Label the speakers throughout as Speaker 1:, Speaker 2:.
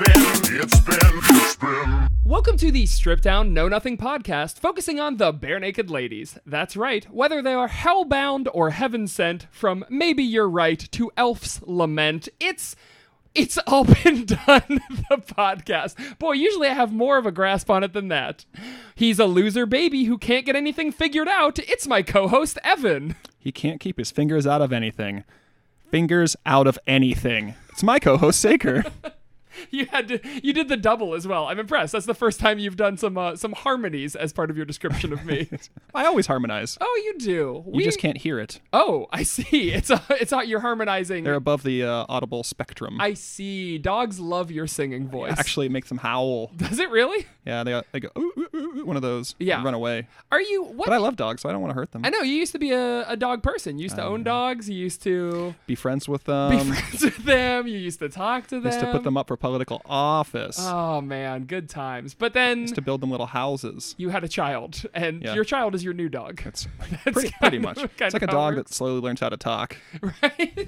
Speaker 1: It's been, it's been.
Speaker 2: Welcome to the Strip Down Know Nothing podcast, focusing on the bare naked ladies. That's right, whether they are hellbound or heaven sent, from maybe you're right to elf's lament, it's it's all been done the podcast. Boy, usually I have more of a grasp on it than that. He's a loser baby who can't get anything figured out. It's my co-host Evan.
Speaker 3: He can't keep his fingers out of anything. Fingers out of anything. It's my co-host Saker.
Speaker 2: You had to, you did the double as well. I'm impressed. That's the first time you've done some uh, some harmonies as part of your description of me.
Speaker 3: I always harmonize.
Speaker 2: Oh, you do.
Speaker 3: You just can't hear it.
Speaker 2: Oh, I see. It's a, it's not you're harmonizing.
Speaker 3: They're above the uh, audible spectrum.
Speaker 2: I see. Dogs love your singing voice.
Speaker 3: Actually, it makes them howl.
Speaker 2: does it really?
Speaker 3: Yeah, they uh, they go ooh, ooh, ooh, ooh," one of those. and
Speaker 2: Yeah.
Speaker 3: run away.
Speaker 2: Are you what?
Speaker 3: But I love dogs, so I don't want to hurt them.
Speaker 2: I know you used to be a, a dog person. You used to own dogs. You used to
Speaker 3: Be friends with them.
Speaker 2: be friends with them. You used to talk to them.
Speaker 3: Um, Used to put them up for political office.
Speaker 2: Oh man, good times. But then
Speaker 3: Used to build them little houses.
Speaker 2: you had a child, and
Speaker 3: Yeah.
Speaker 2: your child is your new dog.
Speaker 3: It's pretty
Speaker 2: kind
Speaker 3: pretty
Speaker 2: of-
Speaker 3: much.
Speaker 2: kind
Speaker 3: It's like a
Speaker 2: of
Speaker 3: dog
Speaker 2: works.
Speaker 3: that slowly learns how to talk.
Speaker 2: right?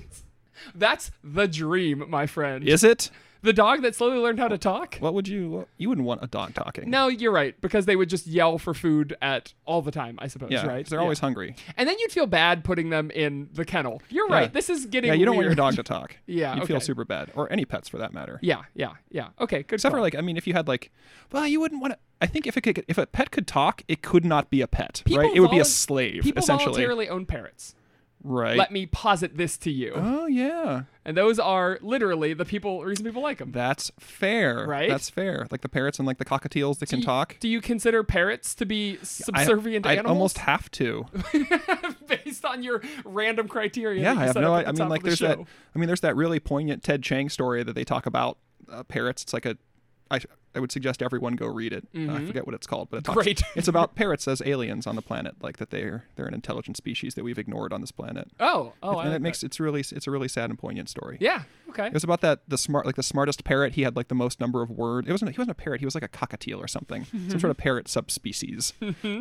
Speaker 2: That's the dream, my friend.
Speaker 3: Is it?
Speaker 2: The dog that slowly learned how to talk?
Speaker 3: What would you? You wouldn't want a dog talking.
Speaker 2: No, you're right, because they would just yell for food at all the time, I suppose,
Speaker 3: Yeah, 'cause
Speaker 2: right?
Speaker 3: They're
Speaker 2: Yeah.
Speaker 3: always hungry.
Speaker 2: And then you'd feel bad putting them in the kennel. You're
Speaker 3: Yeah.
Speaker 2: right. This is getting
Speaker 3: Yeah, you don't want your
Speaker 2: weird.
Speaker 3: dog to talk.
Speaker 2: Yeah,
Speaker 3: you feel
Speaker 2: okay.
Speaker 3: super bad, or any pets for that matter.
Speaker 2: Yeah, yeah, yeah. Okay, good.
Speaker 3: Except for
Speaker 2: call.
Speaker 3: like, I mean, if you had like, well, you wouldn't want to. I think if it could, if a pet could talk, it could not be a pet, right? It would be
Speaker 2: volun-
Speaker 3: a slave,
Speaker 2: People
Speaker 3: essentially,
Speaker 2: voluntarily own parrots.
Speaker 3: right?
Speaker 2: Let me posit this to you,
Speaker 3: oh yeah,
Speaker 2: and those are literally the people reason people like them.
Speaker 3: that's fair.
Speaker 2: Right?
Speaker 3: That's fair. Like the parrots and like the cockatiels that can talk.
Speaker 2: Do you consider parrots to be
Speaker 3: I-
Speaker 2: subservient
Speaker 3: I'd
Speaker 2: animals?
Speaker 3: almost have to.
Speaker 2: based on your random criteria. that
Speaker 3: Yeah,
Speaker 2: you
Speaker 3: I have
Speaker 2: set
Speaker 3: no.
Speaker 2: up
Speaker 3: I,
Speaker 2: at the
Speaker 3: I mean,
Speaker 2: top
Speaker 3: like,
Speaker 2: of the
Speaker 3: there's that.
Speaker 2: show.
Speaker 3: I mean, there's that really poignant Ted Chang story that they talk about uh, parrots. It's like a. I, I would suggest everyone go read it. Uh, I forget what it's called, but it talks,
Speaker 2: Mm-hmm. Great.
Speaker 3: it's about parrots as aliens on the planet, like that they're they're an intelligent species that we've ignored on this planet.
Speaker 2: Oh, oh, I
Speaker 3: and
Speaker 2: like
Speaker 3: it makes it's really it's a really sad and poignant story.
Speaker 2: that. Yeah. Okay.
Speaker 3: It was about that the smart like the smartest parrot. He had like the most number of words. It wasn't he wasn't a parrot. He was like a cockatiel or something, some
Speaker 2: Mm-hmm.
Speaker 3: sort of parrot subspecies.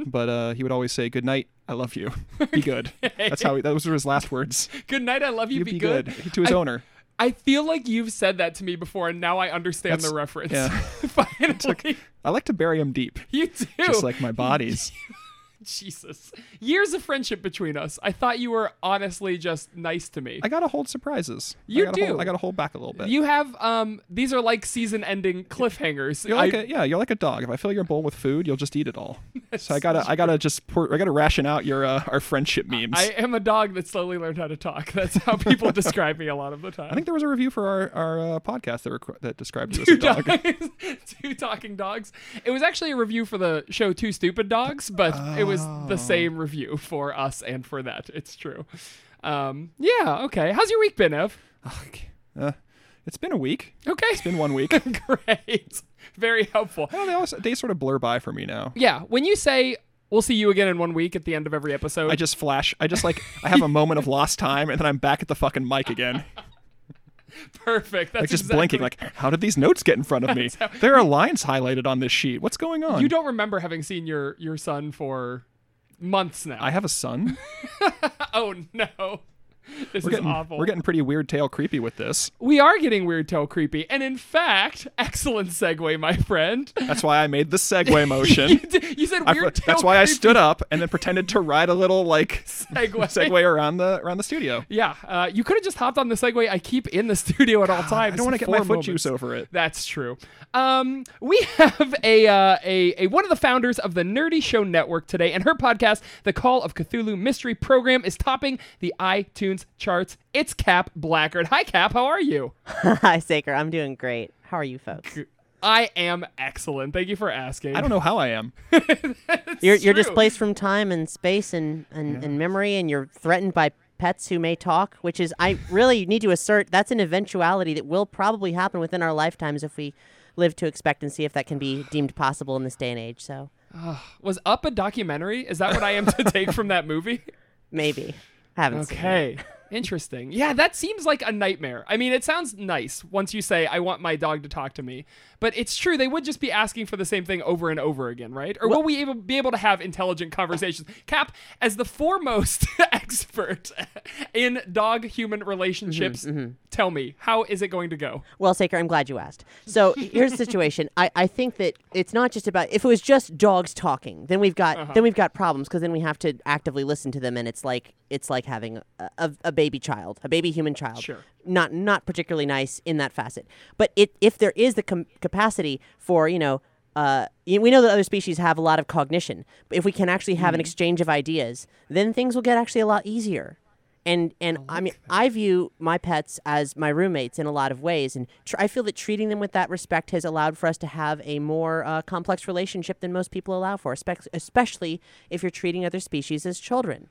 Speaker 3: but uh, he would always say, "Good night, I love you, be good." That's how he, those were his last words.
Speaker 2: Good night. I love you.
Speaker 3: You
Speaker 2: Be, good.
Speaker 3: to his
Speaker 2: I-
Speaker 3: owner.
Speaker 2: I feel like you've said that to me before, and now I understand the
Speaker 3: That's-
Speaker 2: reference.
Speaker 3: yeah.
Speaker 2: Finally,
Speaker 3: I like to bury him deep,
Speaker 2: you do.
Speaker 3: just like my bodies.
Speaker 2: Jesus, years of friendship between us. I thought you were honestly just nice to me.
Speaker 3: I gotta hold surprises.
Speaker 2: You
Speaker 3: I gotta
Speaker 2: do.
Speaker 3: Hold, I gotta hold back a little bit.
Speaker 2: you have um. These are like season-ending cliffhangers.
Speaker 3: You're like
Speaker 2: I-
Speaker 3: a yeah, you're like a dog. If I fill your bowl with food, you'll just eat it all. So I gotta I gotta just pour, I gotta ration out your uh, our friendship memes.
Speaker 2: I am a dog that slowly learned how to talk. That's how people describe me a lot of the time.
Speaker 3: I think there was a review for our our uh, podcast that requ- that described you as a dog.
Speaker 2: dogs, two talking dogs. It was actually a review for the show Two Stupid Dogs, but it was the
Speaker 3: Oh.
Speaker 2: same review for us and for that. It's true. Um, yeah, okay. How's your week been, Ev?
Speaker 3: Fuck. Uh, it's been a week.
Speaker 2: Okay.
Speaker 3: It's been one week. I
Speaker 2: great. Very helpful.
Speaker 3: don't know, they always, days sort of blur by for me now.
Speaker 2: Yeah, when you say we'll see you again in one week at the end of every episode,
Speaker 3: I just flash. I just like I have a moment of lost time, and then I'm back at the fucking mic again.
Speaker 2: perfect. That's
Speaker 3: like just
Speaker 2: exactly-
Speaker 3: blinking like how did these notes get in front of me there are lines highlighted on this sheet what's going on
Speaker 2: you don't remember having seen your your son for months now.
Speaker 3: i have a son
Speaker 2: oh no. This
Speaker 3: we're
Speaker 2: is
Speaker 3: getting,
Speaker 2: awful.
Speaker 3: we're getting pretty weird tail creepy with this
Speaker 2: we are getting weird toe creepy. And in fact, excellent segue, my friend.
Speaker 3: that's why i made the segue motion
Speaker 2: you, did- you said
Speaker 3: I-
Speaker 2: weird tail
Speaker 3: that's why i
Speaker 2: creep
Speaker 3: stood up and then pretended to ride a little like
Speaker 2: segue.
Speaker 3: segue around the around the studio
Speaker 2: Yeah, uh, you could have just hopped on the segue I keep in the studio at all times.
Speaker 3: i don't want to get
Speaker 2: for
Speaker 3: my foot
Speaker 2: moments.
Speaker 3: juice over it
Speaker 2: That's true. Um, we have a, uh, a a one of the founders of the Nerdy Show Network today, and her podcast, The Call of Cthulhu Mystery Program, is topping the iTunes charts. It's Cap Blackard. Hi, Cap. How are you?
Speaker 4: Hi, Saker. I'm doing great. How are you folks?
Speaker 2: I am excellent. Thank you for asking.
Speaker 3: i don't know how i am
Speaker 4: You're, you're
Speaker 2: true.
Speaker 4: displaced from time and space and, and, and memory, and you're threatened by pets who may talk, which is, I really need to assert, that's an eventuality that will probably happen within our lifetimes if we live to expectancy, if that can be deemed possible in this day and age. So
Speaker 2: Was Up a documentary? Is that what I am to take from that movie?
Speaker 4: maybe. I haven't seen it.
Speaker 2: Okay. Interesting. Yeah, that seems like a nightmare. I mean, it sounds nice once you say, I want my dog to talk to me. But it's true, they would just be asking for the same thing over and over again, right? Or will we able, be able to have intelligent conversations? Cap, as the foremost expert in dog human relationships, tell me, how is it going to go?
Speaker 4: Well, Saker, I'm glad you asked. So here's the situation. I, I think that it's not just about if it was just dogs talking, then we've got then we've got problems because then we have to actively listen to them, and it's like it's like having a, a, a baby child, a baby human child.
Speaker 2: Sure.
Speaker 4: Not not particularly nice in that facet. But it if there is the com- capacity for you know. Uh, y- we know that other species have a lot of cognition. But if we can actually have an exchange of ideas, then things will get actually a lot easier and
Speaker 3: Oh,
Speaker 4: and I, mean I view my pets as my roommates in a lot of ways, and tr- I feel that treating them with that respect has allowed for us to have a more uh, complex relationship than most people allow for, spec- especially if you're treating other species as children.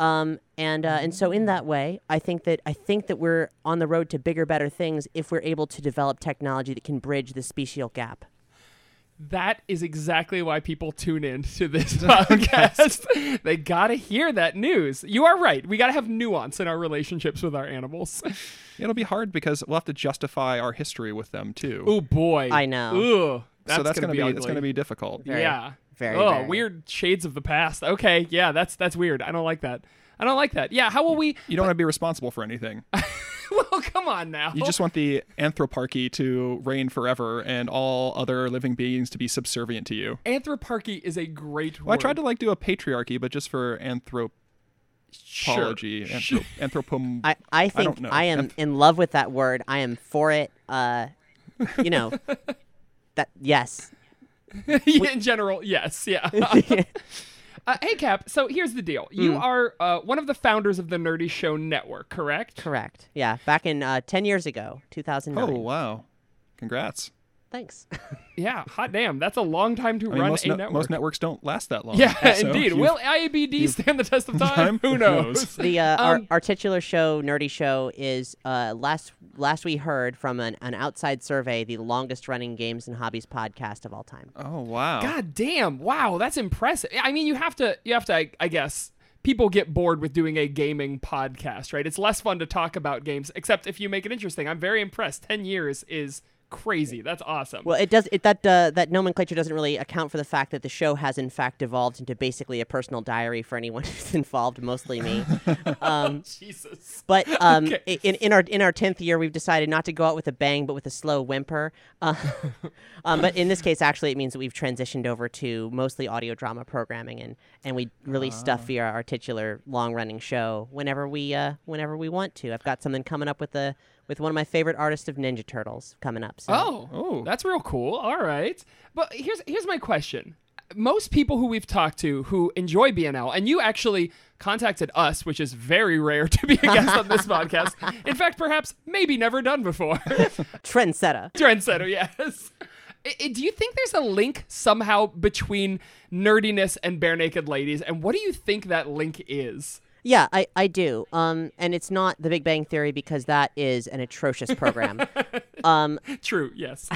Speaker 4: Um, and uh, and so in
Speaker 3: Mm.
Speaker 4: that way, I think that I think that we're on the road to bigger, better things if we're able to develop technology that can bridge the special gap.
Speaker 2: That is exactly why people tune in to this podcast. they got to hear that news. You are right. We got to have nuance in our relationships with our animals.
Speaker 3: It'll be hard because we'll have to justify our history with them too.
Speaker 2: Oh boy.
Speaker 4: I know.
Speaker 2: Ooh. That's
Speaker 3: so that's
Speaker 2: gonna,
Speaker 3: gonna,
Speaker 2: be,
Speaker 3: be, that's gonna be difficult.
Speaker 4: Very,
Speaker 2: yeah.
Speaker 4: very,
Speaker 2: Oh,
Speaker 4: very.
Speaker 2: weird shades of the past. Okay, yeah, that's that's weird. I don't like that. I don't like that. Yeah, how will we?
Speaker 3: You don't want to be responsible for anything.
Speaker 2: well, come on now.
Speaker 3: You just want the anthroparchy to reign forever and all other living beings to be subservient to you.
Speaker 2: anthroparchy is a great
Speaker 3: Well, I
Speaker 2: word.
Speaker 3: tried to like do a patriarchy, but just for anthropology,
Speaker 2: sure.
Speaker 3: anthrop- anthropom.
Speaker 4: I, I think
Speaker 3: don't know.
Speaker 4: I am in love with that word. I am for it. Uh, you know, that yes.
Speaker 2: Yeah, in general, yes, yeah. uh, hey, Cap. So here's the deal.
Speaker 4: Hmm.
Speaker 2: You are uh, one of the founders of the Nerdy Show Network, correct?
Speaker 4: Correct. Yeah, back in uh, ten years ago, two thousand
Speaker 3: oh
Speaker 4: nine.
Speaker 3: wow! Congrats.
Speaker 4: Thanks.
Speaker 2: Yeah. Hot damn, that's a long time to
Speaker 3: I mean,
Speaker 2: run
Speaker 3: most,
Speaker 2: a
Speaker 3: ne-
Speaker 2: network.
Speaker 3: most networks don't last that long.
Speaker 2: yeah,
Speaker 3: So
Speaker 2: indeed.
Speaker 3: you-
Speaker 2: Will IABD stand the test of time?
Speaker 3: Time?
Speaker 2: Who
Speaker 3: Who
Speaker 2: knows?
Speaker 3: knows?
Speaker 4: the uh,
Speaker 2: Um,
Speaker 4: our, our titular show, Nerdy Show, is uh, last last we heard from an, an outside survey, the longest running games and hobbies podcast of all time.
Speaker 3: Oh wow!
Speaker 2: God damn! Wow, that's impressive. I mean, you have to, you have to, I, I guess. People get bored with doing a gaming podcast, right? It's less fun to talk about games, except if you make it interesting. I'm very impressed. Ten years is crazy. That's awesome.
Speaker 4: Well, it does it that uh, that nomenclature doesn't really account for the fact that the show has in fact evolved into basically a personal diary for anyone who's involved, mostly me.
Speaker 2: Jesus.
Speaker 4: But um,
Speaker 2: Okay.
Speaker 4: i- in, in our in our tenth year, we've decided not to go out with a bang, but with a slow whimper. Uh, um, but in this case, actually, it means that we've transitioned over to mostly audio drama programming, and and we release
Speaker 2: Ah.
Speaker 4: stuff via our titular long running show whenever we uh, whenever we want to. I've got something coming up with the with one of my favorite artists of Ninja Turtles coming up. So.
Speaker 2: Oh,
Speaker 3: Oh.
Speaker 2: that's real cool. All right, but here's here's my question. Most people who we've talked to who enjoy BNL, and you actually contacted us, which is very rare to be a guest on this podcast. In fact, perhaps maybe never done before.
Speaker 4: trendsetter.
Speaker 2: Trendsetter, yes. I- I- do you think there's a link somehow between nerdiness and bare naked ladies? And what do you think that link is?
Speaker 4: Yeah, I, I do. Um, and it's not The Big Bang Theory because that is an atrocious program. um,
Speaker 2: True, yes.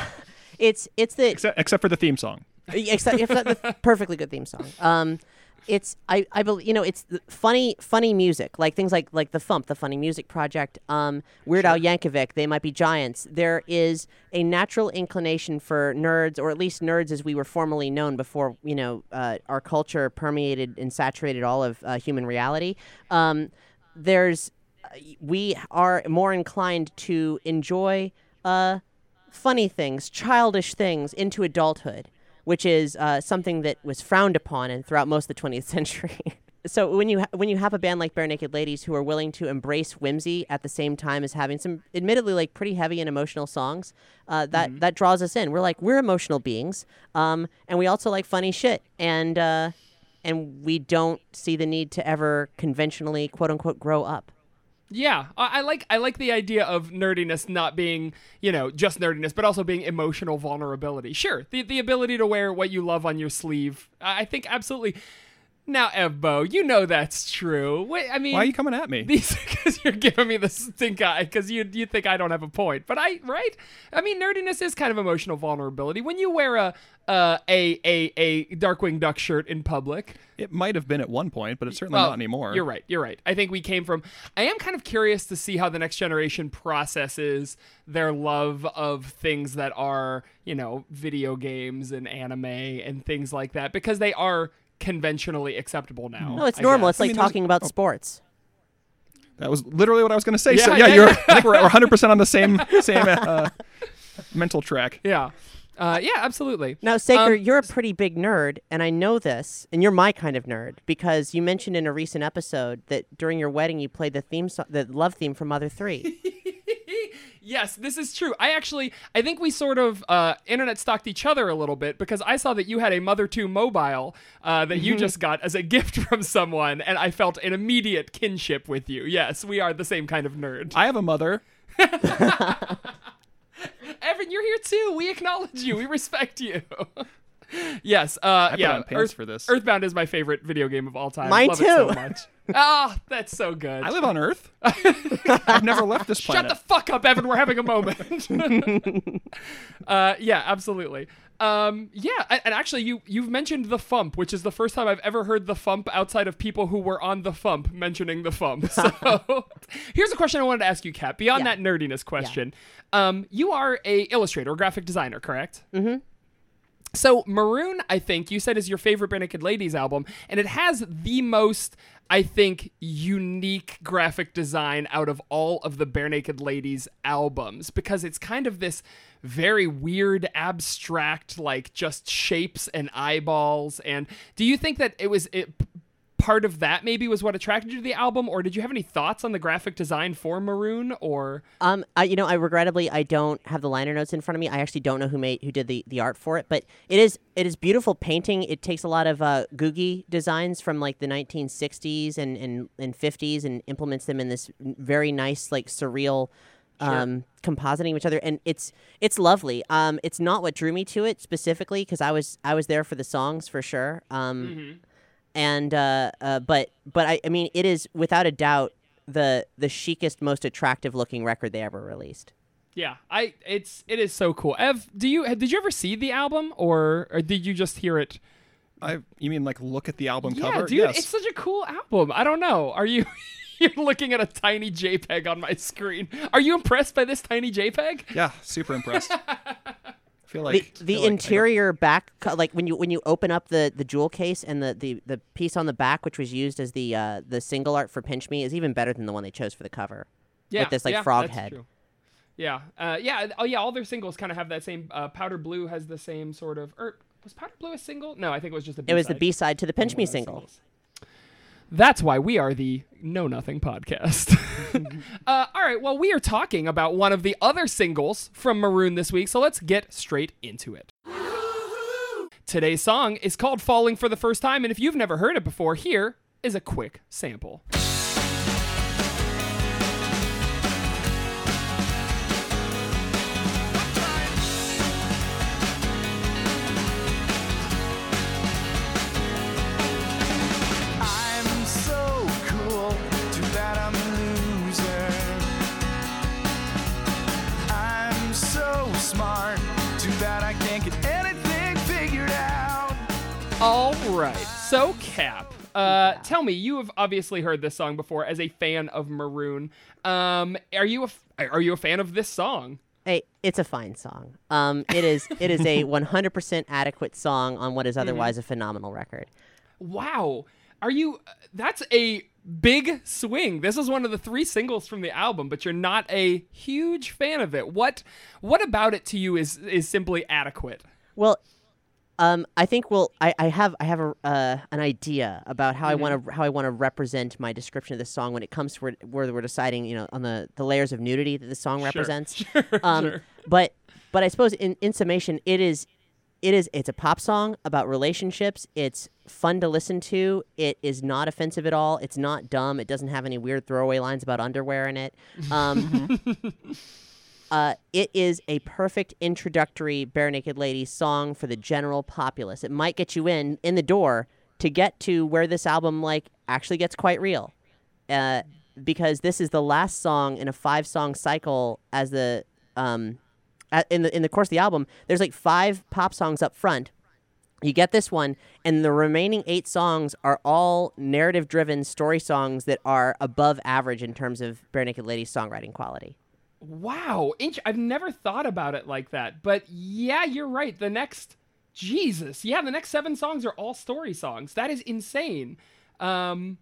Speaker 4: it's it's that
Speaker 3: Except, except for the theme song.
Speaker 4: except if not the perfectly good theme song. Um, it's I I believe you know it's the funny funny music like things like like the Thump, the Funny Music Project, um, Weird Al Yankovic, They Might Be Giants. There is a natural inclination for nerds, or at least nerds as we were formerly known before you know uh, our culture permeated and saturated all of uh, human reality. Um, there's uh, we are more inclined to enjoy uh, funny things, childish things into adulthood, which is uh, something that was frowned upon and throughout most of the 20th century. so when you ha- when you have a band like Bare Naked Ladies who are willing to embrace whimsy at the same time as having some admittedly like pretty heavy and emotional songs, uh, that
Speaker 2: Mm-hmm.
Speaker 4: that draws us in. We're like we're emotional beings, um, and we also like funny shit and. Uh, and we don't see the need to ever conventionally quote unquote grow up.
Speaker 2: Yeah, I, I like I like the idea of nerdiness not being you know just nerdiness, but also being emotional vulnerability. Sure, the the ability to wear what you love on your sleeve. I I think absolutely. Now, Evbo, you know that's true. Wait, I mean,
Speaker 3: Why are you coming at me?
Speaker 2: these because you're giving me the stink eye because you you think I don't have a point, but I right? I mean, nerdiness is kind of emotional vulnerability. When you wear a uh, a a a Darkwing Duck shirt in public,
Speaker 3: It might have been at one point, but it's certainly
Speaker 2: well,
Speaker 3: not anymore.
Speaker 2: You're right. You're right. I think we came from. I am kind of curious to see how the next generation processes their love of things that are, you know, video games and anime and things like that because they are conventionally acceptable now.
Speaker 4: No, it's
Speaker 2: I oh.
Speaker 4: normal.
Speaker 2: guess.
Speaker 4: It's like
Speaker 3: mean, there's-
Speaker 4: talking about sports.
Speaker 3: That was literally what I was going to say.
Speaker 2: Yeah,
Speaker 3: so yeah,
Speaker 2: yeah,
Speaker 3: you're. I think we're 100 percent on the same same uh, mental track.
Speaker 2: yeah, uh, yeah, absolutely.
Speaker 4: Now, Saker, you're a pretty big nerd, and I know this, and you're my kind of nerd because you mentioned in a recent episode that during your wedding you played the theme, so- the love theme from Mother Three.
Speaker 2: Yes, this is true. I actually, I think we sort of uh, internet stalked each other a little bit because I saw that you had a Mother 2 mobile uh, that you just got as a gift from someone, and I felt an immediate kinship with you. Yes, we are the same kind of nerd.
Speaker 3: I have a mother.
Speaker 2: Evan, you're here too. We acknowledge you. We respect you. yes. Uh,
Speaker 3: put
Speaker 2: yeah.
Speaker 3: on pants for this.
Speaker 2: Earthbound is my favorite video game of all time.
Speaker 4: Mine
Speaker 2: Love it so
Speaker 4: too.
Speaker 2: much. Ah, that's so good.
Speaker 3: I live on Earth. I've never left this
Speaker 2: Shut
Speaker 3: planet.
Speaker 2: the fuck up, Evan. We're having a moment. uh, yeah, absolutely. Um, yeah, a- and actually, you you've mentioned the Fump, which is the first time I've ever heard the Fump outside of people who were on the Fump mentioning the Fump. So, here's a question I wanted to ask you, Kat. Beyond
Speaker 4: Yeah.
Speaker 2: that nerdiness question, um, you are a illustrator, or graphic designer, correct? So Maroon, I think you said is your favorite Bare Naked Ladies album, and it has the most, I think, unique graphic design out of all of the Bare Naked Ladies albums because it's kind of this very weird, abstract, like just shapes and eyeballs. And do you think that it was it? Part of that maybe was what attracted you to the album, or did you have any thoughts on the graphic design for Maroon? Or
Speaker 4: Um, I, you know, I regrettably I don't have the liner notes in front of me. I actually don't know who made who did the, the art for it, but it is it is beautiful painting. It takes a lot of uh, Googie designs from like the 1960s and and and 50s and implements them in this very nice like surreal um, compositing each other, and it's it's lovely. Um, it's not what drew me to it specifically because I was I was there for the songs for sure. Um, and uh, uh, but but I, I mean it is without a doubt the the chicest most attractive looking record they ever released
Speaker 2: yeah, I it's it is so cool. Ev, do you did you ever see the album, or, or did you just hear it
Speaker 3: I, you mean like look at the album
Speaker 2: Yeah,
Speaker 3: cover?
Speaker 2: dude,
Speaker 3: yes.
Speaker 2: it's such a cool album. I don't know. Are you you're looking at a tiny JPEG on my screen? Are you impressed by this tiny JPEG?
Speaker 3: yeah, super impressed. I feel
Speaker 4: the,
Speaker 3: like
Speaker 4: the
Speaker 3: feel like I
Speaker 4: interior back co- like when you when you open up the the jewel case and the, the the piece on the back which was used as the uh the single art for pinch me is even better than the one they chose for the cover
Speaker 2: Yeah,
Speaker 4: with this like
Speaker 2: yeah,
Speaker 4: frog
Speaker 2: that's
Speaker 4: head
Speaker 2: true. Yeah, uh, yeah, oh yeah. All their singles kind of have that same. Uh, Powder Blue has the same sort of. Or was Powder Blue a single? No, I think it was just a. B-side.
Speaker 4: it was the b-side to the pinch me
Speaker 2: One of those
Speaker 4: single
Speaker 2: singles. That's why we are the Know Nothing podcast. uh, all right, well, we are talking about one of the other singles from Maroon this week, so let's get straight into it. Today's song is called Falling for the First Time, and if you've never heard it before, here is a quick sample.
Speaker 5: I'm so cool, too bad I'm a loser. I'm so smart, too bad I can't get anything figured out.
Speaker 2: All right, so Cap, uh, tell me, you have obviously heard this song before as a fan of Maroon. Um, are you a f- are you a fan of this song?
Speaker 4: Hey, it's a fine song. Um, it is it is a 100% adequate song on what is
Speaker 3: Mm-hmm.
Speaker 4: otherwise a phenomenal record.
Speaker 2: Wow. Are you that's a big swing. This is one of the three singles from the album, but you're not a huge fan of it. What what about it to you is is simply adequate?
Speaker 4: Well, um, I think we'll. I, I have I have a, uh, an idea about how I
Speaker 2: Mm-hmm.
Speaker 4: want to how I want to represent my description of this song when it comes to where, where we're deciding, you know, on the, the layers of nudity that the song represents. um,
Speaker 2: sure.
Speaker 4: But but I suppose in, in summation, it is it is it's a pop song about relationships. It's fun to listen to. It is not offensive at all. It's not dumb. It doesn't have any weird throwaway lines about underwear in it. Um,
Speaker 2: Mm-hmm.
Speaker 4: uh, it is a perfect introductory Bare Naked Ladies song for the general populace. It might get you in in the door to get to where this album like actually gets quite real, uh, because this is the last song in a five song cycle as the um, a- in the in the course of the album. There's like five pop songs up front. You get this one, and the remaining eight songs are all narrative driven story songs that are above average in terms of Bare Naked Ladies' songwriting quality.
Speaker 2: Wow, inch. I've never thought about it like that. But yeah, you're right. The next, Jesus, yeah, the next seven songs are all story songs. That is insane. Um,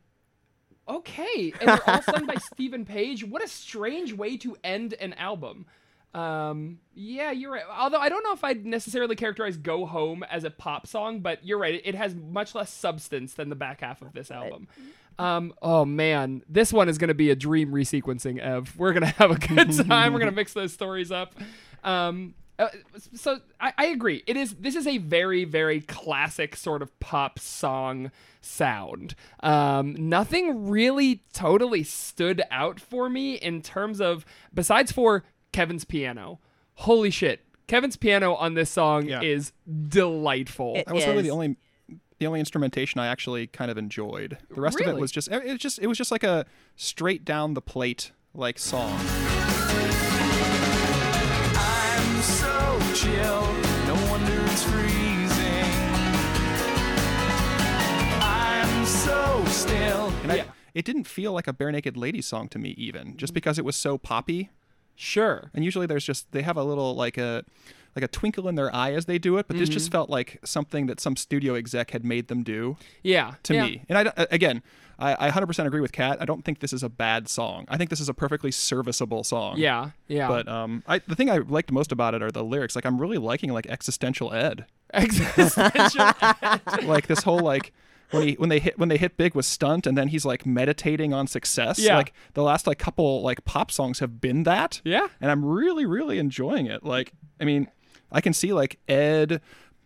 Speaker 2: okay, and they're all sung by Stephen Page. What a strange way to end an album. Um, yeah, you're right. Although I don't know if I'd necessarily characterize "Go Home" as a pop song, but you're right. It has much less substance than the back half of this album. Um, oh man, this one is gonna be a dream resequencing. Ev, we're gonna have a good time. we're gonna mix those stories up. Um, uh, so I, I agree. It is this is a very very classic sort of pop song sound. Um, nothing really totally stood out for me in terms of besides for Kevin's piano. Holy shit. Kevin's piano on this song
Speaker 3: Yeah.
Speaker 2: is delightful.
Speaker 4: It-
Speaker 3: That was really the
Speaker 4: is-
Speaker 3: only the only instrumentation I actually kind of enjoyed. The rest of it
Speaker 2: Really?
Speaker 3: was just it was just it was just like a straight down the plate like song.
Speaker 5: I'm so chill, no wonder it's freezing. I'm so still.
Speaker 3: And
Speaker 2: Yeah.
Speaker 3: I, it didn't feel like a bare naked lady song to me even,
Speaker 4: Mm.
Speaker 3: just because it was so poppy.
Speaker 2: sure.
Speaker 3: And usually there's just they have a little like a like a twinkle in their eye as they do it, but this just
Speaker 2: Mm-hmm.
Speaker 3: felt like something that some studio exec had made them do.
Speaker 2: Yeah.
Speaker 3: to
Speaker 2: yeah.
Speaker 3: me. And I don't- uh, again, I, I 100% agree with Kat. I don't think this is a bad song. I think this is a perfectly serviceable song.
Speaker 2: Yeah. Yeah.
Speaker 3: But um, I, the thing I liked most about it are the lyrics. Like I'm really liking like existential ed,
Speaker 2: existential.
Speaker 3: like this whole like when he when they hit when they hit big with stunt, and then he's like meditating on success.
Speaker 2: Yeah.
Speaker 3: Like the last like couple like pop songs have been that.
Speaker 2: Yeah.
Speaker 3: And I'm really really enjoying it. Like I mean, I can see like Ed.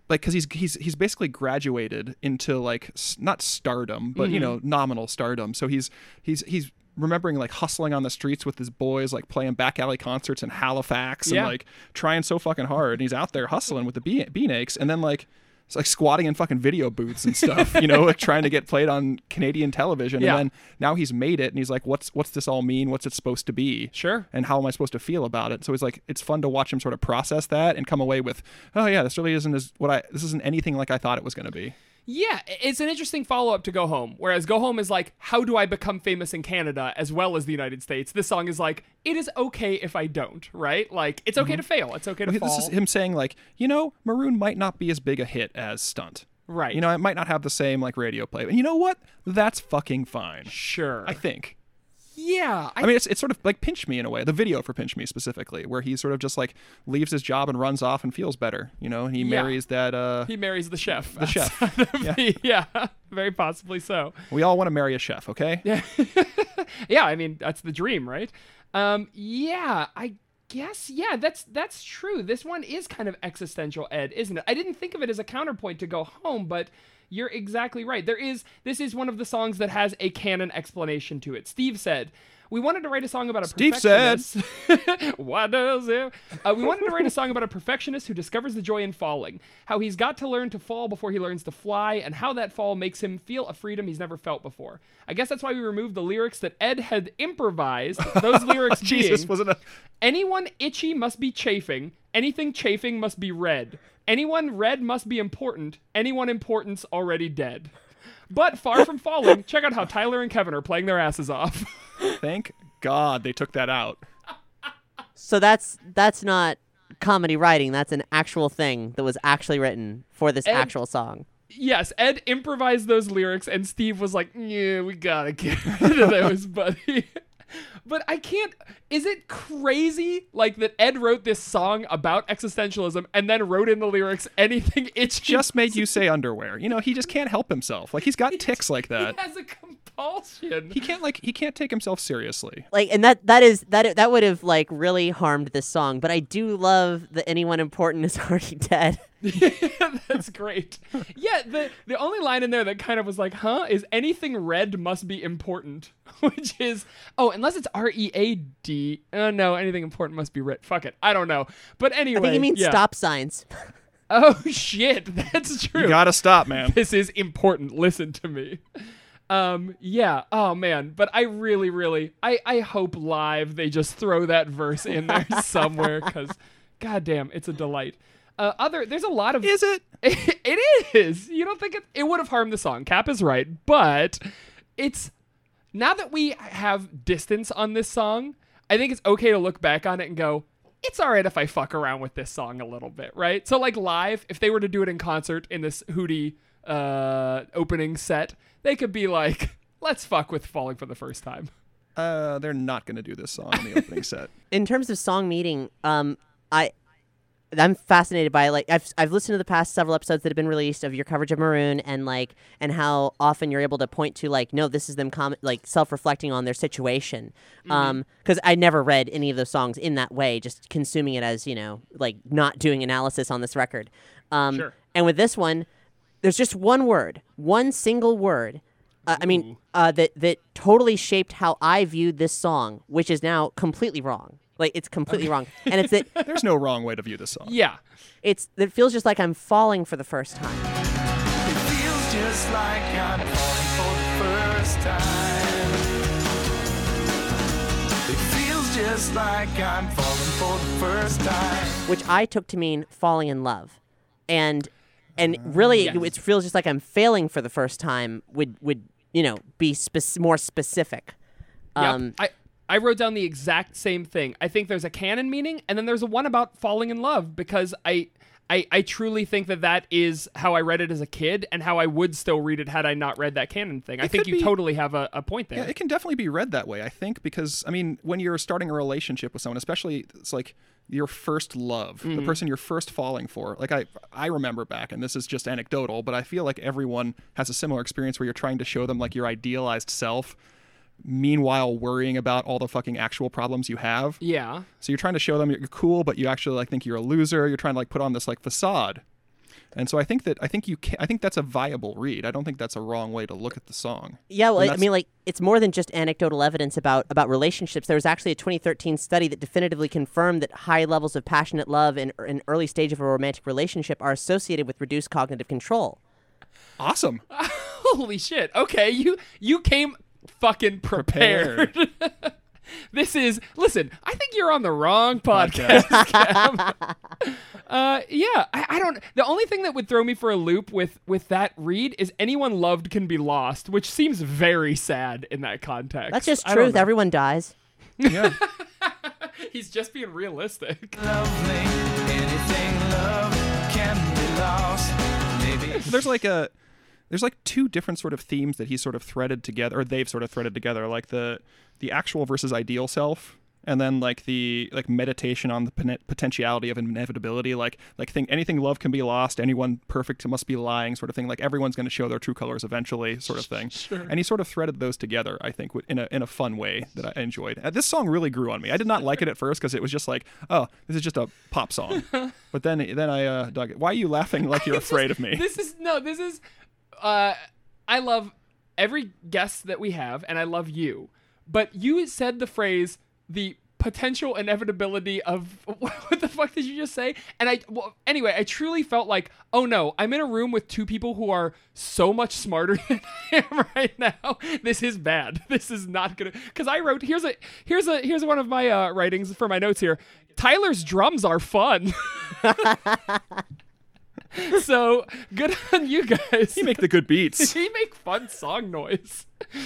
Speaker 3: Like, cause he's he's he's basically graduated into like s- not stardom, but
Speaker 2: Mm-hmm.
Speaker 3: you know nominal stardom. So he's he's he's remembering like hustling on the streets with his boys, like playing back alley concerts in Halifax,
Speaker 2: Yeah.
Speaker 3: and like trying so fucking hard and he's out there hustling with the bee bean aches and then like it's like squatting in fucking video booths and stuff, you know, like trying to get played on Canadian television.
Speaker 2: Yeah.
Speaker 3: And then now he's made it and he's like, What's what's this all mean? What's it supposed to be?
Speaker 2: Sure.
Speaker 3: And how am I supposed to feel about it? So it's like it's fun to watch him sort of process that and come away with, Oh yeah, this really isn't as what I this isn't anything like I thought it was gonna be.
Speaker 2: yeah. It's an interesting follow up to Go Home. Whereas Go Home is like, how do I become famous in Canada as well as the United States? This song is like, it is okay if I don't, right? Like, it's okay to fail. It's Mm-hmm. okay to
Speaker 3: Because
Speaker 2: fall.
Speaker 3: This is him saying like, you know, Maroon might not be as big a hit as Stunt.
Speaker 2: Right.
Speaker 3: You know, it might not have the same like radio play. And you know what? That's fucking fine.
Speaker 2: sure.
Speaker 3: I think.
Speaker 2: yeah. I,
Speaker 3: I mean, it's, it's sort of like Pinch Me in a way, the video for Pinch Me specifically, where he sort of just like leaves his job and runs off and feels better, you know, and he marries that. Uh,
Speaker 2: he marries the chef. The
Speaker 3: chef.
Speaker 2: yeah. Very possibly so.
Speaker 3: we all want to marry a chef, okay? Yeah.
Speaker 2: yeah i mean that's the dream right um yeah i guess yeah that's that's true this one is kind of existential ed isn't it i didn't think of it as a counterpoint to go home but you're exactly right there is this is one of the songs that has a canon explanation to it steve said we wanted to write a song about a
Speaker 3: Steve said.
Speaker 2: perfectionist." Why does it? Uh, we wanted to write a song about a perfectionist who discovers the joy in falling, how he's got to learn to fall before he learns to fly, and how that fall makes him feel a freedom he's never felt before. I guess that's why we removed the lyrics that Ed had improvised. Those lyrics
Speaker 3: Jesus
Speaker 2: being,
Speaker 3: was it a
Speaker 2: anyone itchy must be chafing, anything chafing must be red, anyone red must be important, anyone importance already dead. But far from falling, check out how Tyler and Kevin are playing their asses off.
Speaker 3: thank God they took that out.
Speaker 4: So that's that's not comedy writing. That's an actual thing that was actually written for this actual song.
Speaker 2: Yes, Ed improvised those lyrics, and Steve was like, "Yeah, we gotta get rid of those, buddy." but I can't. Is it crazy like that? Ed wrote this song about existentialism, and then wrote in the lyrics anything. It's
Speaker 3: Just made you say underwear. You know, he just can't help himself. Like, he's got ticks like that.
Speaker 2: as a compulsion.
Speaker 3: He can't, like, he can't take himself seriously.
Speaker 4: Like and that that is that that would have like really harmed this song, but I do love that anyone important is already dead.
Speaker 2: That's great. Yeah, the the only line in there that kind of was like, "Huh?" is anything red must be important, which is oh, unless it's R E A uh, D. Oh no, anything important must be red. Fuck it, I don't know. But anyway,
Speaker 4: I think he means
Speaker 2: yeah.
Speaker 4: stop signs.
Speaker 2: Oh shit, that's true.
Speaker 3: You gotta stop, man.
Speaker 2: this is important. Listen to me. Um, yeah. Oh man, but I really, really, I, I hope live they just throw that verse in there somewhere because, goddamn, it's a delight. Uh, other, there's a lot of.
Speaker 3: Is it?
Speaker 2: it is. You don't think it? It would have harmed the song. Cap is right, but it's now that we have distance on this song. I think it's okay to look back on it and go, it's all right if I fuck around with this song a little bit, right? So like live, if they were to do it in concert in this Hootie uh, opening set, they could be like, let's fuck with "Falling for the First Time."
Speaker 3: Uh, they're not gonna do this song in the opening set.
Speaker 4: in terms of song meeting, um, I I'm fascinated by like I've I've listened to the past several episodes that have been released of your coverage of Maroon and like and how often you're able to point to like no this is them com- like self-reflecting on their situation um because I never read any of those songs in that way just consuming it as you know like not doing analysis on this record um
Speaker 2: Sure.
Speaker 4: and with this one there's just one word one single word uh, I mean, uh, that that totally shaped how I viewed this song, which is now completely wrong. Like it's completely wrong, and it's that
Speaker 3: There's no wrong way to view this song.
Speaker 2: Yeah,
Speaker 4: it's it feels just like I'm falling for the first time.
Speaker 5: It feels just like I'm falling for the first time. It feels just like I'm falling for the first time.
Speaker 4: which I took to mean falling in love, and and really
Speaker 2: Uh, yes.
Speaker 4: it, it feels just like I'm failing for the first time. Would would you know be spec- more specific?
Speaker 2: Yep.
Speaker 4: Um,
Speaker 2: I I wrote down the exact same thing. I think there's a canon meaning, and then there's one about falling in love because I. I, I truly think that that is how I read it as a kid and how I would still read it had I not read that canon thing. I think
Speaker 3: could
Speaker 2: you
Speaker 3: be-
Speaker 2: totally have a, a point there.
Speaker 3: Yeah, it can definitely be read that way, I think, because I mean, when you're starting a relationship with someone, especially it's like your first love, the
Speaker 4: Mm-hmm.
Speaker 3: person you're first falling for. Like I I remember back and this is just anecdotal, but I feel like everyone has a similar experience where you're trying to show them like your idealized self meanwhile worrying about all the fucking actual problems you have.
Speaker 2: yeah.
Speaker 3: So you're trying to show them you're cool, but you actually like think you're a loser. You're trying to like put on this like facade. And so I think that I think you can, I think that's a viable read. I don't think that's a wrong way to look at the song.
Speaker 4: Yeah, well,
Speaker 3: And
Speaker 4: I- I
Speaker 3: that's-
Speaker 4: mean, like it's more than just anecdotal evidence about about relationships. There was actually a 2013 study that definitively confirmed that high levels of passionate love in an early stage of a romantic relationship are associated with reduced cognitive control.
Speaker 3: Awesome.
Speaker 2: Holy shit. Okay, you you came fucking prepared. This is listen. I think you're on the wrong podcast. Kev. uh, yeah, I, I don't. The only thing that would throw me for a loop with with that read is anyone loved can be lost, which seems very sad in that context.
Speaker 4: That's just
Speaker 2: I don't
Speaker 4: truth.
Speaker 2: know.
Speaker 4: Everyone dies.
Speaker 3: Yeah.
Speaker 2: He's just being realistic.
Speaker 5: Lovely, anything love can be lost. Maybe
Speaker 3: there's like a there's like two different sort of themes that he sort of threaded together or they've sort of threaded together like the the actual versus ideal self and then like the like meditation on the pen- potentiality of inevitability like like thing anything love can be lost anyone perfect must be lying sort of thing like everyone's going to show their true colors eventually sort of thing and he sort of threaded those together i think in a in a fun way that i enjoyed Uh, this song really grew on me i did not like it at first because it was just like oh this is just a pop song but then then i uh dug it why are you laughing like you're
Speaker 2: It's
Speaker 3: afraid
Speaker 2: just-
Speaker 3: of me
Speaker 2: This is no, this is uh I love every guest that we have and I love you. But you said the phrase the potential inevitability of what the fuck did you just say? And I well, anyway, I truly felt like, "Oh no, I'm in a room with two people who are so much smarter than I am right now. This is bad. This is not going to cuz I wrote here's a here's a here's one of my uh writings for my notes here. Tyler's drums are fun. so good on you guys. He
Speaker 3: make the good beats.
Speaker 2: he make fun song noise.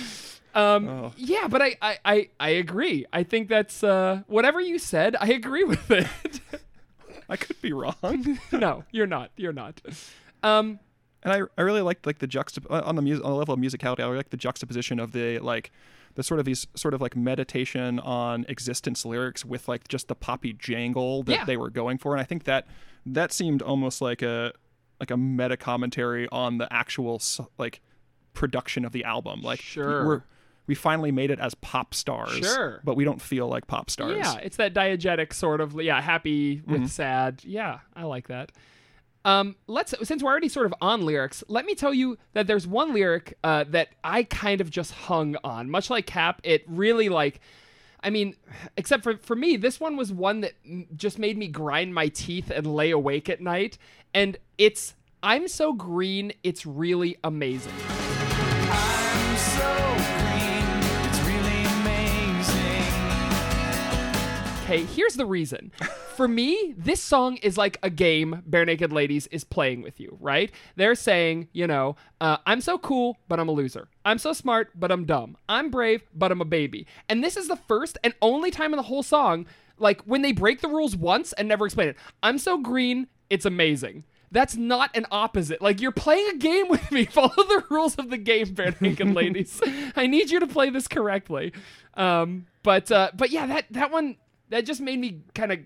Speaker 2: Um, yeah, but I, I, I, I agree. I think that's uh, whatever you said. I agree with it.
Speaker 3: I could be wrong. And
Speaker 2: no, you're not. You're not. Um,
Speaker 3: I, I really liked like the juxtap uh, on the music on the level of musicality. I really like the juxtaposition of the like the sort of these sort of like meditation on existence lyrics with like just the poppy jangle that
Speaker 2: Yeah.
Speaker 3: they were going for, and I think that that seemed almost like a like a meta commentary on the actual s- like production of the album. Like
Speaker 2: Sure.
Speaker 3: we're we finally made it as pop stars,
Speaker 2: Sure.
Speaker 3: but we don't feel like pop stars.
Speaker 2: yeah, it's that diegetic sort of yeah, happy with sad. Yeah, I like that. Um, let's since we're already sort of on lyrics, let me tell you that there's one lyric uh, that I kind of just hung on. Much like Cap, it really like I mean, except for for me, this one was one that m- just made me grind my teeth and lay awake at night. And it's I'm so green, it's really amazing.
Speaker 5: I'm so green, it's really amazing.
Speaker 2: Okay, here's the reason. For me, this song is like a game Bare Naked Ladies is playing with you, right? They're saying, you know, uh, I'm so cool, but I'm a loser. I'm so smart, but I'm dumb. I'm brave, but I'm a baby. And this is the first and only time in the whole song, like when they break the rules once and never explain it. I'm so green, it's amazing. That's not an opposite. Like you're playing a game with me. Follow the rules of the game, bare naked ladies. I need you to play this correctly. Um, but uh, but yeah, that that one that just made me kind of.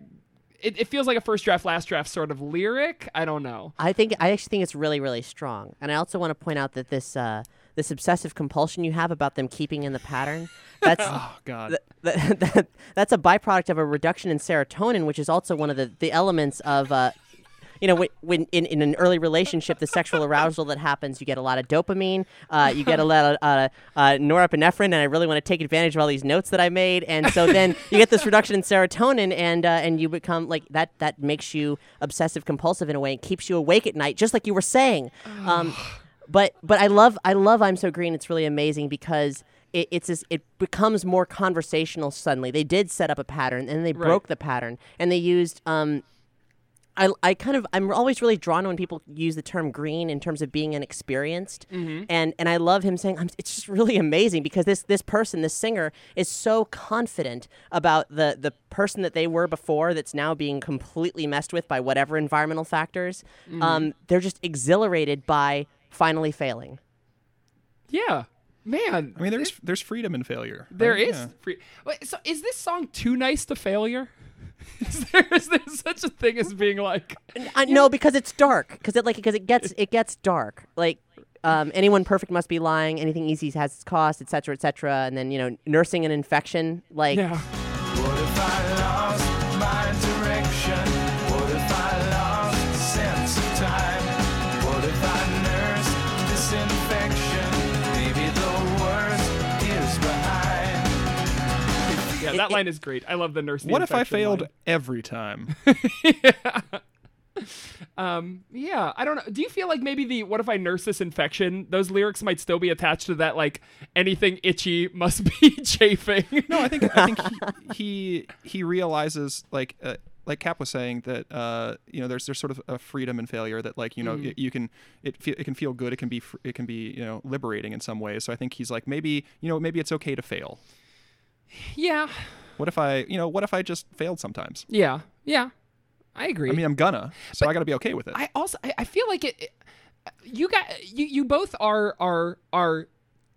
Speaker 2: It, it feels like a first draft, last draft sort of lyric. I don't know.
Speaker 4: I think I actually think it's really, really strong. And I also want to point out that this uh, this obsessive compulsion you have about them keeping in the pattern that's
Speaker 3: Oh God.
Speaker 4: th- th- that- that's a byproduct of a reduction in serotonin, which is also one of the, the elements of, uh, you know, when, when in, in an early relationship, the sexual arousal that happens, you get a lot of dopamine, uh, you get a lot of uh, uh, norepinephrine, and I really want to take advantage of all these notes that I made, and so then you get this reduction in serotonin, and uh, and you become like that. That makes you obsessive compulsive in a way, and keeps you awake at night, just like you were saying. Um, but but I love I love I'm so green. It's really amazing because it, it's this, it becomes more conversational suddenly. They did set up a pattern and they broke the pattern and they used um. I, I kind of I'm always really drawn when people use the term green in terms of being inexperienced, and and I love him saying I'm, it's just really amazing because this this person this singer is so confident about the the person that they were before that's now being completely messed with by whatever environmental factors. Um, they're just exhilarated by finally failing.
Speaker 2: Yeah, man.
Speaker 3: I mean, there's there's freedom in failure.
Speaker 2: There
Speaker 3: right?
Speaker 2: is
Speaker 3: Yeah.
Speaker 2: free. Wait, so is this song too nice to failure? Is there, is there such a thing as being like?
Speaker 4: I, Uh, no, because it's dark. Because it like because it gets it gets dark. Like um, anyone perfect must be lying. Anything easy has its cost, etc., cetera, etc. Cetera. And then you know, nursing an infection. Like
Speaker 2: Yeah.
Speaker 5: What if I lost my direction? What if I lost sense of time? What if I nursed this infection? Maybe the worst is behind.
Speaker 2: Yeah, that line is great. I love the nurse. the
Speaker 3: What if I
Speaker 2: infection
Speaker 3: failed
Speaker 2: line.
Speaker 3: every time?
Speaker 2: Yeah, I don't know. Do you feel like maybe the what if I nurse this infection? Those lyrics might still be attached to that, like anything itchy must be chafing.
Speaker 3: No, I think I think he he, he realizes like uh, like Cap was saying that uh, you know there's there's sort of a freedom in failure that like you know y- you can it feel, it can feel good it can be fr- it can be you know liberating in some ways. So I think he's like maybe you know maybe it's okay to fail.
Speaker 2: yeah,
Speaker 3: What if I you know what if I just failed sometimes?
Speaker 2: yeah, yeah. I agree.
Speaker 3: I mean I'm gonna so I got to be okay with it.
Speaker 2: I also I, I feel like it, it- you got you you both are are are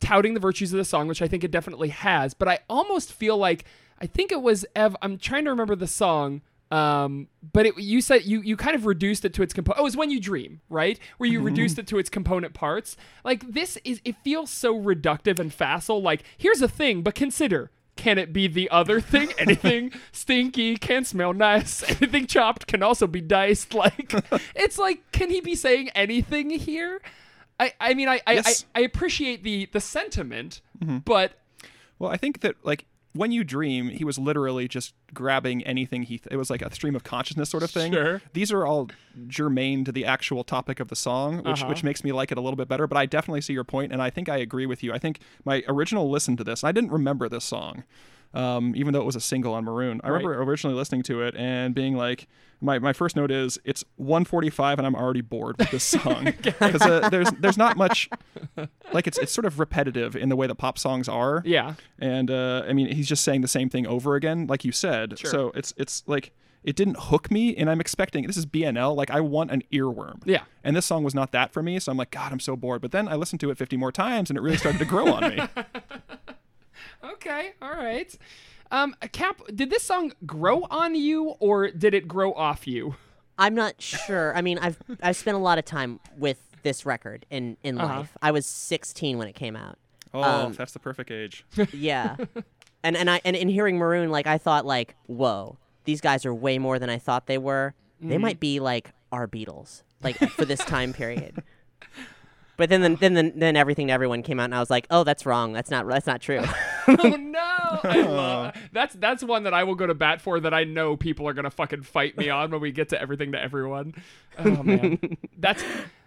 Speaker 2: touting the virtues of the song, which I think it definitely has, but I almost feel like I think it was Ev I'm trying to remember the song um but it you said you you kind of reduced it to its component oh it was when you dream right where you reduced it to its component parts like this is it feels so reductive and facile like here's a thing but consider can it be the other thing? Anything stinky can smell nice. Anything chopped can also be diced. Like it's like, can he be saying anything here? I, I mean I I,
Speaker 3: Yes.
Speaker 2: I I appreciate the the sentiment, but
Speaker 3: Well, I think that like when you dream, he was literally just grabbing anything he. Th- it was like a stream of consciousness sort of thing.
Speaker 2: Sure.
Speaker 3: These are all germane to the actual topic of the song, which which makes me like it a little bit better. But I definitely see your point, and I think I agree with you. I think my original listen to this, I didn't remember this song. Um, even though it was a single on Maroon, I remember originally listening to it and being like, my, my first note is it's 145 and I'm already bored with this song because uh, there's there's not much like it's it's sort of repetitive in the way that pop songs are.
Speaker 2: Yeah.
Speaker 3: And uh, I mean, he's just saying the same thing over again, like you said. So it's it's like it didn't hook me, and I'm expecting this is BNL. Like I want an earworm.
Speaker 2: Yeah.
Speaker 3: And this song was not that for me, so I'm like, God, I'm so bored. But then I listened to it 50 more times, and it really started to grow on me.
Speaker 2: okay, all right. Um, Cap, did this song grow on you or did it grow off you?
Speaker 4: I'm not sure. I mean, I've I've spent a lot of time with this record in in life. I was 16 when it came out.
Speaker 3: Oh,
Speaker 4: Um,
Speaker 3: that's the perfect age.
Speaker 4: Yeah. and and I and in hearing Maroon, like I thought, like, whoa, these guys are way more than I thought they were. They might be like our Beatles, like for this time period. But then, then, then, then everything to everyone came out, and I was like, "Oh, that's wrong. That's not. That's not true."
Speaker 2: oh no! I love that's that's one that I will go to bat for that I know people are gonna fucking fight me on when we get to everything to everyone. Oh man, that's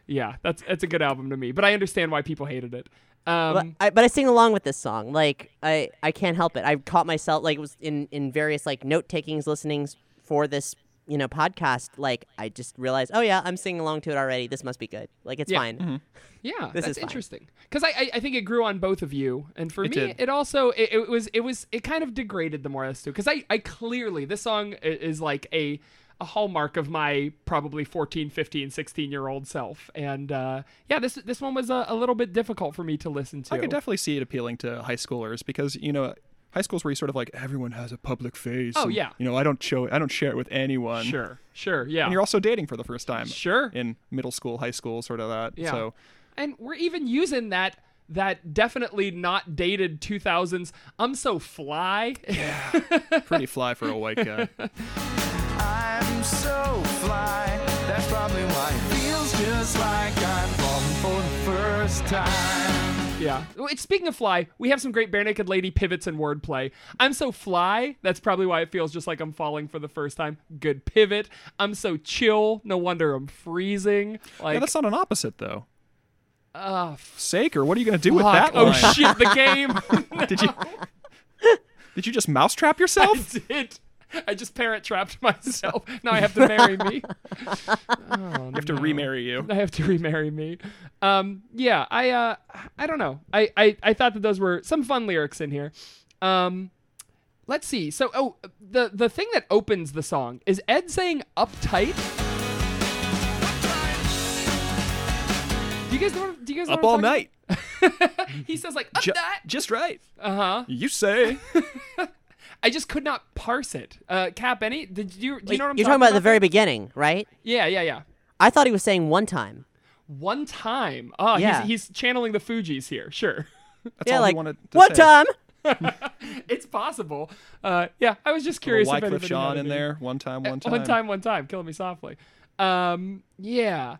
Speaker 2: yeah, that's that's a good album to me, but I understand why people hated it. Um,
Speaker 4: But I, but I sing along with this song. Like I, I can't help it. I caught myself like it was in in various like note takings, listenings for this you know podcast. Like I just realized, oh yeah, I'm singing along to it already. This must be good. Like it's
Speaker 2: Yeah.
Speaker 4: fine.
Speaker 2: Yeah, that's
Speaker 4: This is fine.
Speaker 2: interesting because I, I I think it grew on both of you, and for me,
Speaker 3: did.
Speaker 2: it also it, it was it was it kind of degraded the more I listened to because I I clearly this song i- is like a a hallmark of my probably 14, 15, 16 year old self, and uh, yeah, this this one was a, a little bit difficult for me to listen to.
Speaker 3: I could definitely see it appealing to high schoolers because you know high school's where you sort of like everyone has a public face.
Speaker 2: Oh,
Speaker 3: and,
Speaker 2: yeah.
Speaker 3: You know I don't show I don't share it with anyone.
Speaker 2: sure, sure, yeah,
Speaker 3: And you're also dating for the first time.
Speaker 2: Sure.
Speaker 3: In middle school, high school, sort of that.
Speaker 2: yeah,
Speaker 3: So
Speaker 2: and we're even using that. That definitely not dated 2000s. I'm so fly.
Speaker 3: pretty fly for a white guy.
Speaker 5: I'm so fly. That's probably why it feels just like I'm falling for the first time.
Speaker 2: Yeah. Wait, Speaking of fly, we have some great bare naked lady pivots and wordplay. I'm so fly. That's probably why it feels just like I'm falling for the first time. Good pivot. I'm so chill. No wonder I'm freezing. Like,
Speaker 3: yeah, that's not an opposite though. Uh, Saker, what are you gonna do with
Speaker 2: Ah, fuck.
Speaker 3: that
Speaker 2: oh
Speaker 3: line?
Speaker 2: shit, the game.
Speaker 3: Did you Did you just mousetrap yourself?
Speaker 2: I did. I just parent trapped myself. Now I have to marry me. Oh,
Speaker 3: I have to remarry you.
Speaker 2: I have to remarry me. Um, yeah, I uh, I don't know. I, I I thought that those were some fun lyrics in here. Um, let's see. So oh, the the thing that opens the song is Ed saying uptight. Do you guys know? What, do you guys know
Speaker 3: Up
Speaker 2: what I'm talking-
Speaker 3: all night.
Speaker 2: He says like
Speaker 3: Ju-
Speaker 2: uptight.
Speaker 3: just right.
Speaker 2: Uh huh.
Speaker 3: You say.
Speaker 2: I just could not parse it. Uh, Cap, any? Did you do you know what I'm
Speaker 4: are talking about, the very beginning, right?
Speaker 2: Yeah, yeah, yeah.
Speaker 4: I thought he was saying one time.
Speaker 2: One time. Oh,
Speaker 4: Yeah.
Speaker 2: he's, he's channeling the Fugees here. Sure.
Speaker 3: That's
Speaker 4: yeah,
Speaker 3: all
Speaker 4: like
Speaker 3: he wanted to
Speaker 4: one
Speaker 3: say.
Speaker 4: time.
Speaker 2: it's possible. Uh, yeah, I was just
Speaker 3: Little
Speaker 2: curious. if
Speaker 3: Wycliffe
Speaker 2: anybody
Speaker 3: Sean
Speaker 2: had
Speaker 3: in
Speaker 2: any-
Speaker 3: there. One time, one time.
Speaker 2: One time, one time, killing me softly. Um, yeah.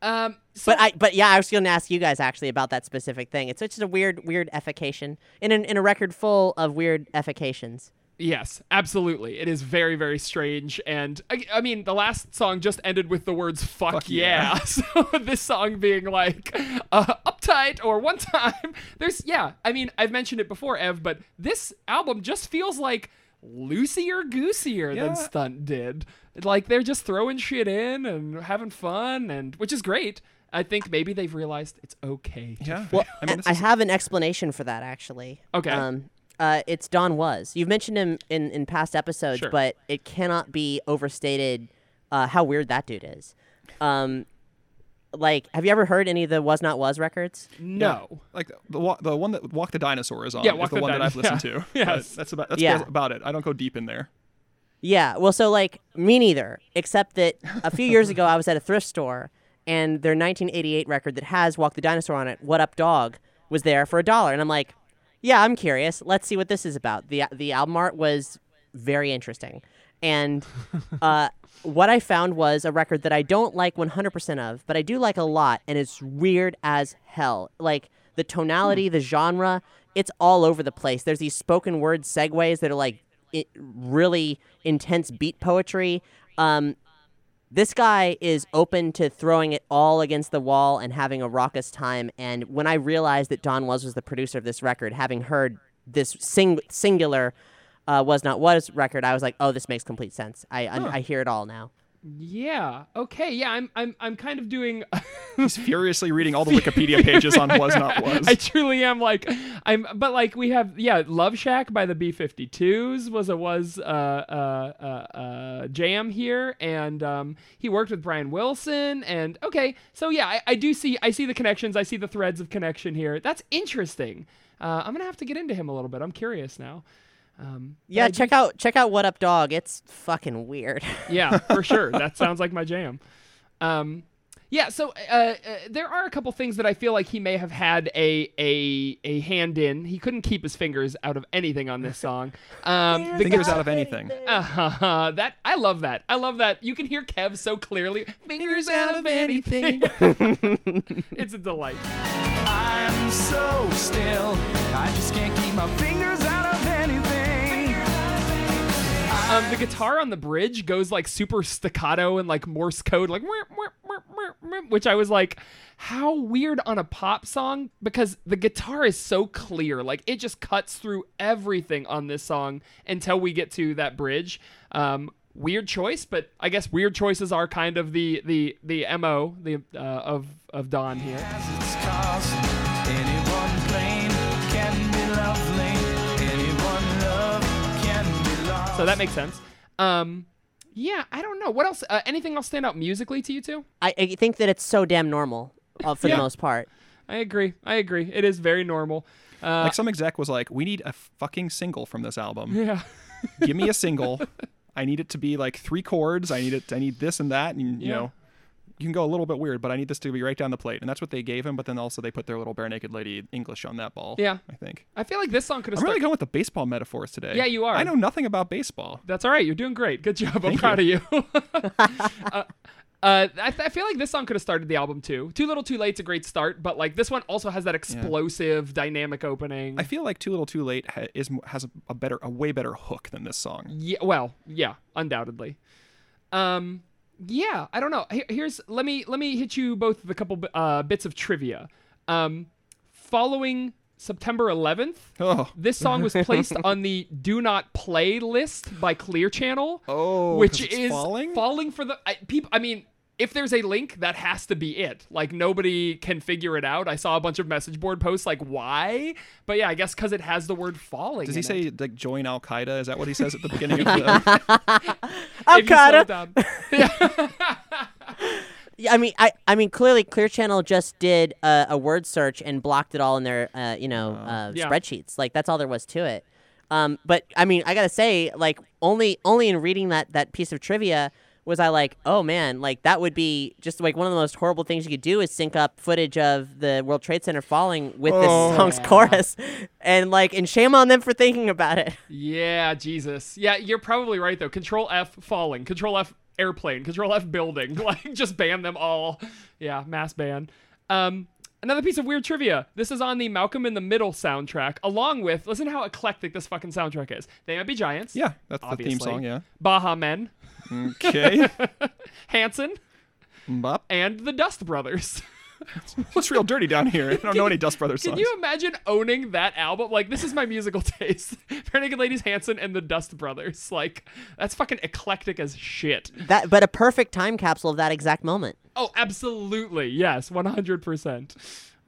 Speaker 2: Um, so
Speaker 4: But I but yeah, I was going to ask you guys actually about that specific thing. It's just a weird weird effication in an, in a record full of weird effications.
Speaker 2: yes, absolutely. It is very, very strange. And I, I mean, the last song just ended with the words "fuck, yeah." so this song being like uh, uptight or one time. There's yeah. I mean, I've mentioned it before, Ev, but this album just feels like loosier goosier
Speaker 3: Yeah.
Speaker 2: than stunt did like they're just throwing shit in and having fun and which is great i think maybe they've realized it's okay to
Speaker 3: Yeah. I
Speaker 4: I,
Speaker 3: mean, this
Speaker 4: I
Speaker 3: is
Speaker 4: have an explanation for that actually.
Speaker 2: Okay.
Speaker 4: Um, uh, it's Don Was. You've mentioned him in, in past episodes,
Speaker 2: Sure.
Speaker 4: but it cannot be overstated uh, how weird that dude is. Um, like, have you ever heard any of the Was Not Was records?
Speaker 2: No.
Speaker 3: like the wa- the one that Walk the Dinosaur is on.
Speaker 2: Yeah,
Speaker 3: is
Speaker 2: Walk
Speaker 3: the,
Speaker 2: the
Speaker 3: one that I've
Speaker 2: Dino-
Speaker 3: listened
Speaker 2: yeah.
Speaker 3: to. But
Speaker 2: Yes.
Speaker 3: that's about that's
Speaker 4: Yeah.
Speaker 3: about it. I don't go deep in there.
Speaker 4: Yeah. Well, so like me neither, except that a few years ago I was at a thrift store and their 1988 record that has Walk the Dinosaur on it, What Up Dog, was there for a dollar, and I'm like, yeah, I'm curious. Let's see what this is about. the The album art was very interesting, and uh, what I found was a record that I don't like 100% of, but I do like a lot, and it's weird as hell. Like the tonality, the genre, it's all over the place. There's these spoken word segues that are like i really intense beat poetry. Um, this guy is open to throwing it all against the wall and having a raucous time. And when I realized that Don Was was the producer of this record, having heard this sing- singular uh, Was Not Was record, I was like, oh, this makes complete sense. I, I, I hear it all now.
Speaker 2: Yeah. Okay. Yeah. I'm. I'm. I'm kind of doing.
Speaker 3: He's furiously reading all the Wikipedia pages on was not was.
Speaker 2: I truly am like. I'm. But like we have. Yeah. Love Shack by the B52s was a was uh, uh uh uh jam here, and um he worked with Brian Wilson, and okay. So yeah, I, I do see. I see the connections. I see the threads of connection here. That's interesting. Uh, I'm gonna have to get into him a little bit. I'm curious now.
Speaker 4: Yeah, check out check out What Up Dog. It's fucking weird.
Speaker 2: Yeah, for sure. That sounds like my jam. Um, Yeah, so uh, uh, there are a couple things that I feel like he may have had a a a hand in. He couldn't keep his fingers out of anything on this song. Um, the
Speaker 3: Fingers out of anything.
Speaker 2: uh, that I love that. I love that. You can hear Kev so clearly. Fingers out of anything. it's a delight.
Speaker 5: I'm so still. I just can't keep my fingers out of anything.
Speaker 2: Um, the guitar on the bridge goes like super staccato and like Morse code, like "Mwah, mwah, mwah, mwah, mwah," which I was like, how weird on a pop song because the guitar is so clear, like it just cuts through everything on this song until we get to that bridge. Um, weird choice, but I guess weird choices are kind of the the the mo the uh, of of Don here.
Speaker 5: has its cost. Anyone plain can be lovely. Anyone love can be lost.
Speaker 2: So that makes sense. Um, yeah, I don't know what else. Uh, anything else stand out musically to you two?
Speaker 4: I, I think that it's so damn normal uh, for
Speaker 2: Yeah.
Speaker 4: the most part.
Speaker 2: I agree. I agree. It is very normal. Uh,
Speaker 3: Like some exec was like, "We need a fucking single from this album.
Speaker 2: yeah.
Speaker 3: Give me a single. I need it to be like three chords. I need it. I need this and that. And you
Speaker 2: Yeah.
Speaker 3: know, you can go a little bit weird, but I need this to be right down the plate. And that's what they gave him. But then also they put their little bare naked lady English on that ball.
Speaker 2: Yeah.
Speaker 3: I think
Speaker 2: I feel like this song could have
Speaker 3: I'm really
Speaker 2: started.
Speaker 3: going with the baseball metaphors today.
Speaker 2: Yeah, you are.
Speaker 3: I know nothing about baseball.
Speaker 2: That's all right. You're doing great. Good job. I'm proud of you. uh, uh, I, th- I feel like this song could have started the album too. Too little, too late's a great start, but like this one also has that explosive, dynamic opening.
Speaker 3: I feel like Too Little Too Late ha- is has a, a better, a way better hook than this song.
Speaker 2: Yeah, well, yeah, undoubtedly. Um, yeah, I don't know. Here, here's let me let me hit you both with a couple bi- uh, bits of trivia. Um, following September 11th,
Speaker 3: Oh,
Speaker 2: this song was placed on the "Do Not Play" list by Clear Channel.
Speaker 3: Oh, 'cause
Speaker 2: which
Speaker 3: it's
Speaker 2: is
Speaker 3: falling?
Speaker 2: for the I, people. I mean. If there's a link, that has to be it. Like nobody can figure it out. I saw a bunch of message board posts like why, but yeah, I guess because it has the word falling.
Speaker 3: does he
Speaker 2: in it.
Speaker 3: say like join Al Qaeda? Is that what he says at the beginning of the?
Speaker 4: Al
Speaker 2: If you slow
Speaker 4: Qaeda.
Speaker 2: down.
Speaker 4: Yeah, I mean, I, I mean, clearly, Clear Channel just did a, a word search and blocked it all in their, uh, you know, uh,
Speaker 2: Yeah.
Speaker 4: spreadsheets. Like that's all there was to it. Um, but I mean, I gotta say, like, only, only in reading that that piece of trivia was I like, oh man, like that would be just like one of the most horrible things you could do is sync up footage of the World Trade Center falling with
Speaker 3: Oh.
Speaker 4: this song's chorus, and like, and shame on them for thinking about it.
Speaker 2: Yeah, Jesus. Yeah, you're probably right though. Control F falling, Control F airplane, Control F building. Like just ban them all. Yeah, mass ban. Um another piece of weird trivia. This is on the Malcolm in the Middle soundtrack along with listen how eclectic this fucking soundtrack is. They might be giants.
Speaker 3: yeah, that's
Speaker 2: obviously.
Speaker 3: the theme song. Yeah.
Speaker 2: Baha Men,
Speaker 3: Okay.
Speaker 2: Hanson,
Speaker 3: Mbop.
Speaker 2: and the Dust Brothers.
Speaker 3: It's real dirty down here. I don't know any Dust Brothers
Speaker 2: Can
Speaker 3: songs.
Speaker 2: you imagine owning that album? Like, this is my musical taste. Fair Naked Ladies, Hanson, and the Dust Brothers. Like, that's fucking eclectic as shit.
Speaker 4: That, but a perfect time capsule of that exact moment.
Speaker 2: Oh, absolutely. Yes, 100%.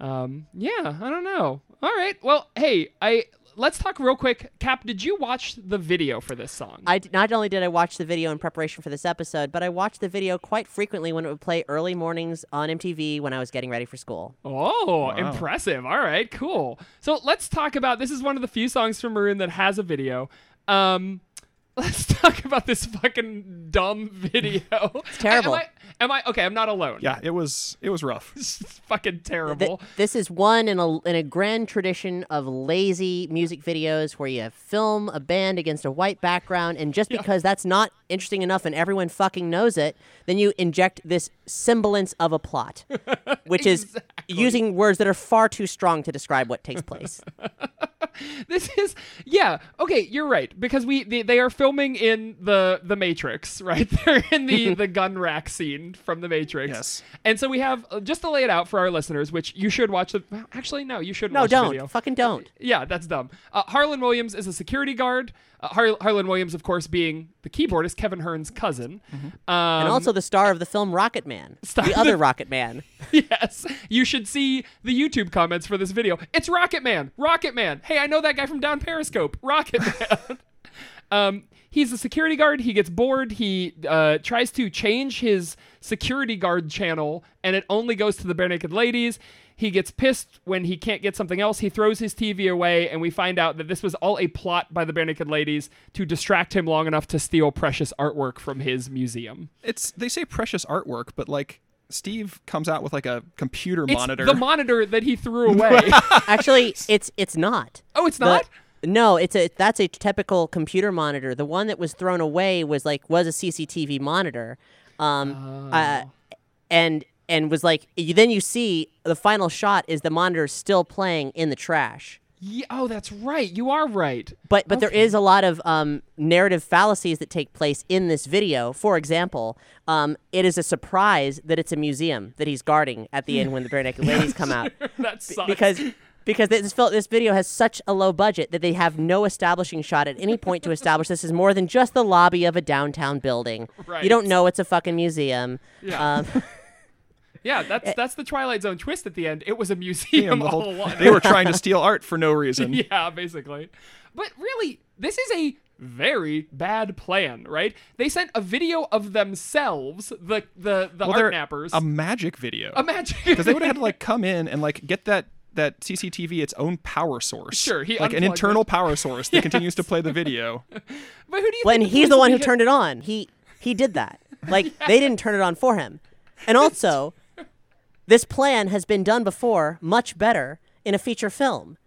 Speaker 2: Um, yeah, I don't know. All right. Well, hey, I let's talk real quick. Cap, did you watch the video for this song?
Speaker 4: I d- not only did I watch the video in preparation for this episode, but I watched the video quite frequently when it would play early mornings on MTV when I was getting ready for school.
Speaker 2: oh, impressive. All right, cool. So, let's talk about this is one of the few songs from Maroon that has a video. Um Let's talk about this fucking dumb video. It's
Speaker 4: terrible.
Speaker 2: Am I, am I okay? I'm not alone.
Speaker 3: Yeah, it was it was rough.
Speaker 2: it's fucking
Speaker 4: Th-
Speaker 2: terrible.
Speaker 4: this is one in a in a grand tradition of lazy music videos where you film a band against a white background, and just because that's not interesting enough and everyone fucking knows it, then you inject this semblance of a plot, which is using words that are far too strong to describe what takes place.
Speaker 2: this is yeah okay you're right because we they, they are filming in the the matrix right they're in the the gun rack scene from the matrix
Speaker 3: Yes.
Speaker 2: and so we have uh, just to lay it out for our listeners which you should watch the well, actually no you should
Speaker 4: No,
Speaker 2: watch the
Speaker 4: don't
Speaker 2: video.
Speaker 4: fucking don't.
Speaker 2: yeah that's dumb uh, harlan williams is a security guard uh, Har- harlan williams of course being the keyboardist kevin hearn's cousin um,
Speaker 4: And also the star of the film Rocket Man, the other Rocket Man.
Speaker 2: yes. You should see the YouTube comments for this video. It's Rocket Man. Rocket Man. Hey, I know that guy from down Periscope. Rocket Man. um, he's a security guard. He gets bored. He uh, tries to change his security guard channel, and it only goes to the bare naked ladies. He gets pissed when he can't get something else. He throws his TV away, and we find out that this was all a plot by the bare naked ladies to distract him long enough to steal precious artwork from his museum.
Speaker 3: It's they say precious artwork, but like Steve comes out with like a computer
Speaker 2: It's
Speaker 3: monitor.
Speaker 2: the monitor that he threw away.
Speaker 4: Actually, it's it's not.
Speaker 2: oh, it's
Speaker 4: The-
Speaker 2: not.
Speaker 4: no, it's a that's a typical computer monitor. The one that was thrown away was like was a CCTV monitor, um, uh,
Speaker 2: Oh.
Speaker 4: and and was like you, then you see the final shot is the monitor still playing in the trash.
Speaker 2: Ye- oh, that's right. You are right.
Speaker 4: But but there is a lot of um, narrative fallacies that take place in this video. For example, um, it is a surprise that it's a museum that he's guarding at the end when the bare naked ladies come out
Speaker 2: That sucks.
Speaker 4: because because this fil- this video has such a low budget that they have no establishing shot at any point to establish this is more than just the lobby of a downtown building. You
Speaker 2: Right.
Speaker 4: don't know it's a fucking museum.
Speaker 2: Yeah.
Speaker 4: Um,
Speaker 2: yeah, that's that's the Twilight Zone twist at the end. It was a museum
Speaker 3: the
Speaker 2: all
Speaker 3: whole-
Speaker 2: along.
Speaker 3: they were trying to steal art for no reason.
Speaker 2: Oh, yeah, basically. But really, this is a very bad plan, right? They sent a video of themselves, the the the
Speaker 3: Well,
Speaker 2: art
Speaker 3: they're
Speaker 2: nappers.
Speaker 3: a magic video.
Speaker 2: Imagine
Speaker 3: because they would have had to like come in and like get that that CCTV its own power source.
Speaker 2: Sure, he
Speaker 3: like an
Speaker 2: unplugged Oh
Speaker 3: internal power source that continues to play the video.
Speaker 2: But who do you
Speaker 4: when
Speaker 2: think
Speaker 4: he's the one who
Speaker 2: police would
Speaker 4: turned it on, he he did that. Like they didn't turn it on for him. And also, this plan has been done before, much better in a feature film.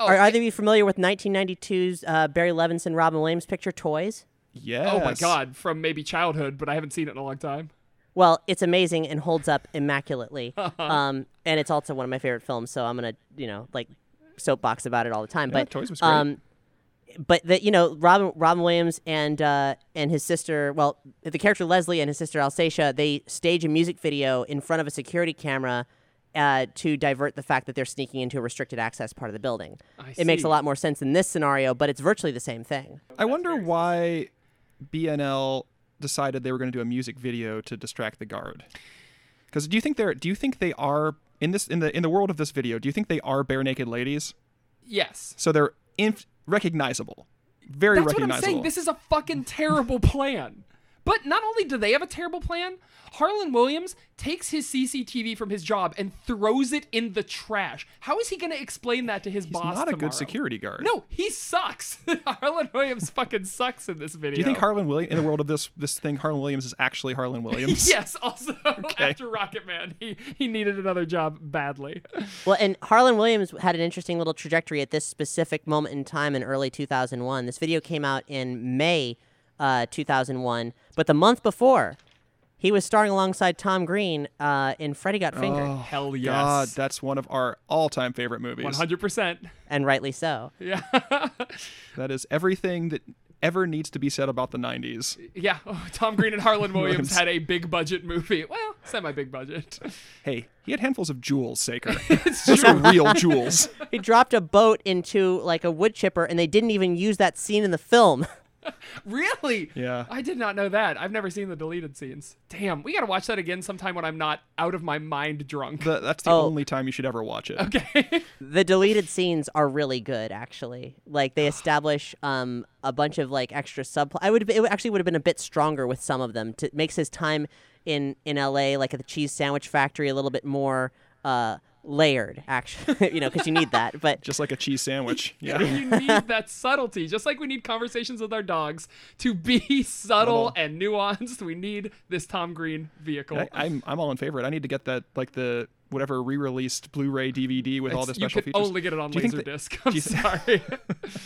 Speaker 2: Oh,
Speaker 4: Are either of you familiar with 1992's uh, Barry Levinson, Robin Williams picture Toys?
Speaker 3: Yes.
Speaker 2: hit- Oh my god, from maybe childhood, but I haven't seen it in a long time.
Speaker 4: Well, it's amazing and holds up immaculately. um, and it's also one of my favorite films, so I'm gonna, you know, like soapbox about it all the time. but
Speaker 3: Toys was great.
Speaker 4: um but that you know, Robin Robin Williams and uh and his sister, well, the character Leslie and his sister Alsatia, they stage a music video in front of a security camera uh, to divert the fact that they're sneaking into a restricted access part of the building.
Speaker 2: I
Speaker 4: it makes
Speaker 2: see.
Speaker 4: a lot more sense in this scenario, but it's virtually the same thing.
Speaker 3: I wonder why BNL decided they were going to do a music video to distract the guard. Because do you think they're do you think they are in this in the in the world of this video? Do you think they are bare naked ladies?
Speaker 2: Yes.
Speaker 3: So they're inf- recognizable, very
Speaker 2: That's what
Speaker 3: recognizable.
Speaker 2: I'm saying. This is a fucking terrible plan. But not only do they have a terrible plan, Harlan Williams takes his CCTV from his job and throws it in the trash. How is he going to explain that to his
Speaker 3: He's
Speaker 2: boss?
Speaker 3: not a
Speaker 2: tomorrow?
Speaker 3: good security guard.
Speaker 2: No, he sucks. Harlan Williams fucking sucks in this video.
Speaker 3: Do you think Harlan Williams in the world of this this thing Harlan Williams is actually Harlan Williams?
Speaker 2: Yes. Also, after Rocket Man, he he needed another job badly.
Speaker 4: Well, and Harlan Williams had an interesting little trajectory at this specific moment in time in early 2001. This video came out in May uh, 2001, but the month before, he was starring alongside Tom Green uh, in Freddy Got Fingered,
Speaker 2: Hell
Speaker 3: God, that's one of our all-time favorite movies.
Speaker 2: One hundred percent.
Speaker 4: and rightly so.
Speaker 2: Yeah.
Speaker 3: That is everything that ever needs to be said about the 90s.
Speaker 2: yeah. Oh, Tom Green and Harlan Williams
Speaker 3: Williams.
Speaker 2: had a big budget movie. Well, semi big budget.
Speaker 3: Hey, he had handfuls of jewels, Saker.
Speaker 2: It's
Speaker 3: Those were
Speaker 2: true.
Speaker 3: real jewels.
Speaker 4: He dropped a boat into like a wood chipper, and they didn't even use that scene in the film.
Speaker 2: really?
Speaker 3: Yeah.
Speaker 2: I did not know that. I've never seen the deleted scenes. Damn. We gotta watch that again sometime when I'm not out of my mind drunk.
Speaker 3: The, that's the
Speaker 4: Oh.
Speaker 3: only time you should ever watch it.
Speaker 2: Okay.
Speaker 4: the deleted scenes are really good actually like they establish um a bunch of like extra subplot i would it would- actually would have been a bit stronger with some of them to makes his time in in la like at the cheese sandwich factory a little bit more uh layered actually you know because you need that but
Speaker 3: Just like a cheese sandwich. Yeah.
Speaker 2: you need that subtlety. Just like we need conversations with our dogs to be subtle and nuanced, we need this Tom Green vehicle.
Speaker 3: I, I'm, I'm all in favor of it. I need to get that, like the whatever re-released Blu-ray DVD with all the
Speaker 2: It's- you
Speaker 3: special
Speaker 2: could
Speaker 3: features.
Speaker 2: only get it on
Speaker 3: Do you think that-
Speaker 2: Laserdisc. I'm sorry.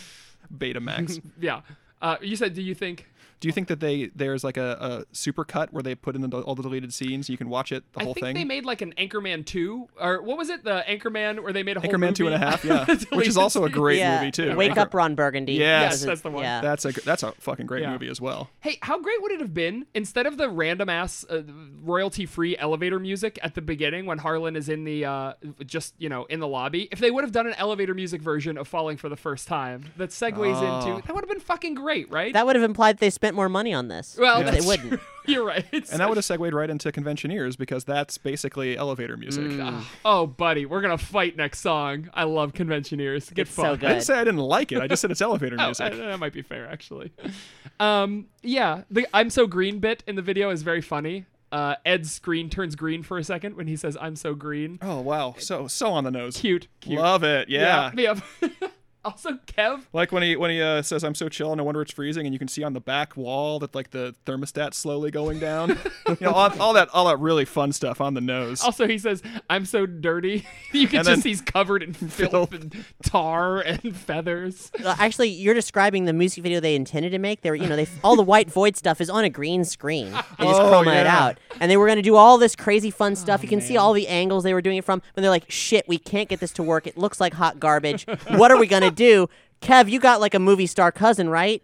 Speaker 3: Betamax.
Speaker 2: yeah. Uh, you said, do you think?
Speaker 3: Do you think that they there's like a, a super cut where they put in the, all the deleted scenes and you can watch it the
Speaker 2: I
Speaker 3: whole
Speaker 2: think
Speaker 3: thing?
Speaker 2: they made like an Anchorman 2, or what was it? The Anchorman where they made a whole
Speaker 3: Anchorman
Speaker 2: movie
Speaker 3: two and a half, yeah,
Speaker 2: out of the
Speaker 3: which is also a
Speaker 2: deleted
Speaker 3: great
Speaker 4: yeah,
Speaker 3: movie too.
Speaker 4: wake
Speaker 3: Anchor-
Speaker 4: up ron burgundy
Speaker 3: Yes.
Speaker 4: This is-
Speaker 2: That's the one.
Speaker 4: yeah.
Speaker 3: That's a gr- that's a fucking great
Speaker 2: Yeah.
Speaker 3: movie as well.
Speaker 2: Hey, how great would it have been instead of the random ass uh, royalty free elevator music at the beginning when Harlan is in the uh, just you know in the lobby? If they would have done an elevator music version of Falling for the First Time that segues
Speaker 3: Oh.
Speaker 2: into that would have been fucking great, right?
Speaker 4: that would have implied they spent more money on this
Speaker 2: well,
Speaker 4: which
Speaker 2: that's
Speaker 4: they wouldn't
Speaker 2: true. You're right.
Speaker 3: And that would have segued right into Conventioneers because that's basically elevator music.
Speaker 2: oh, buddy, we're gonna fight next song. I love conventioneers. Get
Speaker 4: It's so
Speaker 2: fucked.
Speaker 3: I didn't
Speaker 4: good
Speaker 3: say I didn't like it. I just said it's elevator
Speaker 2: Oh,
Speaker 3: music.
Speaker 2: I- that might be fair actually. Um, yeah, the "I'm so green" bit in the video is very funny. Uh, Ed's screen turns green for a second when he says "I'm so green."
Speaker 3: oh wow, so so on the nose.
Speaker 2: Cute, cute.
Speaker 3: Love it. Yeah.
Speaker 2: yeah. yep. Also, Kev.
Speaker 3: Like when he when he uh, says, "I'm so chill, no wonder it's freezing," and you can see on the back wall that like the thermostat's slowly going down. you know, all, all that all that really fun stuff on the nose.
Speaker 2: Also, he says, "I'm so dirty." you can
Speaker 3: And
Speaker 2: just
Speaker 3: then-
Speaker 2: he's covered in filth and tar and feathers.
Speaker 4: Uh, Actually, you're describing the music video they intended to make. They were, you know, they all the white void stuff is on a green screen. They just
Speaker 3: Oh,
Speaker 4: chroma it
Speaker 3: yeah. Oh,
Speaker 4: out, and they were going to do all this crazy fun stuff. you can see all the angles they were doing it from, but they're like, "Shit, we can't get this to work. It looks like hot garbage. what are we going to do?" Kev, you got like a movie star cousin, right?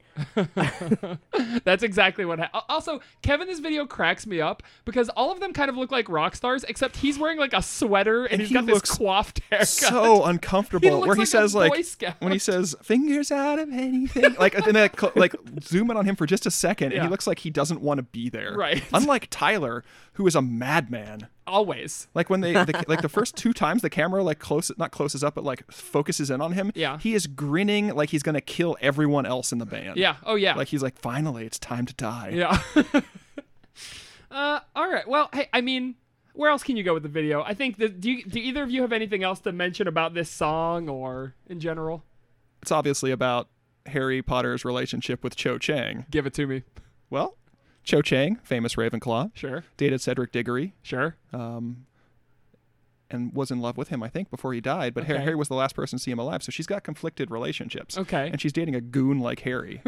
Speaker 2: That's exactly what. Ha- also, Kevin, this video cracks me up because all of them kind of look like rock stars, except he's wearing like a sweater and,
Speaker 3: And
Speaker 2: he's
Speaker 3: he
Speaker 2: got this
Speaker 3: looks
Speaker 2: coiffed haircut.
Speaker 3: so uncomfortable.
Speaker 2: He looks
Speaker 3: where
Speaker 2: like
Speaker 3: he
Speaker 2: a
Speaker 3: says
Speaker 2: Boy
Speaker 3: like
Speaker 2: Scout.
Speaker 3: when he says fingers out of anything, like and then that cl- like zoom in on him for just a second, and
Speaker 2: Yeah.
Speaker 3: he looks like he doesn't want to be there.
Speaker 2: Right.
Speaker 3: Unlike Tyler, who is a madman.
Speaker 2: Always.
Speaker 3: Like when they the, like the first two times the camera like close not closes up but like focuses in on him.
Speaker 2: Yeah.
Speaker 3: He is grinning like he's gonna kill everyone else in the band.
Speaker 2: Yeah. Oh yeah.
Speaker 3: Like he's like finally it's time to die.
Speaker 2: Yeah. uh, all right. Well, hey, I mean, where else can you go with the video? I think that do, you, do either of you have anything else to mention about this song or in general?
Speaker 3: It's obviously about Harry Potter's relationship with Cho Chang.
Speaker 2: Give it to me.
Speaker 3: Well, Cho Chang, famous Ravenclaw,
Speaker 2: Sure.
Speaker 3: dated Cedric Diggory,
Speaker 2: Sure.
Speaker 3: and was in love with him, I think, before he died. But Har-
Speaker 2: Okay.
Speaker 3: Harry, was the last person to see him alive, so she's got conflicted relationships.
Speaker 2: Okay.
Speaker 3: and she's dating a goon like Harry,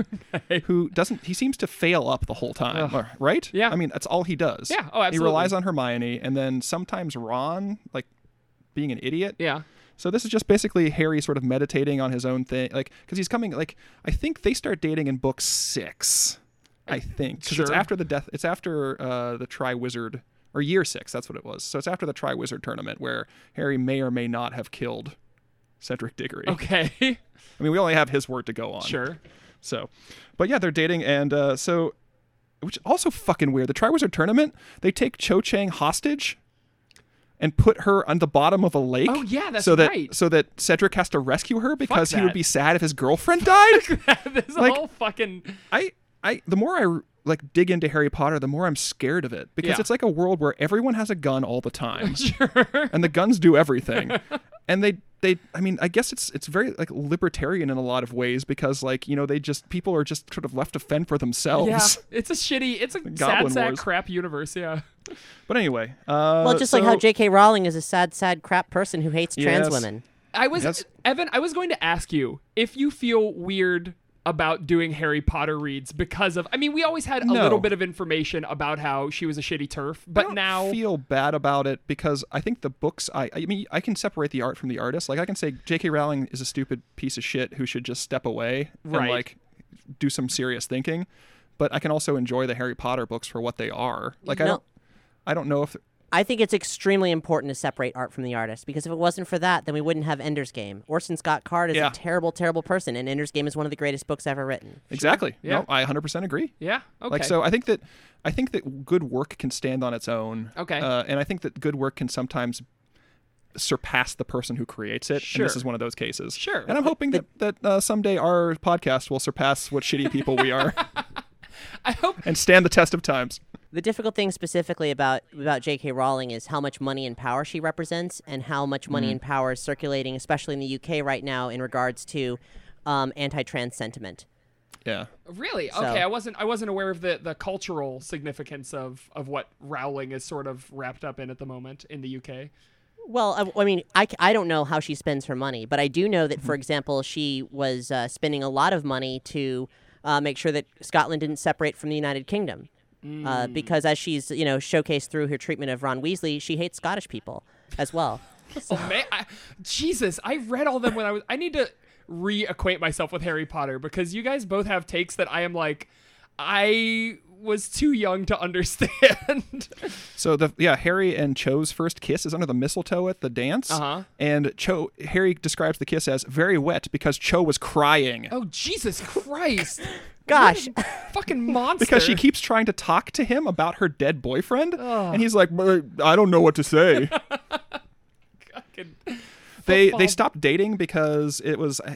Speaker 3: who doesn't. He seems to fail up the whole time, or- right?
Speaker 2: Yeah.
Speaker 3: I mean, that's all he does.
Speaker 2: Yeah. Oh,
Speaker 3: He
Speaker 2: absolutely.
Speaker 3: relies on Hermione, and then sometimes Ron, like being an idiot.
Speaker 2: yeah.
Speaker 3: So this is just basically Harry sort of meditating on his own thing, like because he's coming. Like I think they start dating in book six, I think, because it's
Speaker 2: Sure.
Speaker 3: after the death. It's after uh, the Tri Wizard or year six. That's what it was. So it's after the Tri Wizard tournament where Harry may or may not have killed Cedric Diggory.
Speaker 2: Okay.
Speaker 3: I mean, we only have his word to go on.
Speaker 2: sure.
Speaker 3: So, but yeah, they're dating, and uh, so which also fucking weird. The Triwizard tournament, they take Cho Chang hostage and put her on the bottom of a lake.
Speaker 2: Oh, yeah, that's
Speaker 3: so that,
Speaker 2: right.
Speaker 3: So that Cedric has to rescue her because he
Speaker 2: that.
Speaker 3: would be sad if his girlfriend died.
Speaker 2: this
Speaker 3: Like-
Speaker 2: whole fucking
Speaker 3: I, I, the more I like dig into Harry Potter, the more I'm scared of it because
Speaker 2: Yeah.
Speaker 3: it's like a world where everyone has a gun all the time
Speaker 2: sure.
Speaker 3: and the guns do everything and they they i mean i guess it's it's very like libertarian in a lot of ways because like you know they just people are just sort of left to fend for
Speaker 2: Yeah,
Speaker 3: themselves
Speaker 2: it's a shitty, it's a sad
Speaker 3: Goblin
Speaker 2: sack
Speaker 3: Wars.
Speaker 2: crap universe. Yeah,
Speaker 3: but anyway uh
Speaker 4: Well, just like how
Speaker 3: so-
Speaker 4: J.K. Rowling is a sad, sad crap person who hates trans
Speaker 3: Yes.
Speaker 4: women.
Speaker 2: I was
Speaker 3: Yes.
Speaker 2: Evan. I was going to ask you if you feel weird about doing Harry Potter reads because of. I mean, we always had a
Speaker 3: No.
Speaker 2: little bit of information about how she was a shitty turf,
Speaker 3: I
Speaker 2: but
Speaker 3: don't
Speaker 2: now
Speaker 3: feel bad about it because I think the books I I mean I can separate the art from the artist. Like I can say J.K. Rowling is a stupid piece of shit who should just step away
Speaker 2: Right.
Speaker 3: and like do some serious thinking. But I can also enjoy the Harry Potter books for what they are. Like I
Speaker 4: No.
Speaker 3: don't I don't know if
Speaker 4: I think it's extremely important to separate art from the artist because if it wasn't for that, then we wouldn't have Ender's Game. Orson Scott Card is
Speaker 3: Yeah.
Speaker 4: a terrible, terrible person, and Ender's Game is one of the greatest books ever written.
Speaker 3: exactly.
Speaker 2: Yeah.
Speaker 3: No, I 100% agree.
Speaker 2: yeah, okay,
Speaker 3: Like so, I think that I think that good work can stand on its own.
Speaker 2: Okay.
Speaker 3: Uh, and I think that good work can sometimes surpass the person who creates it. And
Speaker 2: Sure.
Speaker 3: this is one of those cases.
Speaker 2: Sure.
Speaker 3: And I'm hoping that that uh, someday our podcast will surpass what shitty people we are
Speaker 2: I hope
Speaker 3: and stand the test of times.
Speaker 4: The difficult thing specifically about about J.K. Rowling is how much money and power she represents, and how much
Speaker 2: Mm-hmm.
Speaker 4: money and power is circulating, especially in the UK right now, in regards to um, anti-trans sentiment.
Speaker 3: Yeah.
Speaker 2: really
Speaker 4: So-
Speaker 2: okay. I wasn't I wasn't aware of the the cultural significance of of what Rowling is sort of wrapped up in at the moment in the UK.
Speaker 4: Well, I, I mean, I, c- I don't know how she spends her money, but I do know that,
Speaker 2: Mm-hmm.
Speaker 4: for example, she was uh, spending a lot of money to uh, make sure that Scotland didn't separate from the United Kingdom.
Speaker 2: Mm.
Speaker 4: Uh, because as she's, you know, showcased through her treatment of Ron Weasley, she hates Scottish people as well.
Speaker 2: Oh man, I, Jesus! I read all them when I was. I need to reacquaint myself with Harry Potter because you guys both have takes that I am like, I was too young to understand.
Speaker 3: So the yeah Harry and Cho's first kiss is under the mistletoe at the dance.
Speaker 2: Uh-huh.
Speaker 3: And Cho Harry describes the kiss as very wet because Cho was crying.
Speaker 2: oh Jesus Christ!
Speaker 4: Gosh.
Speaker 2: What a fucking monster!
Speaker 3: Because she keeps trying to talk to him about her dead boyfriend, and he's like, "But "I don't know what to say."
Speaker 2: Fucking-
Speaker 3: they
Speaker 2: football.
Speaker 3: they stopped dating because it was uh,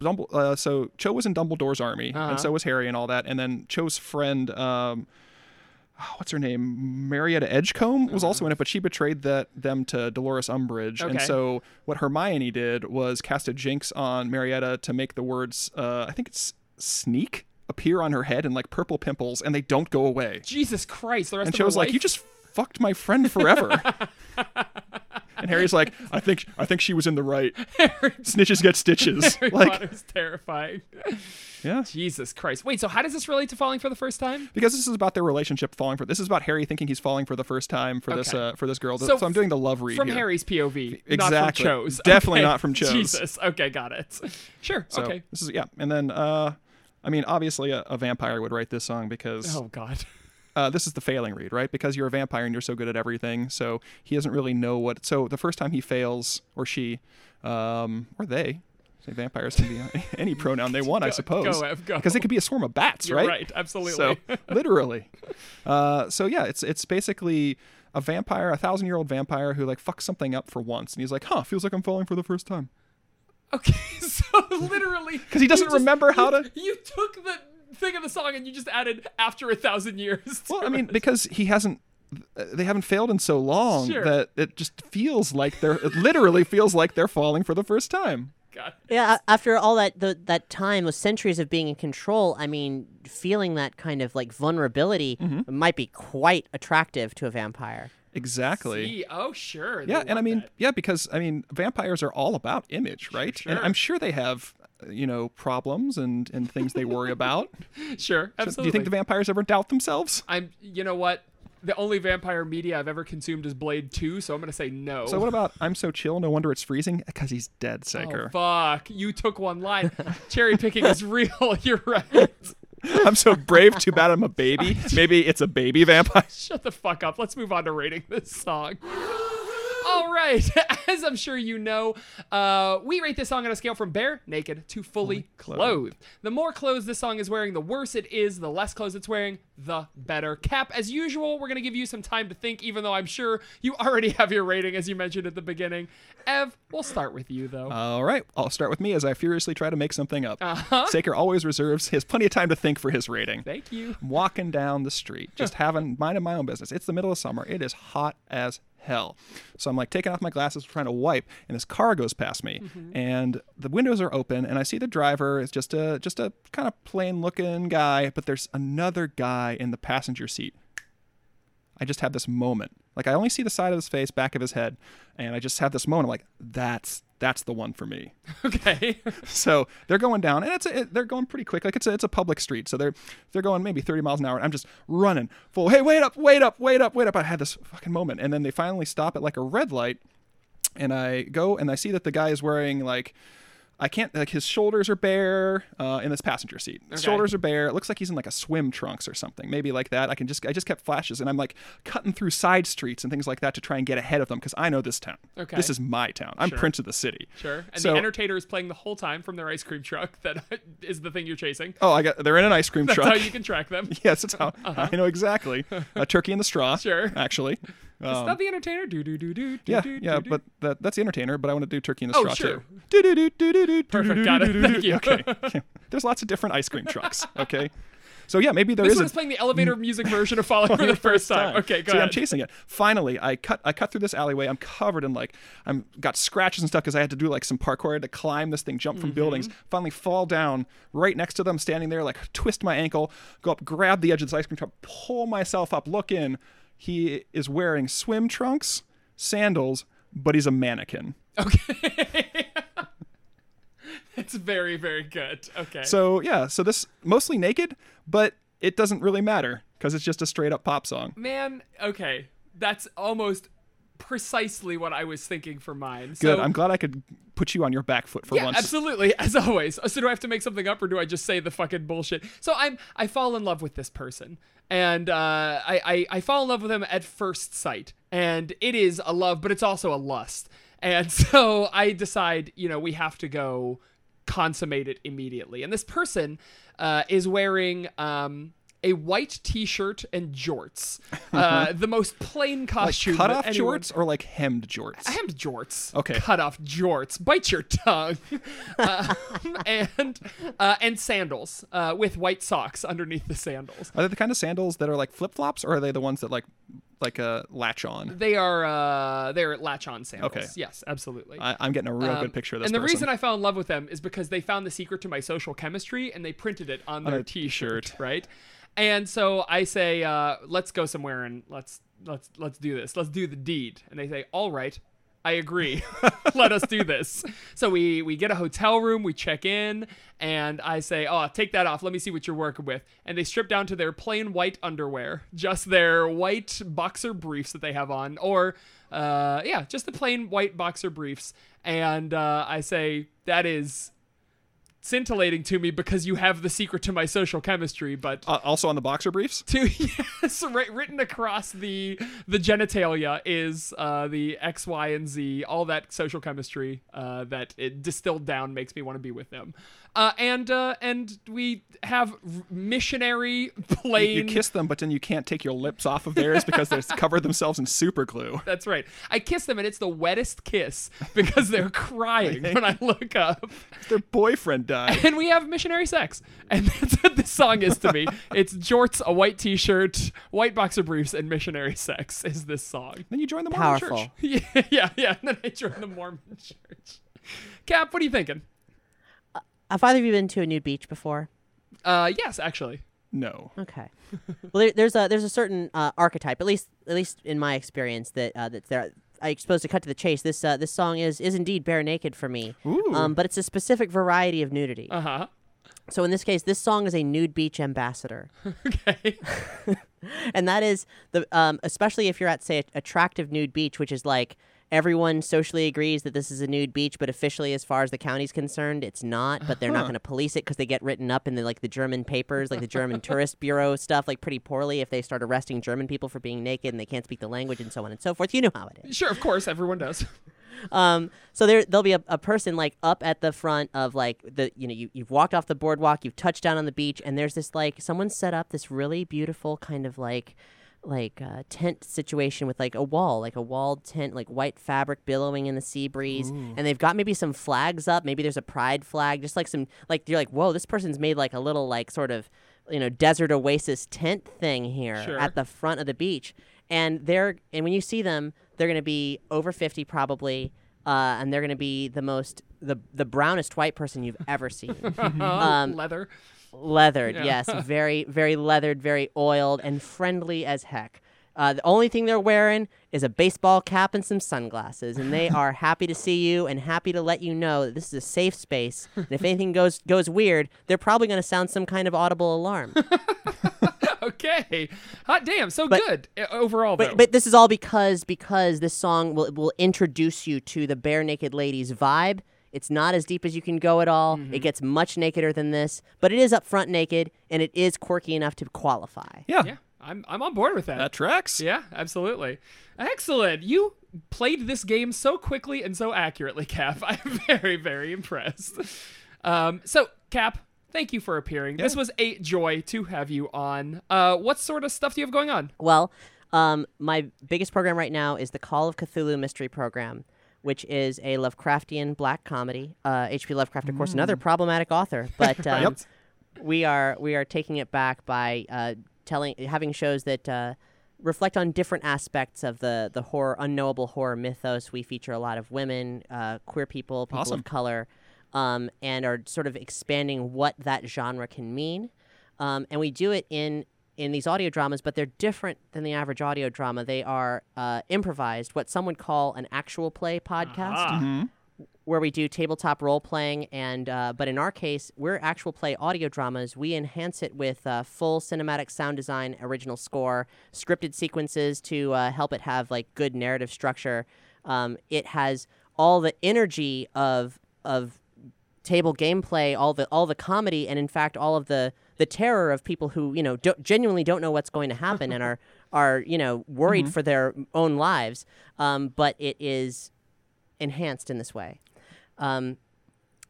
Speaker 3: Dumble, uh,
Speaker 2: Uh-huh.
Speaker 3: so Cho was in Dumbledore's army and so was Harry and all that and then Cho's friend um oh, what's her name? Marietta Edgecombe was also in it, but she betrayed that them to Dolores Umbridge. And
Speaker 2: Uh-huh. Okay.
Speaker 3: so what Hermione did was cast a jinx on Marietta to make the words, uh, I think it's sneak, appear on her head and like purple pimples, and they don't go away.
Speaker 2: Jesus Christ, the rest
Speaker 3: And
Speaker 2: of
Speaker 3: she
Speaker 2: her
Speaker 3: was like,
Speaker 2: life?
Speaker 3: "You just fucked my friend forever." and Harry's like, "I think I think she was in the right. Snitches get stitches."
Speaker 2: Harry
Speaker 3: like,
Speaker 2: Potter's terrifying.
Speaker 3: yeah.
Speaker 2: Jesus Christ. Wait, so how does this relate to falling for the first time?
Speaker 3: Because this is about their relationship falling for. This is about Harry thinking he's falling for the first time for this
Speaker 2: Okay.
Speaker 3: uh, for this girl.
Speaker 2: So
Speaker 3: So, I'm doing the love read
Speaker 2: From
Speaker 3: here.
Speaker 2: Harry's POV, not from
Speaker 3: Exactly.
Speaker 2: Cho's.
Speaker 3: Definitely
Speaker 2: Okay.
Speaker 3: not from Cho's.
Speaker 2: Jesus. Okay, got it. Sure.
Speaker 3: So
Speaker 2: okay.
Speaker 3: This is yeah. And then uh, I mean, obviously a, a vampire would write this song because
Speaker 2: Oh God.
Speaker 3: uh, this is the failing read, right? Because you're a vampire and you're so good at everything. So he doesn't really know what. So the first time he fails, or she, um, or they, say vampires can be any pronoun they want, I suppose.
Speaker 2: Ev, go.
Speaker 3: Because it could be a swarm of bats,
Speaker 2: You're
Speaker 3: right?
Speaker 2: right, absolutely.
Speaker 3: So literally. Uh, so yeah, it's it's basically a vampire, a thousand year old vampire who like fucks something up for once, and he's like, huh, feels like I'm falling for the first time.
Speaker 2: Okay, so literally, because
Speaker 3: he doesn't remember how to-
Speaker 2: You took the thing of the song and you just added after a thousand years. to
Speaker 3: Well, I mean,
Speaker 2: it.
Speaker 3: because he hasn't. uh, They haven't failed in so long
Speaker 2: Sure.
Speaker 3: that it just feels like they're. It literally feels like they're falling for the first time.
Speaker 2: God.
Speaker 4: Yeah, a- after all that the, that time, those centuries of being in control, I mean, feeling that kind of like vulnerability
Speaker 3: Mm-hmm.
Speaker 4: might be quite attractive to a vampire.
Speaker 3: Exactly.
Speaker 2: See, oh sure. they
Speaker 3: Yeah, and I
Speaker 2: want
Speaker 3: mean,
Speaker 2: that.
Speaker 3: yeah, because I mean, vampires are all about image, right? And
Speaker 2: sure.
Speaker 3: I'm sure they have, uh, you know, problems and and things they worry about.
Speaker 2: sure, absolutely.
Speaker 3: Do you think the vampires ever doubt themselves?
Speaker 2: I'm. You know what? The only vampire media I've ever consumed is Blade Two, so I'm gonna say no.
Speaker 3: So what about I'm so chill, no wonder it's freezing? Because he's dead,
Speaker 2: Oh,
Speaker 3: Saker.
Speaker 2: fuck! You took one line. Cherry picking is real. You're right.
Speaker 3: I'm so brave, too bad I'm a baby. Maybe it's a baby vampire.
Speaker 2: Shut the fuck up. Let's move on to rating this song. All right. As I'm sure you know, uh, we rate this song on a scale from bare, naked, to fully clothed. The more clothes this song is wearing, the worse it is. The less clothes it's wearing, the better. Cap, as usual, we're going to give you some time to think, even though I'm sure you already have your rating, as you mentioned at the beginning. Ev, we'll start with you, though.
Speaker 3: All right, I'll start with me as I furiously try to make something up. Saker always reserves, he has plenty of time to think for his rating.
Speaker 2: Thank you.
Speaker 3: I'm walking down the street, just having minding my own business. It's the middle of summer. It is hot as hell. So I'm like taking off my glasses, trying to wipe, and this car goes past me, and the windows are open, and I see the driver is just a just a kind of plain looking guy, but there's another guy in the passenger seat. I just have this moment. Like I only see the side of his face, back of his head, and I just have this moment. I'm like, that's that's the one for me
Speaker 2: Okay.
Speaker 3: so they're going down and it's a, it, they're going pretty quick like it's a, it's a public street so they're they're going maybe 30 miles an hour and i'm just running full hey wait up wait up wait up wait up i had this fucking moment and then they finally stop at like a red light and i go and i see that the guy is wearing like I can't like his shoulders are bare uh, in this passenger seat. His
Speaker 2: Okay.
Speaker 3: shoulders are bare. It looks like he's in like a swim trunks or something, maybe like that. I can just I just kept flashes and I'm like cutting through side streets and things like that to try and get ahead of them because I know this town.
Speaker 2: Okay.
Speaker 3: this is my town. I'm prince of the city.
Speaker 2: Sure. And
Speaker 3: So-
Speaker 2: the entertainer is playing the whole time from their ice cream truck that is the thing you're chasing.
Speaker 3: Oh, I got. They're in an ice cream
Speaker 2: That's
Speaker 3: truck.
Speaker 2: how you can track them.
Speaker 3: Yes, it's how I know exactly. A turkey in the straw.
Speaker 2: Sure.
Speaker 3: Actually. Um,
Speaker 2: It's not the entertainer. Do do do do. do,
Speaker 3: Yeah,
Speaker 2: do,
Speaker 3: yeah,
Speaker 2: do, do.
Speaker 3: but that, that's the entertainer. But I want to do turkey in the
Speaker 2: Oh,
Speaker 3: straw
Speaker 2: sure.
Speaker 3: too. Do, do, do, do, do,
Speaker 2: Perfect, got it. Thank you.
Speaker 3: Okay. Yeah. There's lots of different ice cream trucks. Okay. So yeah, maybe there
Speaker 2: this
Speaker 3: is Oh,
Speaker 2: one
Speaker 3: a-
Speaker 2: is playing the elevator music version of Falling for the first time. Okay, go
Speaker 3: so yeah, I'm
Speaker 2: ahead.
Speaker 3: chasing it. Finally, I cut I cut through this alleyway. I'm covered in like I'm got scratches and stuff because I had to do like some parkour. I had to climb this thing,
Speaker 2: Mm-hmm.
Speaker 3: jump from buildings, finally fall down right next to them, standing there, like twist my ankle, go up, grab the edge of this ice cream truck, pull myself up, look in. He is wearing swim trunks, sandals, but he's a mannequin.
Speaker 2: it's very, very good. Okay.
Speaker 3: So yeah, so this mostly naked, but it doesn't really matter because it's just a straight up pop song.
Speaker 2: man, okay, that's almost precisely what I was thinking for mine.
Speaker 3: Good.
Speaker 2: So,
Speaker 3: I'm glad I could put you on your back foot for
Speaker 2: yeah,
Speaker 3: once.
Speaker 2: absolutely, as always. So do I have to make something up, or do I just say the fucking bullshit? So I'm, I fall in love with this person, and uh, I, I, I fall in love with him at first sight, and it is a love, but it's also a lust, and so I decide, you know, we have to go consummate it immediately. And this person uh, is wearing um, a white T-shirt and jorts. Uh, the most plain costume.
Speaker 3: Cut
Speaker 2: that
Speaker 3: off
Speaker 2: anyone-
Speaker 3: Uh-huh. jorts or like hemmed jorts?
Speaker 2: Hemmed jorts.
Speaker 3: Okay.
Speaker 2: Cut off jorts. Bite your tongue. um, and uh, and sandals uh, with white socks underneath the sandals.
Speaker 3: Are they the kind of sandals that are like flip flops, or are they the ones that like like uh, latch on?
Speaker 2: They are uh, they're latch-on sandals.
Speaker 3: Okay.
Speaker 2: Yes, absolutely.
Speaker 3: I, I'm getting a real
Speaker 2: Um,
Speaker 3: good picture of this.
Speaker 2: And the
Speaker 3: person.
Speaker 2: reason I fell in love with them is because they found the secret to my social chemistry and they printed it on their
Speaker 3: a
Speaker 2: t-shirt, right? And so I say, uh, let's go somewhere and let's let's let's do this. Let's do the deed. And they say, all right, I agree. Let us do this. So we we get a hotel room, we check in, and I say, oh, take that off. Let me see what you're working with. And they strip down to their plain white underwear, just their white boxer briefs that they have on, or uh, yeah, just the plain white boxer briefs. And uh, I say, that is scintillating to me because you have the secret to my social chemistry, but.
Speaker 3: Uh, also on the boxer briefs.
Speaker 2: to yes, ri- written across the the genitalia is uh, the X, Y, and Z, all that social chemistry uh, that it distilled down makes me want to be with them, uh, and uh, and we have r- missionary plain
Speaker 3: You kiss them, but then you can't take your lips off of theirs because they're covered themselves in super glue.
Speaker 2: That's right. I kiss them, and it's the wettest kiss because they're crying when I look up.
Speaker 3: Their boyfriend died.
Speaker 2: And we have missionary sex. And that's what this song is to me. It's jorts, a white t shirt, white boxer briefs, and missionary sex is this song.
Speaker 3: then you join the Mormon
Speaker 4: Powerful.
Speaker 3: church.
Speaker 2: Yeah, yeah, yeah. And then I joined the Mormon church. Cap, what are you thinking?
Speaker 4: Uh, Have either of you been to a nude beach before?
Speaker 2: Uh, yes, actually.
Speaker 3: No.
Speaker 4: Okay. well, there, there's a there's a certain uh, archetype, at least at least in my experience, that uh, that's there. I suppose to cut to the chase, this uh, this song is is indeed bare naked for me.
Speaker 3: Ooh.
Speaker 4: Um, but it's a specific variety of nudity.
Speaker 2: Uh huh.
Speaker 4: So in this case, this song is a nude beach ambassador,
Speaker 2: Okay.
Speaker 4: and that is the um, especially if you're at say a attractive nude beach, which is like everyone socially agrees that this is a nude beach, but officially, as far as the county's concerned, it's not. But they're not going to police it because they get written up in the like the German papers, like the German tourist bureau stuff, like pretty poorly if they start arresting German people for being naked and they can't speak the language and so on and so forth. You know how it is.
Speaker 2: Sure, of course, everyone does.
Speaker 4: Um, so there, there'll be a, a person like up at the front of like the, you know, you, you've walked off the boardwalk, you've touched down on the beach, and there's this like someone set up this really beautiful kind of like, like uh, tent situation with like a wall, like a walled tent, like white fabric billowing in the sea breeze, and they've got maybe some flags up, maybe there's a pride flag, just like some like you're like, whoa, this person's made like a little like sort of, you know, desert oasis tent thing here
Speaker 2: Sure.
Speaker 4: at the front of the beach and they're and when you see them they're going to be over 50 probably uh, and they're going to be the most the the brownest white person you've ever seen um,
Speaker 2: Uh, Leather.
Speaker 4: leathered yes very very leathered very oiled and friendly as heck uh, the only thing they're wearing is a baseball cap and some sunglasses and they are happy to see you and happy to let you know that this is a safe space and if anything goes goes weird they're probably going to sound some kind of audible alarm
Speaker 2: Okay. Hot damn. So good uh, overall, though.
Speaker 4: But, but this is all because because this song will will introduce you to the bare naked ladies vibe. It's not as deep as you can go at all. It gets much nakeder than this, but it is up front naked and it is quirky enough to qualify.
Speaker 3: Yeah.
Speaker 2: yeah, I'm, I'm on board with that.
Speaker 3: That tracks.
Speaker 2: Yeah, absolutely. Excellent. You played this game so quickly and so accurately, Cap. I'm very, very impressed. Um, so, Cap, thank you for appearing. This was a joy to have you on. Uh, what sort of stuff do you have going on?
Speaker 4: Well, um, my biggest program right now is the Call of Cthulhu Mystery Program, which is a Lovecraftian black comedy. Uh, H.P. Lovecraft, of course, another problematic author, but um, we are we are taking it back by uh, telling having shows that uh, reflect on different aspects of the the horror unknowable horror mythos. We feature a lot of women, uh, queer people, people
Speaker 3: Awesome.
Speaker 4: of color, um, and are sort of expanding what that genre can mean. Um, and we do it in in these audio dramas, but they're different than the average audio drama. They are uh, improvised, what some would call an actual play podcast
Speaker 2: Ah,
Speaker 4: where we do tabletop role playing and uh, but in our case we're actual play audio dramas we enhance it with uh, full cinematic sound design original score scripted sequences to uh, help it have like good narrative structure um, it has all the energy of of table gameplay, all the all the comedy, and in fact all of the the terror of people who you know do genuinely don't know what's going to happen and are are you know worried for their own lives. Um, but it is enhanced in this way. Um,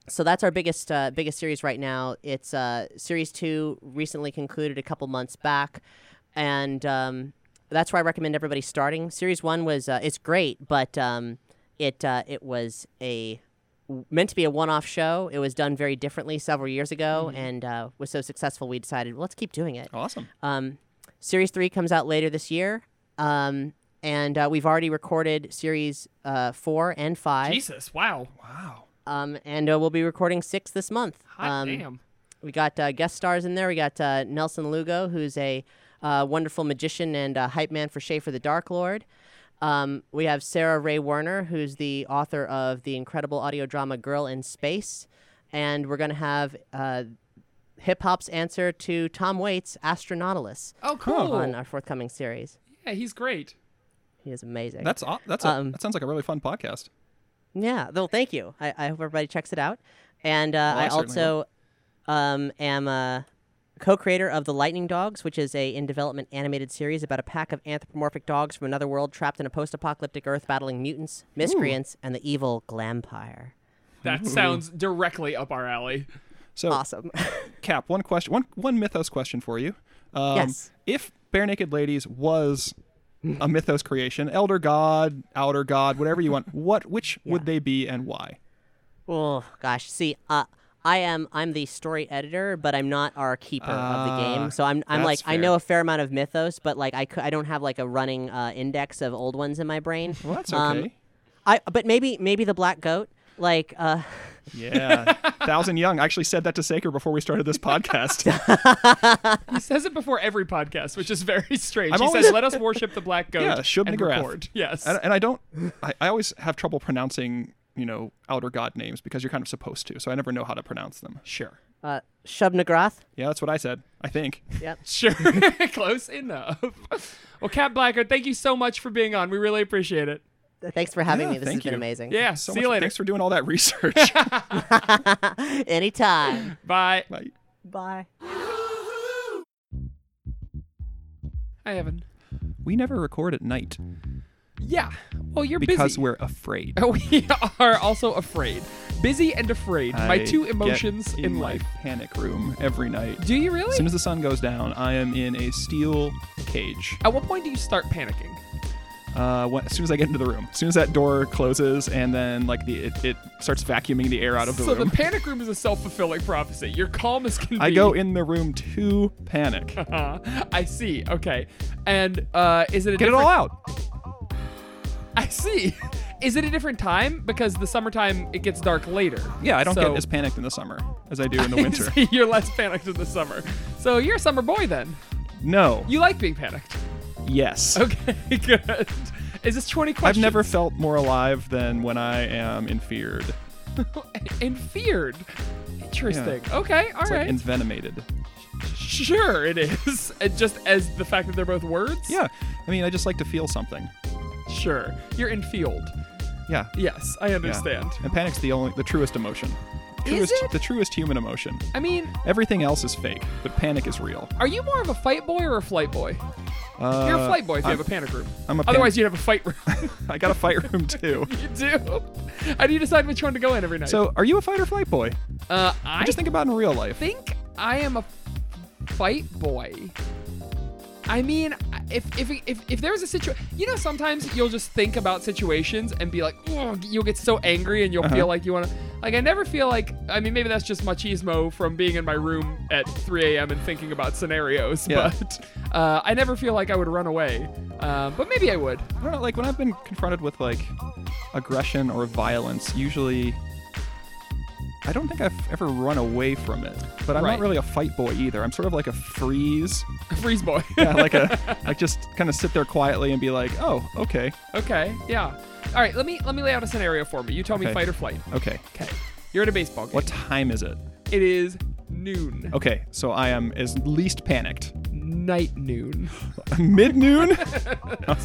Speaker 4: so that's our biggest uh, biggest series right now. It's uh, series two recently concluded a couple months back, and um, that's where I recommend everybody starting. Series one was uh, it's great, but um, it uh, it was a meant to be a one-off show. It was done very differently several years ago,
Speaker 2: Mm-hmm.
Speaker 4: and uh, was so successful we decided well, let's keep doing it.
Speaker 2: Oh.
Speaker 3: Awesome.
Speaker 4: Um, series three comes out later this year, um, and uh, we've already recorded series uh, four and five
Speaker 2: Jesus, wow.
Speaker 3: Wow.
Speaker 4: um, and uh, we'll be recording six this month.
Speaker 2: Hot
Speaker 4: um,
Speaker 2: damn.
Speaker 4: We got uh, guest stars in there. We got uh, Nelson Lugo, who's a uh, wonderful magician and uh, hype man for Schaefer the Dark Lord. Um, we have Sarah Ray Werner, who's the author of the incredible audio drama Girl in Space. And we're going to have uh, hip hop's answer to Tom Waits' Astronautilus
Speaker 2: Oh, cool.
Speaker 4: on our forthcoming series.
Speaker 2: Yeah, he's great.
Speaker 4: He is amazing.
Speaker 3: That's aw- that's a,
Speaker 4: Um,
Speaker 3: that sounds like a really fun podcast.
Speaker 4: Yeah. Well, thank you. I, I hope everybody checks it out. And uh,
Speaker 3: Well, I
Speaker 4: I
Speaker 3: certainly
Speaker 4: also um, am a co-creator of the Lightning Dogs, which is a in development animated series about a pack of anthropomorphic dogs from another world trapped in a post-apocalyptic Earth, battling mutants, miscreants, and the evil Glampire.
Speaker 2: That sounds directly up our alley.
Speaker 3: So
Speaker 4: Awesome.
Speaker 3: Cap, one question, one one mythos question for you. Um,
Speaker 4: Yes.
Speaker 3: If Bare Naked Ladies was a mythos creation, elder god, outer god, whatever you want, what which would they be and why?
Speaker 4: oh gosh. See, uh, I am I'm the story editor, but I'm not our keeper of the
Speaker 3: Ah,
Speaker 4: game. So I'm I'm like
Speaker 3: that's
Speaker 4: I know
Speaker 3: fair.
Speaker 4: a fair amount of mythos, but like I c- I don't have like a running uh, index of old ones in my brain.
Speaker 3: Well, that's
Speaker 4: Um,
Speaker 3: okay.
Speaker 4: I but maybe maybe the black goat. Like uh
Speaker 3: yeah, Thousand Young. I actually said that to Saker before we started this podcast.
Speaker 2: He says it before every podcast, which is very strange.
Speaker 3: I'm
Speaker 2: he
Speaker 3: always-
Speaker 2: says, "Let us worship the black goat."
Speaker 3: Yeah, Shub
Speaker 2: and
Speaker 3: McGrath.
Speaker 2: record. Yes.
Speaker 3: and, and I don't. I, I always have trouble pronouncing, you know, outer god names because you're kind of supposed to. So I never know how to pronounce them.
Speaker 2: Sure.
Speaker 4: uh Shub Nagrath.
Speaker 3: Yeah, that's what I said. I think.
Speaker 4: Yep.
Speaker 2: Sure. Close enough. Well, Cap Blackard, thank you so much for being on. We really appreciate it.
Speaker 4: Thanks for having
Speaker 3: Yeah,
Speaker 4: me. This has
Speaker 3: thank
Speaker 4: been
Speaker 3: you.
Speaker 4: amazing.
Speaker 2: Yeah.
Speaker 3: So
Speaker 2: see
Speaker 3: much.
Speaker 2: you later.
Speaker 3: Thanks for doing all that research.
Speaker 4: Anytime.
Speaker 2: Bye.
Speaker 3: Bye.
Speaker 4: Bye.
Speaker 2: Hi, Evan.
Speaker 3: We never record at night
Speaker 2: Yeah. Well, you're
Speaker 3: because
Speaker 2: busy. Oh,
Speaker 3: we're afraid.
Speaker 2: we are also afraid. Busy and afraid.
Speaker 3: I
Speaker 2: my two
Speaker 3: get
Speaker 2: emotions in,
Speaker 3: my
Speaker 2: life.
Speaker 3: Panic room every night.
Speaker 2: Do you really?
Speaker 3: As soon as the sun goes down, I am in a steel cage.
Speaker 2: At what point do you start panicking?
Speaker 3: Uh, when, as soon as I get into the room, as soon as that door closes, and then like the it, it starts vacuuming the air out of the
Speaker 2: so
Speaker 3: room.
Speaker 2: the panic room is a self-fulfilling prophecy. You're calm as can be.
Speaker 3: I go in the room to panic. Get
Speaker 2: Uh, I see. Okay. And uh, is it a
Speaker 3: it
Speaker 2: different-
Speaker 3: all out.
Speaker 2: I see. Is it a different time? Because the summertime it gets dark later.
Speaker 3: Yeah, I don't
Speaker 2: So-
Speaker 3: get as panicked in the summer as I do in the winter.
Speaker 2: See, you're less panicked in the summer. So you're a summer boy then.
Speaker 3: No.
Speaker 2: You like being panicked.
Speaker 3: yes.
Speaker 2: Okay, good. Is this 20
Speaker 3: I've
Speaker 2: questions?
Speaker 3: never felt more alive than when I am in feared.
Speaker 2: and feared. Interesting. Okay, all
Speaker 3: It's
Speaker 2: right.
Speaker 3: like envenomated.
Speaker 2: sure, it is. And just as the fact that they're both words.
Speaker 3: Yeah. I mean, I just like to feel something.
Speaker 2: Sure. You're in field.
Speaker 3: Yeah.
Speaker 2: Yes, I
Speaker 3: Yeah.
Speaker 2: understand.
Speaker 3: And panic's the only the truest emotion.
Speaker 2: Is
Speaker 3: Truest
Speaker 2: it?
Speaker 3: the truest human emotion.
Speaker 2: I mean,
Speaker 3: Everything else is fake, but panic is real.
Speaker 2: are you more of a fight boy or a flight boy?
Speaker 3: Uh,
Speaker 2: You're a flight boy if you
Speaker 3: I'm-
Speaker 2: have a panic room.
Speaker 3: I'm a pan-
Speaker 2: Otherwise, you'd have a fight room.
Speaker 3: I got a fight room too.
Speaker 2: you do. How do you decide which one to go in every night?
Speaker 3: So, are you a fight or flight boy?
Speaker 2: uh, I
Speaker 3: Just think about it in real life.
Speaker 2: think I am a fight boy. I mean, if if if, if there's a situation, you know, sometimes you'll just think about situations and be like, "Ugh," you'll get so angry and you'll
Speaker 3: Uh-huh.
Speaker 2: feel like you want to. Like, I never feel like. I mean, maybe that's just machismo from being in my room at 3 a.m. and thinking about scenarios.
Speaker 3: Yeah.
Speaker 2: But uh, I never feel like I would run away. Uh, but maybe I would.
Speaker 3: I don't know, like when I've been confronted with like aggression or violence, usually I don't think I've ever run away from it. But I'm
Speaker 2: Right.
Speaker 3: not really a fight boy either. I'm sort of like a freeze.
Speaker 2: Freeze boy.
Speaker 3: Yeah, like a like just kind of sit there quietly and be like, "Oh, okay.
Speaker 2: okay. Yeah. All right. Let me let me lay out a scenario for me. You tell me
Speaker 3: Okay.
Speaker 2: fight or flight.
Speaker 3: Okay.
Speaker 2: Okay. You're at a baseball game.
Speaker 3: What time is it?"
Speaker 2: It is noon.
Speaker 3: Okay, so I am as least panicked.
Speaker 2: Night noon.
Speaker 3: Mid noon?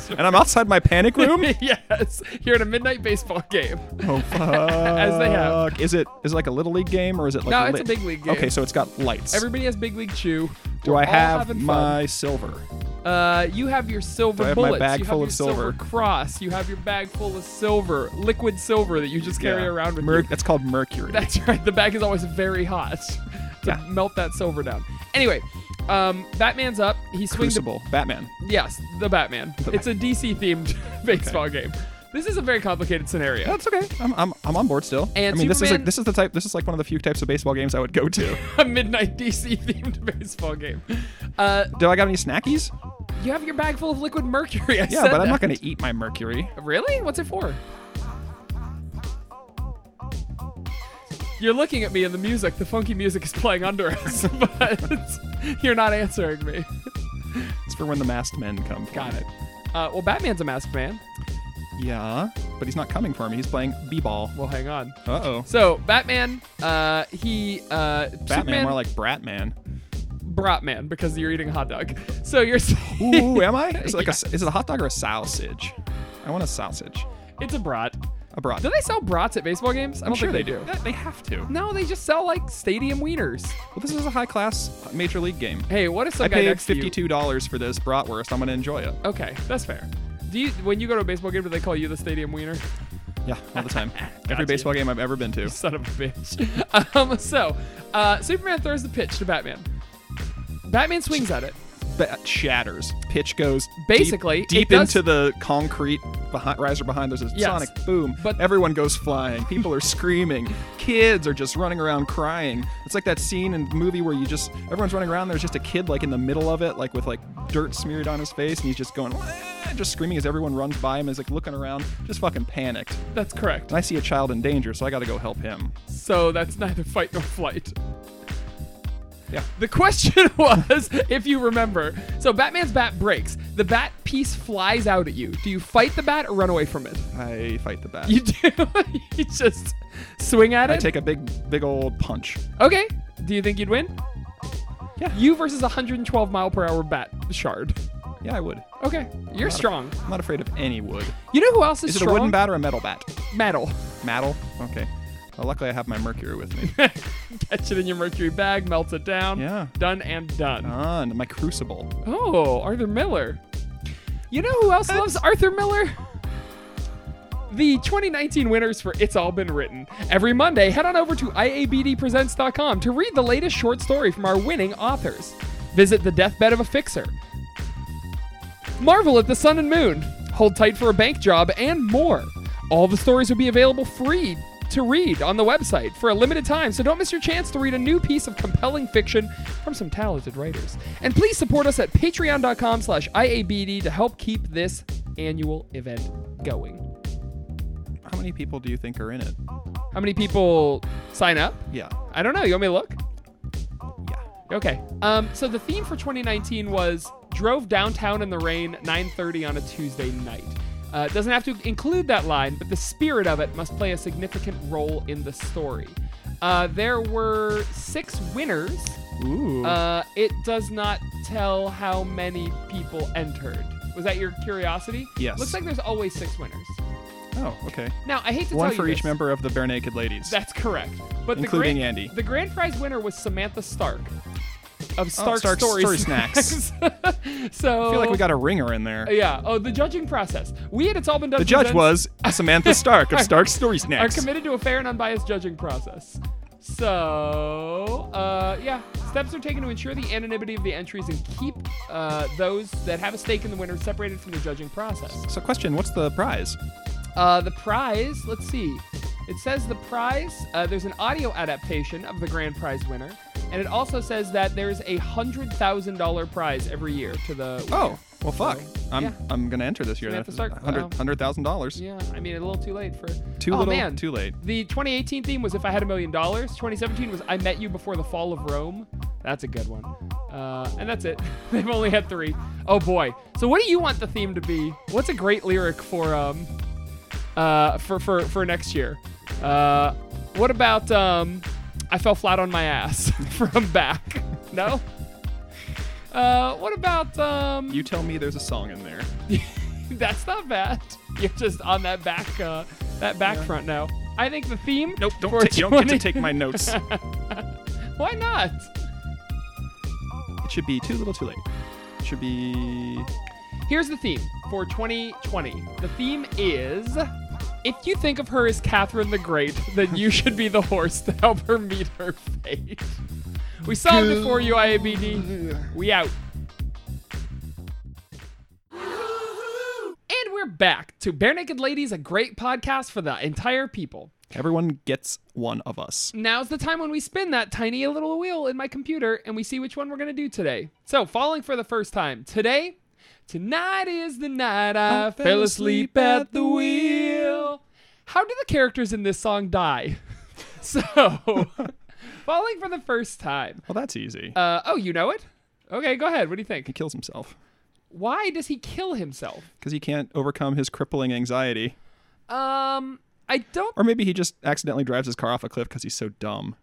Speaker 3: and I'm outside my panic room?
Speaker 2: yes, you're at a midnight baseball game.
Speaker 3: Oh fuck.
Speaker 2: As they have.
Speaker 3: Is it is it like a little league game or is it like
Speaker 2: No,
Speaker 3: a
Speaker 2: it's a
Speaker 3: lit-
Speaker 2: big league game.
Speaker 3: Okay, so it's got lights.
Speaker 2: Everybody has Big League Chew.
Speaker 3: Do
Speaker 2: We're
Speaker 3: I
Speaker 2: all
Speaker 3: have
Speaker 2: having
Speaker 3: my silver?
Speaker 2: Fun. Uh, you have your silver
Speaker 3: I have my
Speaker 2: bullets.
Speaker 3: bag
Speaker 2: you have
Speaker 3: full
Speaker 2: your
Speaker 3: of
Speaker 2: silver
Speaker 3: silver?
Speaker 2: cross. You have your bag full of silver, liquid silver that you just carry
Speaker 3: Yeah.
Speaker 2: around with
Speaker 3: Mer-
Speaker 2: you.
Speaker 3: That's called mercury.
Speaker 2: That's right. The bag is always very hot to
Speaker 3: Yeah.
Speaker 2: melt that silver down. Anyway, um, Batman's up. He swings.
Speaker 3: Crucible. Batman.
Speaker 2: yes, the Batman. it's a DC themed baseball game. This is a very complicated scenario.
Speaker 3: That's okay. I'm, I'm, I'm on board still.
Speaker 2: And
Speaker 3: I mean, this is like
Speaker 2: Superman-
Speaker 3: this is the type. This is like one of the few types of baseball games I would go to.
Speaker 2: a midnight DC themed baseball game. Uh,
Speaker 3: Do I got any snackies?
Speaker 2: you have your bag full of liquid mercury. I
Speaker 3: Yeah,
Speaker 2: said
Speaker 3: but I'm
Speaker 2: that.
Speaker 3: not gonna eat my mercury.
Speaker 2: Really? What's it for? You're looking at me and the music, the funky music is playing under us, but you're not answering me.
Speaker 3: It's for when the masked men come. for
Speaker 2: Got
Speaker 3: me.
Speaker 2: it. Uh, well, Batman's a masked man.
Speaker 3: Yeah, but he's not coming for me. He's playing b-ball.
Speaker 2: Well, hang on.
Speaker 3: Uh oh.
Speaker 2: So, Batman, uh, he, uh,
Speaker 3: Batman,
Speaker 2: Superman,
Speaker 3: more like Bratman.
Speaker 2: Bratman, because you're eating a hot dog. So you're,
Speaker 3: Ooh, am I? Is it like a s- is it a hot dog or a sausage? I want a sausage.
Speaker 2: it's a brat.
Speaker 3: A brat.
Speaker 2: Do they sell brats at baseball games? I don't
Speaker 3: I'm sure
Speaker 2: think
Speaker 3: they do. Yeah, They have to. Well,
Speaker 2: No, they just sell like stadium wieners.
Speaker 3: this is a high class major league game.
Speaker 2: Hey, what if some
Speaker 3: I
Speaker 2: guy
Speaker 3: paid
Speaker 2: next to you?
Speaker 3: fifty-two dollars for this bratwurst. I'm gonna enjoy it.
Speaker 2: Okay, that's fair. Do you when you go to a baseball game do they call you the stadium wiener?
Speaker 3: Yeah, all the time.
Speaker 2: Gotcha.
Speaker 3: Every baseball game I've ever been to.
Speaker 2: Son of a bitch. um, so, uh, Superman throws the pitch to Batman. Batman swings at it.
Speaker 3: Bat shatters. Pitch goes deep-
Speaker 2: Basically, it
Speaker 3: deep,
Speaker 2: does-
Speaker 3: into the concrete behind, riser behind. There's a
Speaker 2: Yes.
Speaker 3: sonic boom.
Speaker 2: But-
Speaker 3: everyone goes flying. People are screaming. Kids are just running around crying. It's like that scene in the movie where you just everyone's running around. There's just a kid like in the middle of it, like with like dirt smeared on his face, and he's just going, "Wah," just screaming as everyone runs by him. Is like looking around, just fucking panicked.
Speaker 2: That's correct.
Speaker 3: And I see a child in danger, so I got to go help him.
Speaker 2: So that's neither fight nor flight.
Speaker 3: Yeah.
Speaker 2: The question was, if you remember, so Batman's bat breaks. The bat piece flies out at you. Do you fight the bat or run away from it?
Speaker 3: I fight the bat.
Speaker 2: You do. you just swing at it.
Speaker 3: I take a big, big old punch.
Speaker 2: Okay. Do you think you'd win?
Speaker 3: Yeah.
Speaker 2: You versus a 112 mile per hour bat shard.
Speaker 3: Yeah, I would.
Speaker 2: Okay. You're strong.
Speaker 3: I'm not afraid of any wood.
Speaker 2: You know who else is,
Speaker 3: Is it
Speaker 2: strong?
Speaker 3: a wooden bat or a metal bat?
Speaker 2: Metal.
Speaker 3: Metal? Okay. Well, luckily, I have my mercury with me.
Speaker 2: Catch it in your mercury bag, melts it down.
Speaker 3: Yeah.
Speaker 2: Done and done.
Speaker 3: On my crucible.
Speaker 2: oh, Arthur Miller. You know who else loves Arthur Miller? The 2019 winners for It's All Been Written. Every Monday, head on over to iabdpresents.com to read the latest short story from our winning authors. Visit the deathbed of a fixer. Marvel at the Sun and Moon, Hold Tight for a Bank Job, and more. All the stories will be available free to read on the website for a limited time, so don't miss your chance to read a new piece of compelling fiction from some talented writers. And please support us at patreon.com slash IABD to help keep this annual event going.
Speaker 3: How many people do you think are in it?
Speaker 2: How many people sign up?
Speaker 3: Yeah.
Speaker 2: I don't know. You want me to look?
Speaker 3: Yeah.
Speaker 2: Okay. Um, so the theme for 2019 was drove downtown in the rain 9:30 on a Tuesday night. Uh, it doesn't have to include that line, but the spirit of it must play a significant role in the story. Uh, there were six winners.
Speaker 3: Ooh.
Speaker 2: Uh, it does not tell how many people entered. Was that your curiosity?
Speaker 3: Yes.
Speaker 2: Looks like there's always six winners.
Speaker 3: oh, okay.
Speaker 2: Now I hate to
Speaker 3: One
Speaker 2: tell you
Speaker 3: for each
Speaker 2: this.
Speaker 3: member of the Bare Naked Ladies.
Speaker 2: That's correct. But
Speaker 3: Including
Speaker 2: the grand,
Speaker 3: Andy.
Speaker 2: The grand prize winner was Samantha Stark of Stark
Speaker 3: Stark's
Speaker 2: Story,
Speaker 3: Story Snacks.
Speaker 2: so
Speaker 3: I feel like we got a ringer in there.
Speaker 2: yeah. Oh, the judging process. We at It's All Been Done.
Speaker 3: The judge
Speaker 2: Presents
Speaker 3: was Samantha Stark of Stark Story
Speaker 2: are
Speaker 3: Snacks.
Speaker 2: committed to a fair and unbiased judging process. So, uh, yeah, steps are taken to ensure the anonymity of the entries and keep uh, those that have a stake in the winner separated from the judging process.
Speaker 3: So, question What's the prize?
Speaker 2: Uh, the prize, let's see. It says the prize, uh, there's an audio adaptation of the grand prize winner, and it also says that there's a $100,000 prize every year to the winner.
Speaker 3: Oh, well, fuck. I'm,
Speaker 2: yeah.
Speaker 3: I'm going to enter this year.
Speaker 2: Samantha
Speaker 3: That's
Speaker 2: Stark, wow.
Speaker 3: $100,000.
Speaker 2: Yeah, I mean, a little too late for.
Speaker 3: Too
Speaker 2: oh,
Speaker 3: little,
Speaker 2: man.
Speaker 3: too late.
Speaker 2: The 2018 theme was If I Had a Million Dollars. 2017 was I Met You Before the Fall of Rome. That's a good one. Uh, and that's it. They've only had three. Oh boy. So what do you want the theme to be? What's a great lyric for um uh for for for next year? Uh, what about um I fell flat on my ass from back? No. Uh, what about um?
Speaker 3: You tell me there's a song in there.
Speaker 2: That's not bad. You're just on that back uh, that back front now. I think the theme.
Speaker 3: Nope, don't,
Speaker 2: for
Speaker 3: ta- you don't get
Speaker 2: 20
Speaker 3: to take my notes. it
Speaker 2: Why not?
Speaker 3: should be too little, too late. Should should be.
Speaker 2: Here's the theme for 2020. The theme is if you think of her as Catherine the Great, then you should be the horse to help her meet her fate. We saw it before you, IABD. We out. And we're back to Bare Naked Ladies, a great podcast for the entire people.
Speaker 3: Everyone gets one of us.
Speaker 2: Now's the time when we spin that tiny little wheel in my computer and we see which one we're going to do today. So, falling for the first time, today, tonight is the night I, fell asleep at the wheel. How do the characters in this song die? So, falling for the first time.
Speaker 3: Well, that's easy.
Speaker 2: Uh, oh, you know it? Okay, go ahead. What do you
Speaker 3: he
Speaker 2: think?
Speaker 3: kills himself
Speaker 2: Why does he kill himself?
Speaker 3: because he can't overcome his crippling anxiety.
Speaker 2: Um, I don't.
Speaker 3: Or maybe he just accidentally drives his car off a cliff because he's so dumb.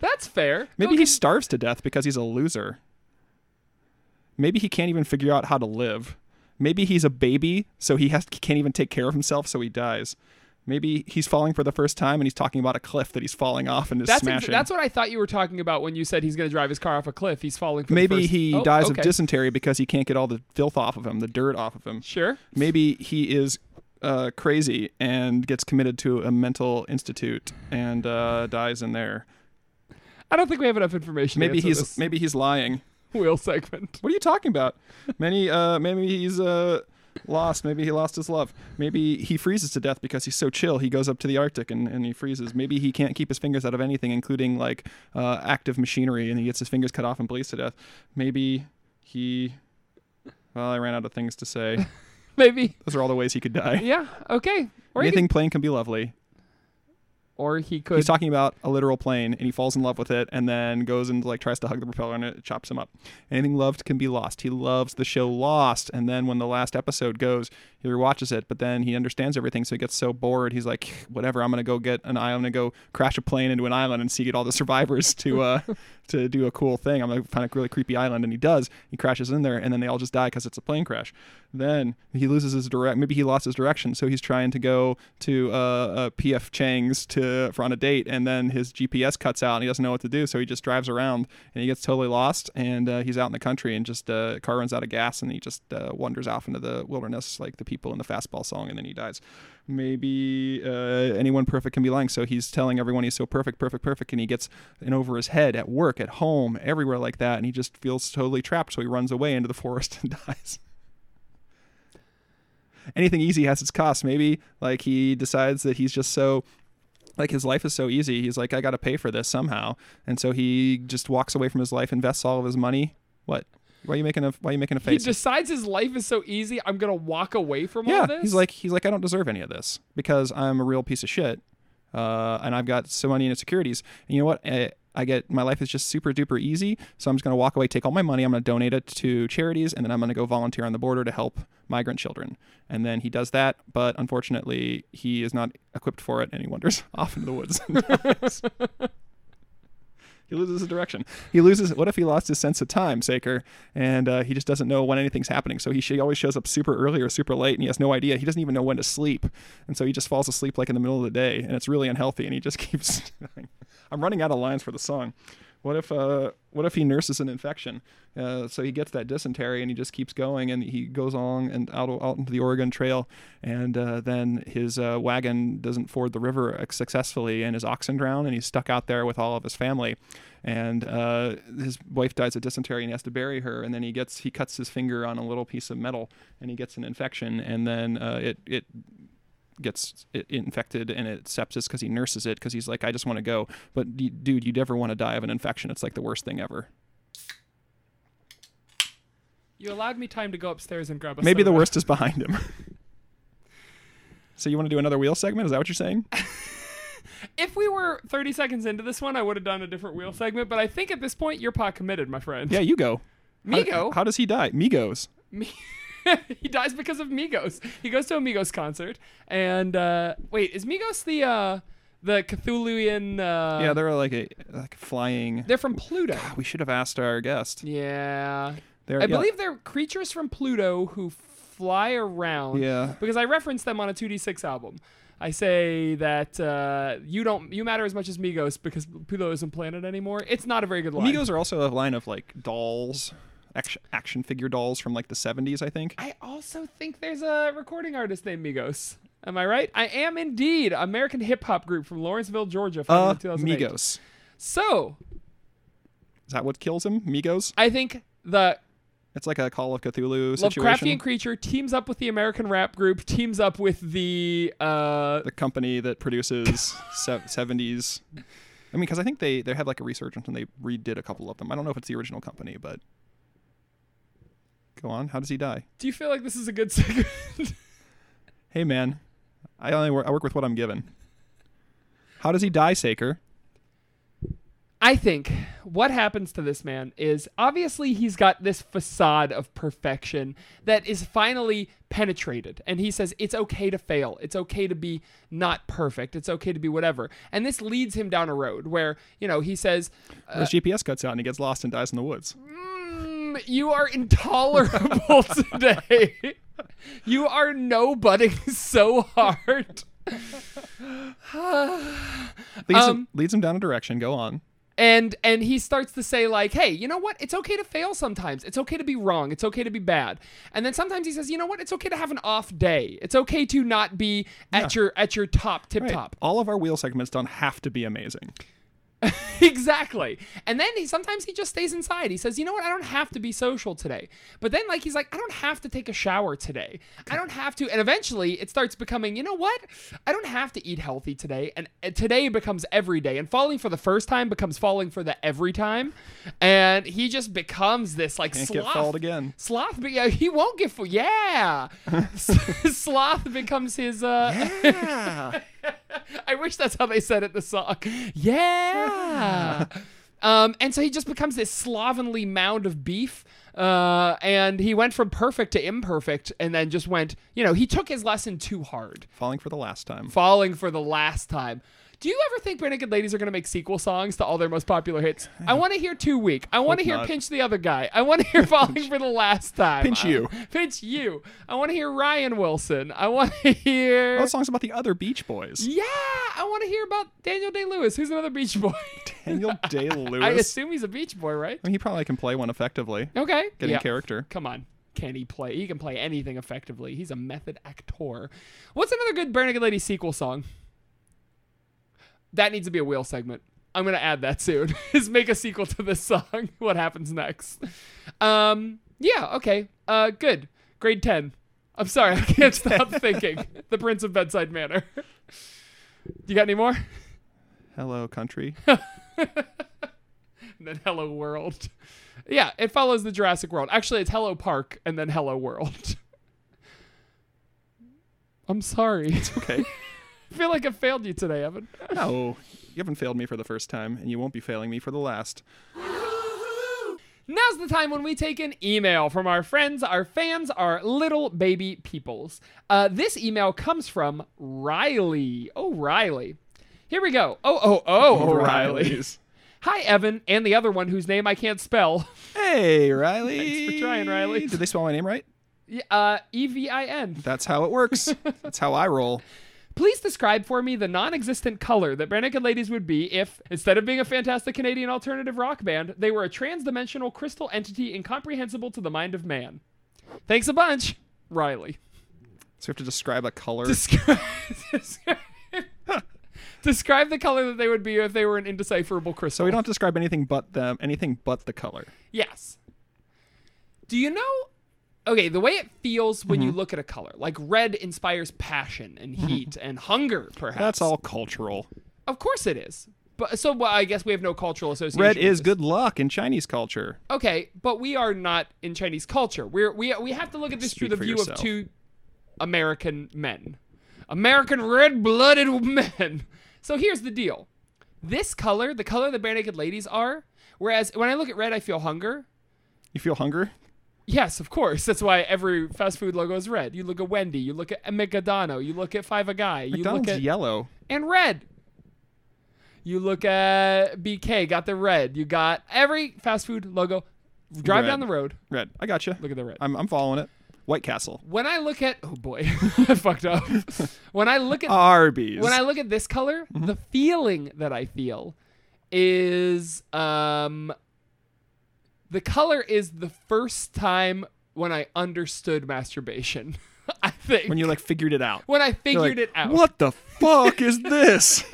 Speaker 2: That's fair.
Speaker 3: Maybe he starves to death because he's a loser. Maybe he can't even figure out how to live. Maybe he's a baby, so he has can't even take care of himself, so he dies. Maybe he's falling for the first time and he's talking about a cliff that he's falling off and is
Speaker 2: That's, ex-
Speaker 3: smashing.
Speaker 2: that's what I thought you were talking about when you said he's going to drive his car off a cliff. He's falling. For the
Speaker 3: Maybe
Speaker 2: first-
Speaker 3: he
Speaker 2: Oh,
Speaker 3: dies
Speaker 2: okay.
Speaker 3: of dysentery because he can't get all the filth off of him, the dirt off of him.
Speaker 2: Sure.
Speaker 3: Maybe he is uh, crazy and gets committed to a mental institute and uh, dies in there.
Speaker 2: I don't think we have enough information.
Speaker 3: Maybe
Speaker 2: to answer
Speaker 3: he's
Speaker 2: this
Speaker 3: maybe he's lying.
Speaker 2: wheel segment.
Speaker 3: What are you talking about? Many, uh, maybe he's uh, lost. Maybe he lost his love. Maybe he freezes to death because he's so chill. He goes up to the Arctic and, and he freezes. Maybe he can't keep his fingers out of anything, including like uh, active machinery, and he gets his fingers cut off and bleeds to death. Maybe he. Well, I ran out of things to say.
Speaker 2: Maybe.
Speaker 3: Those are all the ways he could die.
Speaker 2: Yeah. Okay. Or he
Speaker 3: Anything
Speaker 2: could,
Speaker 3: plain can be lovely.
Speaker 2: or he could.
Speaker 3: He's talking about a literal plane, and he falls in love with it, and then goes and like tries to hug the propeller, and it chops him up. Anything loved can be lost. He loves the show Lost, and then when the last episode goes, he rewatches it, but then he understands everything, so he gets so bored. He's like, whatever, I'm gonna go get an island, and go crash a plane into an island and see get all the survivors to uh to do a cool thing. I'm gonna find a really creepy island, and he does. He crashes in there, and then they all just die because it's a plane crash. Then he loses his direct. Maybe he lost his direction, so he's trying to go to uh, uh PF Chang's to for on a date, and then his GPS cuts out, and he doesn't know what to do, so he just drives around, and he gets totally lost, and uh, he's out in the country, and just uh, car runs out of gas, and he just uh, wanders off into the wilderness like the people in the fastball song, and then he dies. Maybe uh, anyone perfect can be lying, so he's telling everyone he's so perfect, perfect, perfect, and he gets in over his head at work, at home, everywhere like that, and he just feels totally trapped, so he runs away into the forest and dies anything easy has its cost. Maybe like he decides that he's just so like his life is so easy. He's like, I got to pay for this somehow, and so he just walks away from his life, invests all of his money. What? Why are you making a Why are you making a
Speaker 2: he
Speaker 3: face?
Speaker 2: decides his life is so easy. I'm gonna walk away from all
Speaker 3: yeah,
Speaker 2: this.
Speaker 3: he's like, he's like, I don't deserve any of this because I'm a real piece of shit, uh, and I've got so many insecurities. And you know what? I, I get my life is just super duper easy, so I'm just gonna walk away, take all my money, I'm gonna donate it to charities, and then I'm gonna go volunteer on the border to help migrant children. And then he does that, but unfortunately, he is not equipped for it, and he wanders off into the woods. and dies. He loses his direction. He loses. What if he lost his sense of time, Saker, and uh, he just doesn't know when anything's happening? So he, she always shows up super early or super late, and he has no idea. He doesn't even know when to sleep, and so he just falls asleep like in the middle of the day, and it's really unhealthy. And he just keeps. I'm running out of lines for the song. What if uh, what if he nurses an infection? Uh, so he gets that dysentery and he just keeps going and he goes along and out out into the Oregon Trail and uh, then his uh, wagon doesn't ford the river successfully and his oxen drown and he's stuck out there with all of his family and uh, his wife dies of dysentery and he has to bury her and then he gets he cuts his finger on a little piece of metal and he gets an infection and then uh, it it gets i- infected and it sepsis because he nurses it because he's like, I just want to go. But y- dude, you never want to die of an infection. It's like the worst thing ever.
Speaker 2: you allowed me time to go upstairs and grab a.
Speaker 3: Maybe the
Speaker 2: soda.
Speaker 3: worst is behind him. so you want to do another wheel segment? Is that what you're saying?
Speaker 2: If we were 30 seconds into this one, I would have done a different wheel segment. But I think at this point, you're pot committed, my friend.
Speaker 3: Yeah, you go. How-
Speaker 2: Migo.
Speaker 3: How, does he die? Migos.
Speaker 2: Me- he dies because of Migos. He goes to a Migos concert, and uh, wait, is Migos the uh, the Cthulhuian? Uh,
Speaker 3: yeah, they're like a like flying.
Speaker 2: they're from Pluto.
Speaker 3: we should have asked our guest.
Speaker 2: Yeah,
Speaker 3: They're,
Speaker 2: I
Speaker 3: yeah.
Speaker 2: believe they're creatures from Pluto who fly around.
Speaker 3: Yeah.
Speaker 2: Because I reference them on a 2D6 album. I say that uh, you don't you matter as much as Migos because Pluto isn't planet anymore. It's not a very good line.
Speaker 3: Migos are also a line of like dolls, action, action figure dolls from like the 70s, I think.
Speaker 2: I also think there's a recording artist named Migos. Am I right? I am indeed. American hip hop group from Lawrenceville, Georgia,
Speaker 3: Uh,
Speaker 2: founded in 2008.
Speaker 3: Migos.
Speaker 2: So
Speaker 3: Is that what kills him? Migos?
Speaker 2: I think the
Speaker 3: It's like a Call of Cthulhu
Speaker 2: Lovecraftian
Speaker 3: situation.
Speaker 2: creature teams up with the American rap group, teams up with the uh,
Speaker 3: The company that produces se- 70s. I mean, because I think they, they had like a resurgence and they redid a couple of them. I don't know if it's the original company, but. Go on. How does he die?
Speaker 2: Do you feel like this is a good segment?
Speaker 3: Hey, man. I only work, I work with what I'm given. How does he die, Saker?
Speaker 2: I think what happens to this man is obviously he's got this facade of perfection that is finally penetrated. And he says, it's okay to fail. It's okay to be not perfect. It's okay to be whatever. And this leads him down a road where, you know, he says,
Speaker 3: His
Speaker 2: Uh,
Speaker 3: GPS cuts out and he gets lost and dies in the woods.
Speaker 2: Mm, you are intolerable today. you are no budding so hard.
Speaker 3: Leads, him,
Speaker 2: Um,
Speaker 3: leads him down a direction. Go on.
Speaker 2: and and he starts to say like hey you know what it's okay to fail sometimes it's okay to be wrong it's okay to be bad and then sometimes he says you know what it's okay to have an off day it's okay to not be at your at your top tip
Speaker 3: Right.
Speaker 2: top
Speaker 3: All of our wheel segments don't have to be amazing.
Speaker 2: exactly and then he sometimes he just stays inside he says you know what i don't have to be social today but then like he's like i don't have to take a shower today i don't have to and eventually it starts becoming you know what i don't have to eat healthy today and uh, today becomes every day and falling for the first time becomes falling for the every time and he just becomes this like
Speaker 3: Can't
Speaker 2: sloth
Speaker 3: get fouled again.
Speaker 2: sloth but yeah he won't get fooled yeah sloth becomes his uh I wish that's how they said it in the song. Yeah. um, and so he just becomes this slovenly mound of beef. Uh, and he went from perfect to imperfect and then just went, you know, he took his lesson too hard,
Speaker 3: Falling for the last time.
Speaker 2: falling for the last time. Do you ever think Bare Naked Ladies are going to make sequel songs to all their most popular hits? I want to hear Too Weak. I want to
Speaker 3: Hope
Speaker 2: hear
Speaker 3: not.
Speaker 2: Pinch the Other Guy. I want to hear Falling for the Last Time.
Speaker 3: Pinch
Speaker 2: I-
Speaker 3: You.
Speaker 2: Pinch You. I want to hear Ryan Wilson. I want to hear.
Speaker 3: Oh, that song's about the other Beach Boys.
Speaker 2: Yeah, I want to hear about Daniel Day Lewis, who's another Beach Boy.
Speaker 3: Daniel Day Lewis.
Speaker 2: I
Speaker 3: I,
Speaker 2: assume he's a Beach Boy, right?
Speaker 3: mean, he probably can play one effectively.
Speaker 2: Okay.
Speaker 3: Getting
Speaker 2: yeah.
Speaker 3: character.
Speaker 2: Come on. Can he play? He can play anything effectively. He's a method actor. What's another good Bare Naked Lady sequel song? That needs to be a wheel segment. I'm gonna add that soon. Is make a sequel to this song. What happens next? Um. Yeah. Okay. Uh. Good. Grade ten. I'm sorry. I can't stop thinking. The Prince of Bedside Manor. You got any more?
Speaker 3: Hello, country.
Speaker 2: and then Hello World. Yeah, it follows the Jurassic World. Actually, it's Hello Park and then Hello World. I'm sorry. I
Speaker 3: Okay.
Speaker 2: feel like I failed you today, Evan.
Speaker 3: No, you haven't failed me for the first time, and you won't be failing me for the last.
Speaker 2: Now's the time when we take an email from our friends, our fans, our little baby peoples. Uh, this email comes from Riley. Oh, Riley. Here we go. Oh, oh, oh, O'Reilly.
Speaker 3: O'Reilly's.
Speaker 2: Hi, Evan, and the other one whose name I can't spell.
Speaker 3: Hey, Riley.
Speaker 2: Thanks for trying, Riley.
Speaker 3: Did they spell my name right?
Speaker 2: Y- Uh, E V I N.
Speaker 3: That's how it works. That's how I roll.
Speaker 2: Please describe for me the non existent color that Bare Naked Ladies would be if, instead of being a fantastic Canadian alternative rock band, they were a trans dimensional crystal entity incomprehensible to the mind of man. Thanks a bunch, Riley.
Speaker 3: So we have to describe a color.
Speaker 2: Describe, describe, describe the color that they would be if they were an indecipherable crystal.
Speaker 3: so we don't have to describe anything but them, anything but the color.
Speaker 2: Yes. Do you know? Okay, the way it feels when
Speaker 3: Mm-hmm.
Speaker 2: you look at a color, like red inspires passion and heat and hunger, perhaps.
Speaker 3: Mm-hmm. That's all cultural.
Speaker 2: Of course it is. But so well, I guess we have no cultural association.
Speaker 3: Red
Speaker 2: with
Speaker 3: is
Speaker 2: this.
Speaker 3: good luck in Chinese culture.
Speaker 2: Okay, but we are not in Chinese culture. We're we we have to look at this
Speaker 3: Speak
Speaker 2: through the
Speaker 3: for
Speaker 2: view
Speaker 3: yourself.
Speaker 2: of two American men. American red-blooded men. So here's the deal. This color, the color the bare naked ladies are, whereas when I look at red I feel hunger.
Speaker 3: You feel hunger?
Speaker 2: Yes, of course. That's why every fast food logo is red. You look at Wendy, you look at McDonough, you look at Five A Guy, you
Speaker 3: McDonald's
Speaker 2: look at
Speaker 3: yellow.
Speaker 2: and red. You look at BK, got the red. You got every fast food logo. Drive
Speaker 3: Red.
Speaker 2: down the road,
Speaker 3: Red. I got gotcha. you.
Speaker 2: look at the red.
Speaker 3: I'm, I'm following it. White Castle,
Speaker 2: When I look at oh boy, I fucked up. When I look at
Speaker 3: Arby's.
Speaker 2: when I look at this color,
Speaker 3: Mm-hmm.
Speaker 2: the feeling that I feel is um the color is the first time when I understood masturbation. I think
Speaker 3: when you like figured it out.
Speaker 2: when I
Speaker 3: You're
Speaker 2: figured
Speaker 3: like,
Speaker 2: it out.
Speaker 3: What the fuck is this?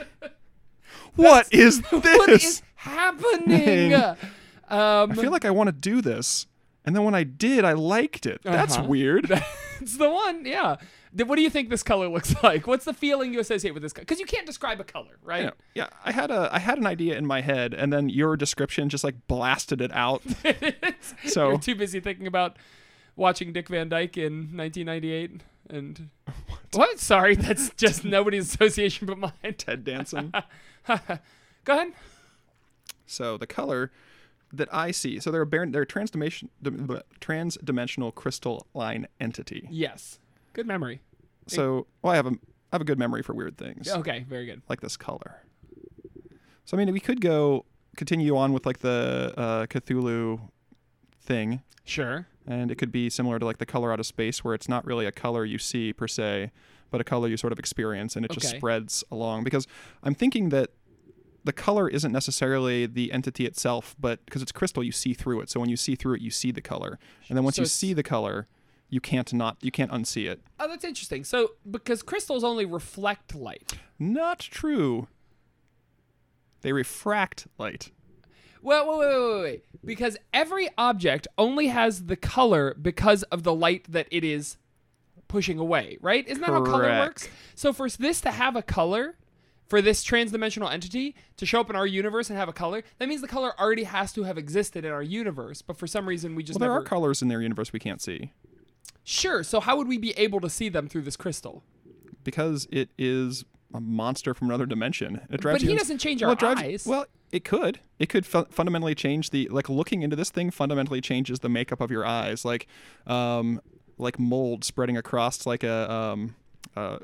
Speaker 3: what is this?
Speaker 2: What is happening?
Speaker 3: Dang.
Speaker 2: um
Speaker 3: I feel like I want to do this, and then when I did, I liked it. That's
Speaker 2: Uh-huh.
Speaker 3: weird.
Speaker 2: it's the one, yeah. Th- What do you think this color looks like? What's the feeling you associate with this color? Because you can't describe a color, right?
Speaker 3: Yeah, yeah, I had a I had an idea in my head, and then your description just like blasted it out. so
Speaker 2: You're too busy thinking about watching Dick Van Dyke in 1998 and what? Sorry, that's just nobody's association but mine.
Speaker 3: Ted Danson.
Speaker 2: Go ahead.
Speaker 3: so the color that I see, so they're a bar- they're a transdimension dim- bleh, transdimensional crystalline entity.
Speaker 2: Yes. Good memory.
Speaker 3: So well, I have a I have a good memory for weird things
Speaker 2: Okay, very good.
Speaker 3: like this color. So I mean, we could go continue on with like the uh, Cthulhu thing
Speaker 2: Sure.
Speaker 3: and it could be similar to like the color out of space where it's not really a color you see per se but a color you sort of experience and it just
Speaker 2: Okay.
Speaker 3: spreads along because i'm thinking that the color isn't necessarily the entity itself but because it's crystal you see through it so when you see through it you see the color and then once
Speaker 2: So
Speaker 3: you
Speaker 2: it's-
Speaker 3: see the color you can't not you can't unsee it
Speaker 2: Oh, that's interesting. So, because crystals only reflect light.
Speaker 3: not true they refract light
Speaker 2: Well, wait, wait, wait, wait, wait. Because every object only has the color because of the light that it is pushing away, right? Isn't that how color works? So for this to have a color, for this transdimensional entity to show up in our universe and have a color, that means the color already has to have existed in our universe. But for some reason, we just
Speaker 3: well there
Speaker 2: never.
Speaker 3: are colors in their universe we can't see
Speaker 2: sure. So how would we be able to see them through this crystal?
Speaker 3: because it is a monster from another dimension. It drives
Speaker 2: But
Speaker 3: you
Speaker 2: he
Speaker 3: ins-
Speaker 2: doesn't change
Speaker 3: well,
Speaker 2: our
Speaker 3: it drives-
Speaker 2: eyes.
Speaker 3: Well, it could. It could fu- fundamentally change the like looking into this thing fundamentally changes the makeup of your eyes, like um like mold spreading across like a um a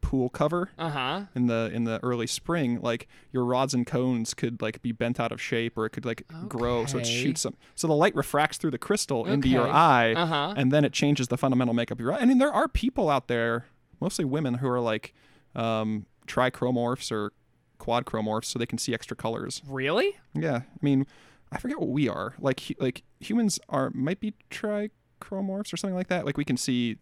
Speaker 3: pool cover.
Speaker 2: Uh huh.
Speaker 3: in the in the early spring, like your rods and cones could like be bent out of shape, or it could like grow, so it
Speaker 2: Okay.
Speaker 3: shoots some. So the light refracts through the crystal into your
Speaker 2: Okay.
Speaker 3: eye,
Speaker 2: Uh-huh.
Speaker 3: and then it changes the fundamental makeup of your eye. I mean, there are people out there, mostly women, who are like um, trichromorphs or quadchromorphs, so they can see extra colors.
Speaker 2: Really?
Speaker 3: Yeah, I mean, I forget what we are. Like hu- like humans are might be trichromorphs or something like that. Like we can see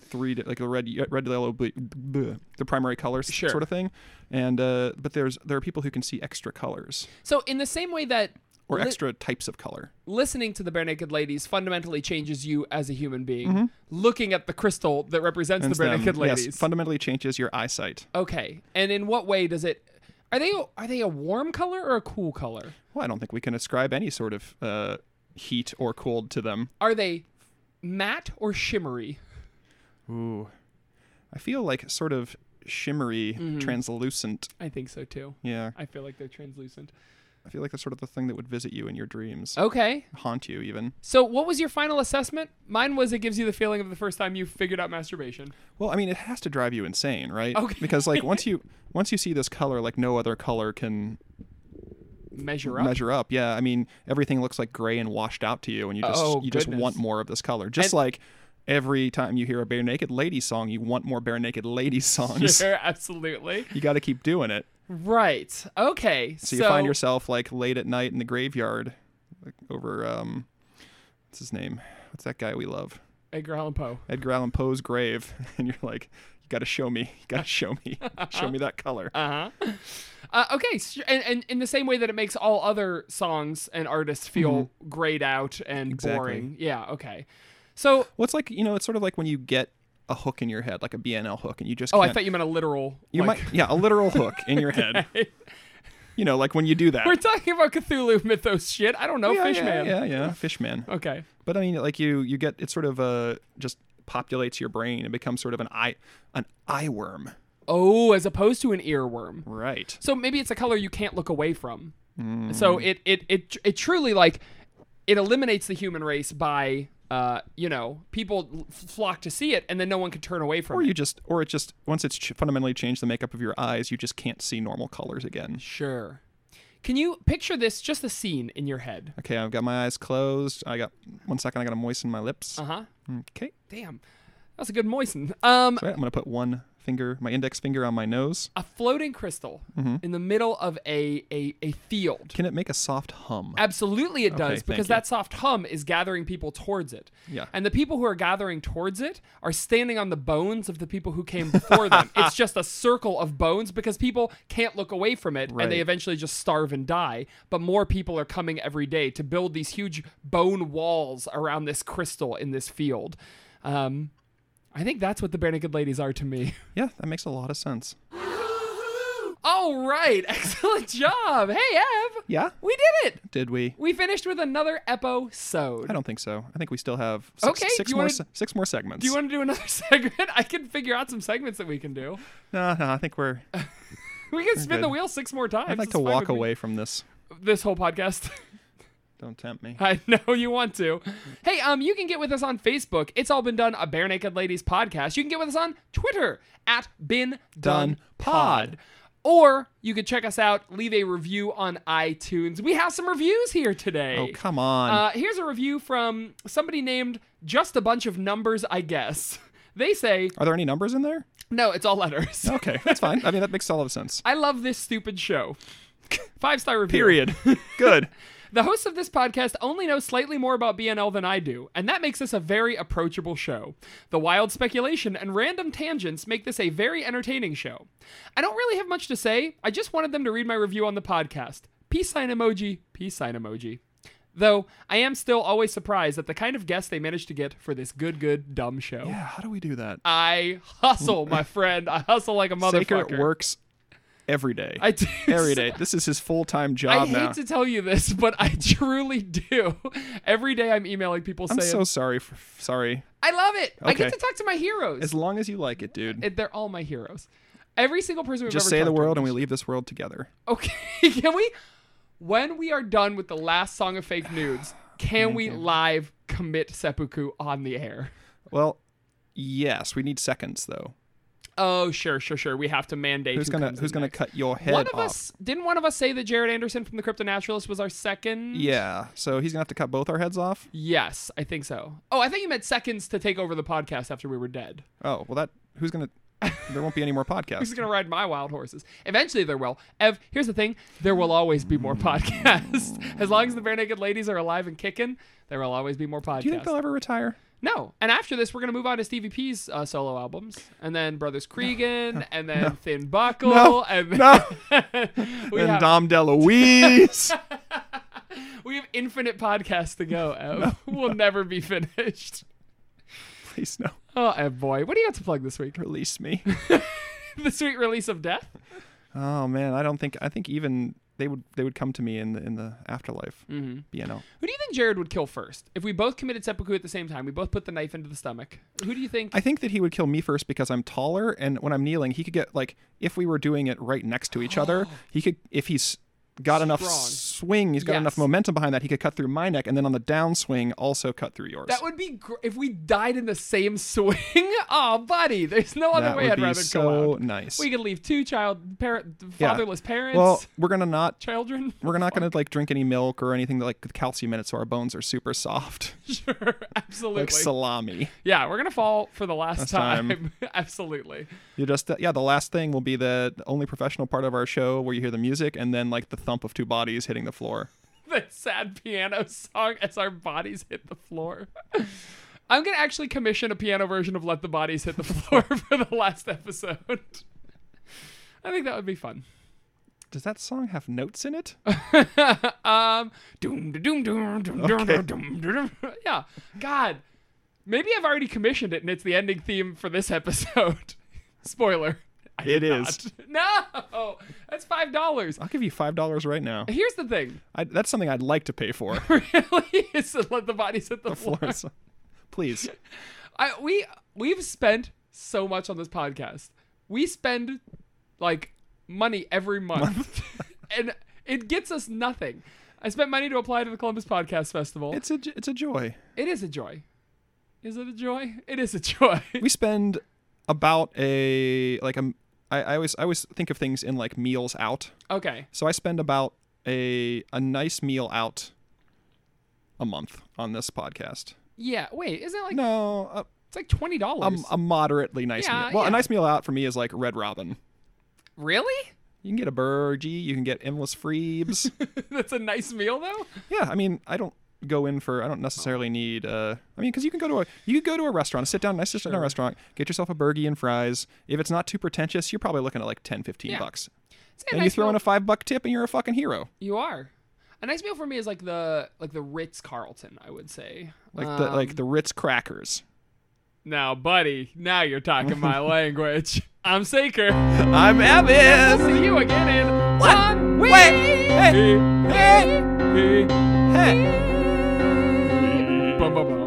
Speaker 3: three di- like the red ye- red yellow blue, bleh, the primary colors
Speaker 2: Sure.
Speaker 3: sort of thing. And uh, but there's there are people who can see extra colors
Speaker 2: So in the same way that
Speaker 3: or
Speaker 2: li-
Speaker 3: extra types of color.
Speaker 2: listening to the bare naked ladies fundamentally changes you as a human being looking at the crystal that represents the bare
Speaker 3: Them,
Speaker 2: naked ladies
Speaker 3: Yes, fundamentally changes your eyesight.
Speaker 2: okay and in what way does it are they are they a warm color or a cool color
Speaker 3: Well, I don't think we can ascribe any sort of uh, heat or cold to them.
Speaker 2: are they matte or shimmery
Speaker 3: Ooh. I feel like sort of shimmery, translucent.
Speaker 2: i think so too
Speaker 3: Yeah.
Speaker 2: Mm-hmm. i feel like they're translucent
Speaker 3: I feel like that's sort of the thing that would visit you in your dreams.
Speaker 2: okay
Speaker 3: haunt you even
Speaker 2: so what was your final assessment mine was it gives you the feeling of the first time you figured out masturbation
Speaker 3: well i mean it has to drive you insane right
Speaker 2: Okay.
Speaker 3: because like once you once you see this color like no other color can
Speaker 2: measure up
Speaker 3: measure up yeah i mean everything looks like gray and washed out to you and you just
Speaker 2: Oh,
Speaker 3: you just
Speaker 2: goodness.
Speaker 3: want more of this color just like every time you hear a bare naked lady song you want more bare naked lady songs
Speaker 2: Sure, absolutely
Speaker 3: you got to keep doing it
Speaker 2: right okay
Speaker 3: so, you find yourself like late at night in the graveyard like, over um what's his name what's that guy we love
Speaker 2: edgar allan poe
Speaker 3: edgar allan poe's grave and you're like you got to show me you got to show me show me that color
Speaker 2: Uh-huh. Uh, okay, s- and, and in the same way that it makes all other songs and artists feel grayed out and
Speaker 3: Mm-hmm. Exactly.
Speaker 2: boring. Yeah, okay. So,
Speaker 3: Well, it's like you know, it's sort of like when you get a hook in your head, like a BNL hook, and you just
Speaker 2: oh, I
Speaker 3: can't-
Speaker 2: thought you meant a literal.
Speaker 3: you
Speaker 2: like-
Speaker 3: might yeah a literal hook in your head. You know, like when you do that.
Speaker 2: We're talking about Cthulhu mythos shit. I don't know,
Speaker 3: yeah,
Speaker 2: Fishman.
Speaker 3: Yeah, yeah, yeah, fishman.
Speaker 2: Okay.
Speaker 3: But I mean, like you you get it sort of uh, just populates your brain and becomes sort of an eye an eye worm.
Speaker 2: Oh, as opposed to an earworm.
Speaker 3: Right.
Speaker 2: So maybe it's a color you can't look away from.
Speaker 3: Mm.
Speaker 2: So it it it it truly like it eliminates the human race by uh you know people l- flock to see it and then no one can turn away from
Speaker 3: Or
Speaker 2: it.
Speaker 3: you just or it just once it's ch- fundamentally changed the makeup of your eyes, you just can't see normal colors again.
Speaker 2: Sure. Can you picture this, just the scene in your head?
Speaker 3: Okay, I've got my eyes closed. I got one second. I gotta moisten my lips.
Speaker 2: Uh huh.
Speaker 3: Okay,
Speaker 2: Damn. That's a good moisten. Um,
Speaker 3: so yeah, I'm gonna put one finger, my index finger, on my nose.
Speaker 2: a floating crystal in the middle of a, a, a field.
Speaker 3: Can it make a soft hum?
Speaker 2: Absolutely, it does
Speaker 3: thank
Speaker 2: because
Speaker 3: you.
Speaker 2: that soft hum is gathering people towards it.
Speaker 3: Yeah.
Speaker 2: And the people who are gathering towards it are standing on the bones of the people who came before them. It's just a circle of bones because people can't look away from it and they
Speaker 3: Right.
Speaker 2: eventually just starve and die. But more people are coming every day to build these huge bone walls around this crystal in this field. Um, I think that's what the Bare Naked Ladies are to me.
Speaker 3: Yeah, that makes a lot of sense.
Speaker 2: All right. Excellent job. Hey, Ev.
Speaker 3: Yeah?
Speaker 2: We did it.
Speaker 3: Did we?
Speaker 2: We finished with another episode.
Speaker 3: I don't think so. I think we still have six,
Speaker 2: Okay,
Speaker 3: six
Speaker 2: you
Speaker 3: more
Speaker 2: wanna-
Speaker 3: se- six more segments.
Speaker 2: Do you want to do another segment? I can figure out some segments that we can do.
Speaker 3: No, no, I think we're.
Speaker 2: We can spin the
Speaker 3: good.
Speaker 2: wheel six more times.
Speaker 3: I'd like
Speaker 2: It's
Speaker 3: to
Speaker 2: fine
Speaker 3: walk
Speaker 2: with me.
Speaker 3: away from this.
Speaker 2: This whole podcast.
Speaker 3: Don't tempt me.
Speaker 2: I know you want to. Hey, um, you can get with us on Facebook. It's all been done. A bare naked ladies podcast. You can get with us on Twitter at bin done
Speaker 3: Done
Speaker 2: pod. Or you could check us out, leave a review on iTunes. We have some reviews here today.
Speaker 3: Oh, come on.
Speaker 2: Uh, here's a review from somebody named Just a Bunch of Numbers, I guess. They say,
Speaker 3: Are there any numbers in there?
Speaker 2: no, it's all letters.
Speaker 3: Okay, that's fine. I mean, that makes a lot of sense.
Speaker 2: I love this stupid show. Five star review.
Speaker 3: Period. Good.
Speaker 2: The hosts of this podcast only know slightly more about BNL than I do, and that makes this a very approachable show. The wild speculation and random tangents make this a very entertaining show. I don't really have much to say, I just wanted them to read my review on the podcast. Peace sign emoji, peace sign emoji. Though, I am still always surprised at the kind of guests they managed to get for this good, good, dumb show.
Speaker 3: Yeah, how do we do that?
Speaker 2: I hustle, my friend. I hustle like a
Speaker 3: Saker
Speaker 2: motherfucker.
Speaker 3: works every day.
Speaker 2: I do
Speaker 3: every day. This is his full time
Speaker 2: I
Speaker 3: job
Speaker 2: hate
Speaker 3: now.
Speaker 2: to tell you this, but I truly do. Every day I'm emailing people
Speaker 3: I'm
Speaker 2: saying,
Speaker 3: so sorry. For, sorry.
Speaker 2: I love it. I get
Speaker 3: Okay.
Speaker 2: to talk to my heroes.
Speaker 3: As long as you like it, dude.
Speaker 2: It- they're all my heroes. Every single person we've
Speaker 3: Just
Speaker 2: ever
Speaker 3: say the
Speaker 2: talked to.
Speaker 3: world and we leave this world together.
Speaker 2: Okay, can we? When we are done with the last song of fake nudes, can we live commit seppuku on the air?
Speaker 3: Well, yes, we need seconds though.
Speaker 2: Oh, sure, sure, sure. We have to mandate
Speaker 3: Who's
Speaker 2: who
Speaker 3: gonna
Speaker 2: comes
Speaker 3: Who's
Speaker 2: in
Speaker 3: gonna
Speaker 2: next.
Speaker 3: cut your head
Speaker 2: One of
Speaker 3: off?
Speaker 2: us didn't one of us say that Jared Anderson from the Crypto Naturalist was our second?
Speaker 3: Yeah. So he's gonna have to cut both our heads off.
Speaker 2: Yes, I think so. Oh, I think you meant seconds to take over the podcast after we were dead.
Speaker 3: Oh well, that who's gonna? There won't be any more podcasts.
Speaker 2: Who's gonna ride my wild horses? Eventually there will. Ev, here's the thing: there will always be more podcasts. as long as the bare naked ladies are alive and kicking, there will always be more podcasts.
Speaker 3: Do you think they'll ever retire?
Speaker 2: no. And after this, we're gonna move on to Stevie P's uh, solo albums, and then Brothers Cregan, and then Thin Buckle,
Speaker 3: No.
Speaker 2: and
Speaker 3: No.
Speaker 2: we,
Speaker 3: and
Speaker 2: have,
Speaker 3: Dom DeLuise.
Speaker 2: we have infinite podcasts to go. Ev, we'll never be finished.
Speaker 3: Please no,
Speaker 2: Oh, Ev boy, what do you got to plug this week?
Speaker 3: release me.
Speaker 2: the sweet release of death.
Speaker 3: Oh man, I don't think I think even they would they would come to me in the in the afterlife. Mm-hmm. BNL.
Speaker 2: Who do you think Jared would kill first? If we both committed seppuku at the same time, we both put the knife into the stomach. Who do you think?
Speaker 3: I think that he would kill me first because I'm taller, and when I'm kneeling, he could get like if we were doing it right next to each other, he could if he's got enough
Speaker 2: Strong.
Speaker 3: swing, he's got
Speaker 2: Yes.
Speaker 3: enough momentum behind that, he could cut through my neck, and then on the downswing also cut through yours.
Speaker 2: that would be gr- if we died in the same swing. oh, buddy, there's no other
Speaker 3: That
Speaker 2: way
Speaker 3: would
Speaker 2: I'd
Speaker 3: be
Speaker 2: rather go
Speaker 3: so
Speaker 2: out.
Speaker 3: nice.
Speaker 2: We could leave two child parent,
Speaker 3: Yeah.
Speaker 2: fatherless parents,
Speaker 3: Well, we're gonna not
Speaker 2: children.
Speaker 3: we're not gonna like drink any milk or anything that like with calcium in it, so our bones are super soft,
Speaker 2: sure, absolutely.
Speaker 3: like salami.
Speaker 2: yeah, we're gonna fall for the last,
Speaker 3: time.
Speaker 2: absolutely.
Speaker 3: You just yeah. The last thing will be the only professional part of our show where you hear the music and then like the thump of two bodies hitting the floor.
Speaker 2: the sad piano song as our bodies hit the floor. I'm gonna actually commission a piano version of "Let the Bodies Hit the Floor" for the last episode. I think that would be fun.
Speaker 3: Does that song have notes in it?
Speaker 2: Um, doom da doom doom doom doom
Speaker 3: Okay.
Speaker 2: doom doom doom. Yeah, God, maybe I've already commissioned it, and it's the ending theme for this episode. Spoiler. I
Speaker 3: It
Speaker 2: did
Speaker 3: is.
Speaker 2: not. No, that's five dollars.
Speaker 3: I'll give you five dollars right now.
Speaker 2: Here's the thing.
Speaker 3: I, that's something I'd like to pay for.
Speaker 2: Really, is to let the bodies hit the, floor.
Speaker 3: Florence, please.
Speaker 2: I we we've spent so much on this podcast. We spend like money every month, and it gets us nothing. I spent money to apply to the Columbus Podcast Festival. It's,
Speaker 3: It's a j- it's a joy.
Speaker 2: a joy. Is it a joy? It is a joy.
Speaker 3: We spend about um, a like a m- I, I always I always think of things in like meals out.
Speaker 2: okay.
Speaker 3: So I spend about a a nice meal out a month on this podcast.
Speaker 2: Yeah. Wait, isn't it like
Speaker 3: No, uh, a,
Speaker 2: it's like twenty dollars?
Speaker 3: a, a moderately nice
Speaker 2: Yeah,
Speaker 3: meal. Well,
Speaker 2: yeah.
Speaker 3: a nice meal out for me is like Red Robin.
Speaker 2: really?
Speaker 3: You can get a burgie, you can get endless freebs.
Speaker 2: That's a nice meal though.
Speaker 3: yeah, I mean, I don't go in for I don't necessarily need uh I mean cuz you can go to a you could go to a restaurant, sit down, nice sit down in a restaurant, get yourself a burgie and fries. If it's not too pretentious, you're probably looking at like 10 15
Speaker 2: Yeah.
Speaker 3: bucks.
Speaker 2: It's a
Speaker 3: And you
Speaker 2: nice
Speaker 3: throw
Speaker 2: meal.
Speaker 3: in a 5 buck tip and you're a fucking hero.
Speaker 2: You are. A nice meal for me is like the like the Ritz Carlton, I would say.
Speaker 3: Like the
Speaker 2: Um,
Speaker 3: like the Ritz crackers.
Speaker 2: Now, buddy, now you're talking my language. I'm Saker.
Speaker 3: I'm
Speaker 2: We'll
Speaker 3: Evan.
Speaker 2: see you again in one week.
Speaker 3: Hey.
Speaker 2: Hey.
Speaker 3: Hey.
Speaker 2: Bum, bum, bum.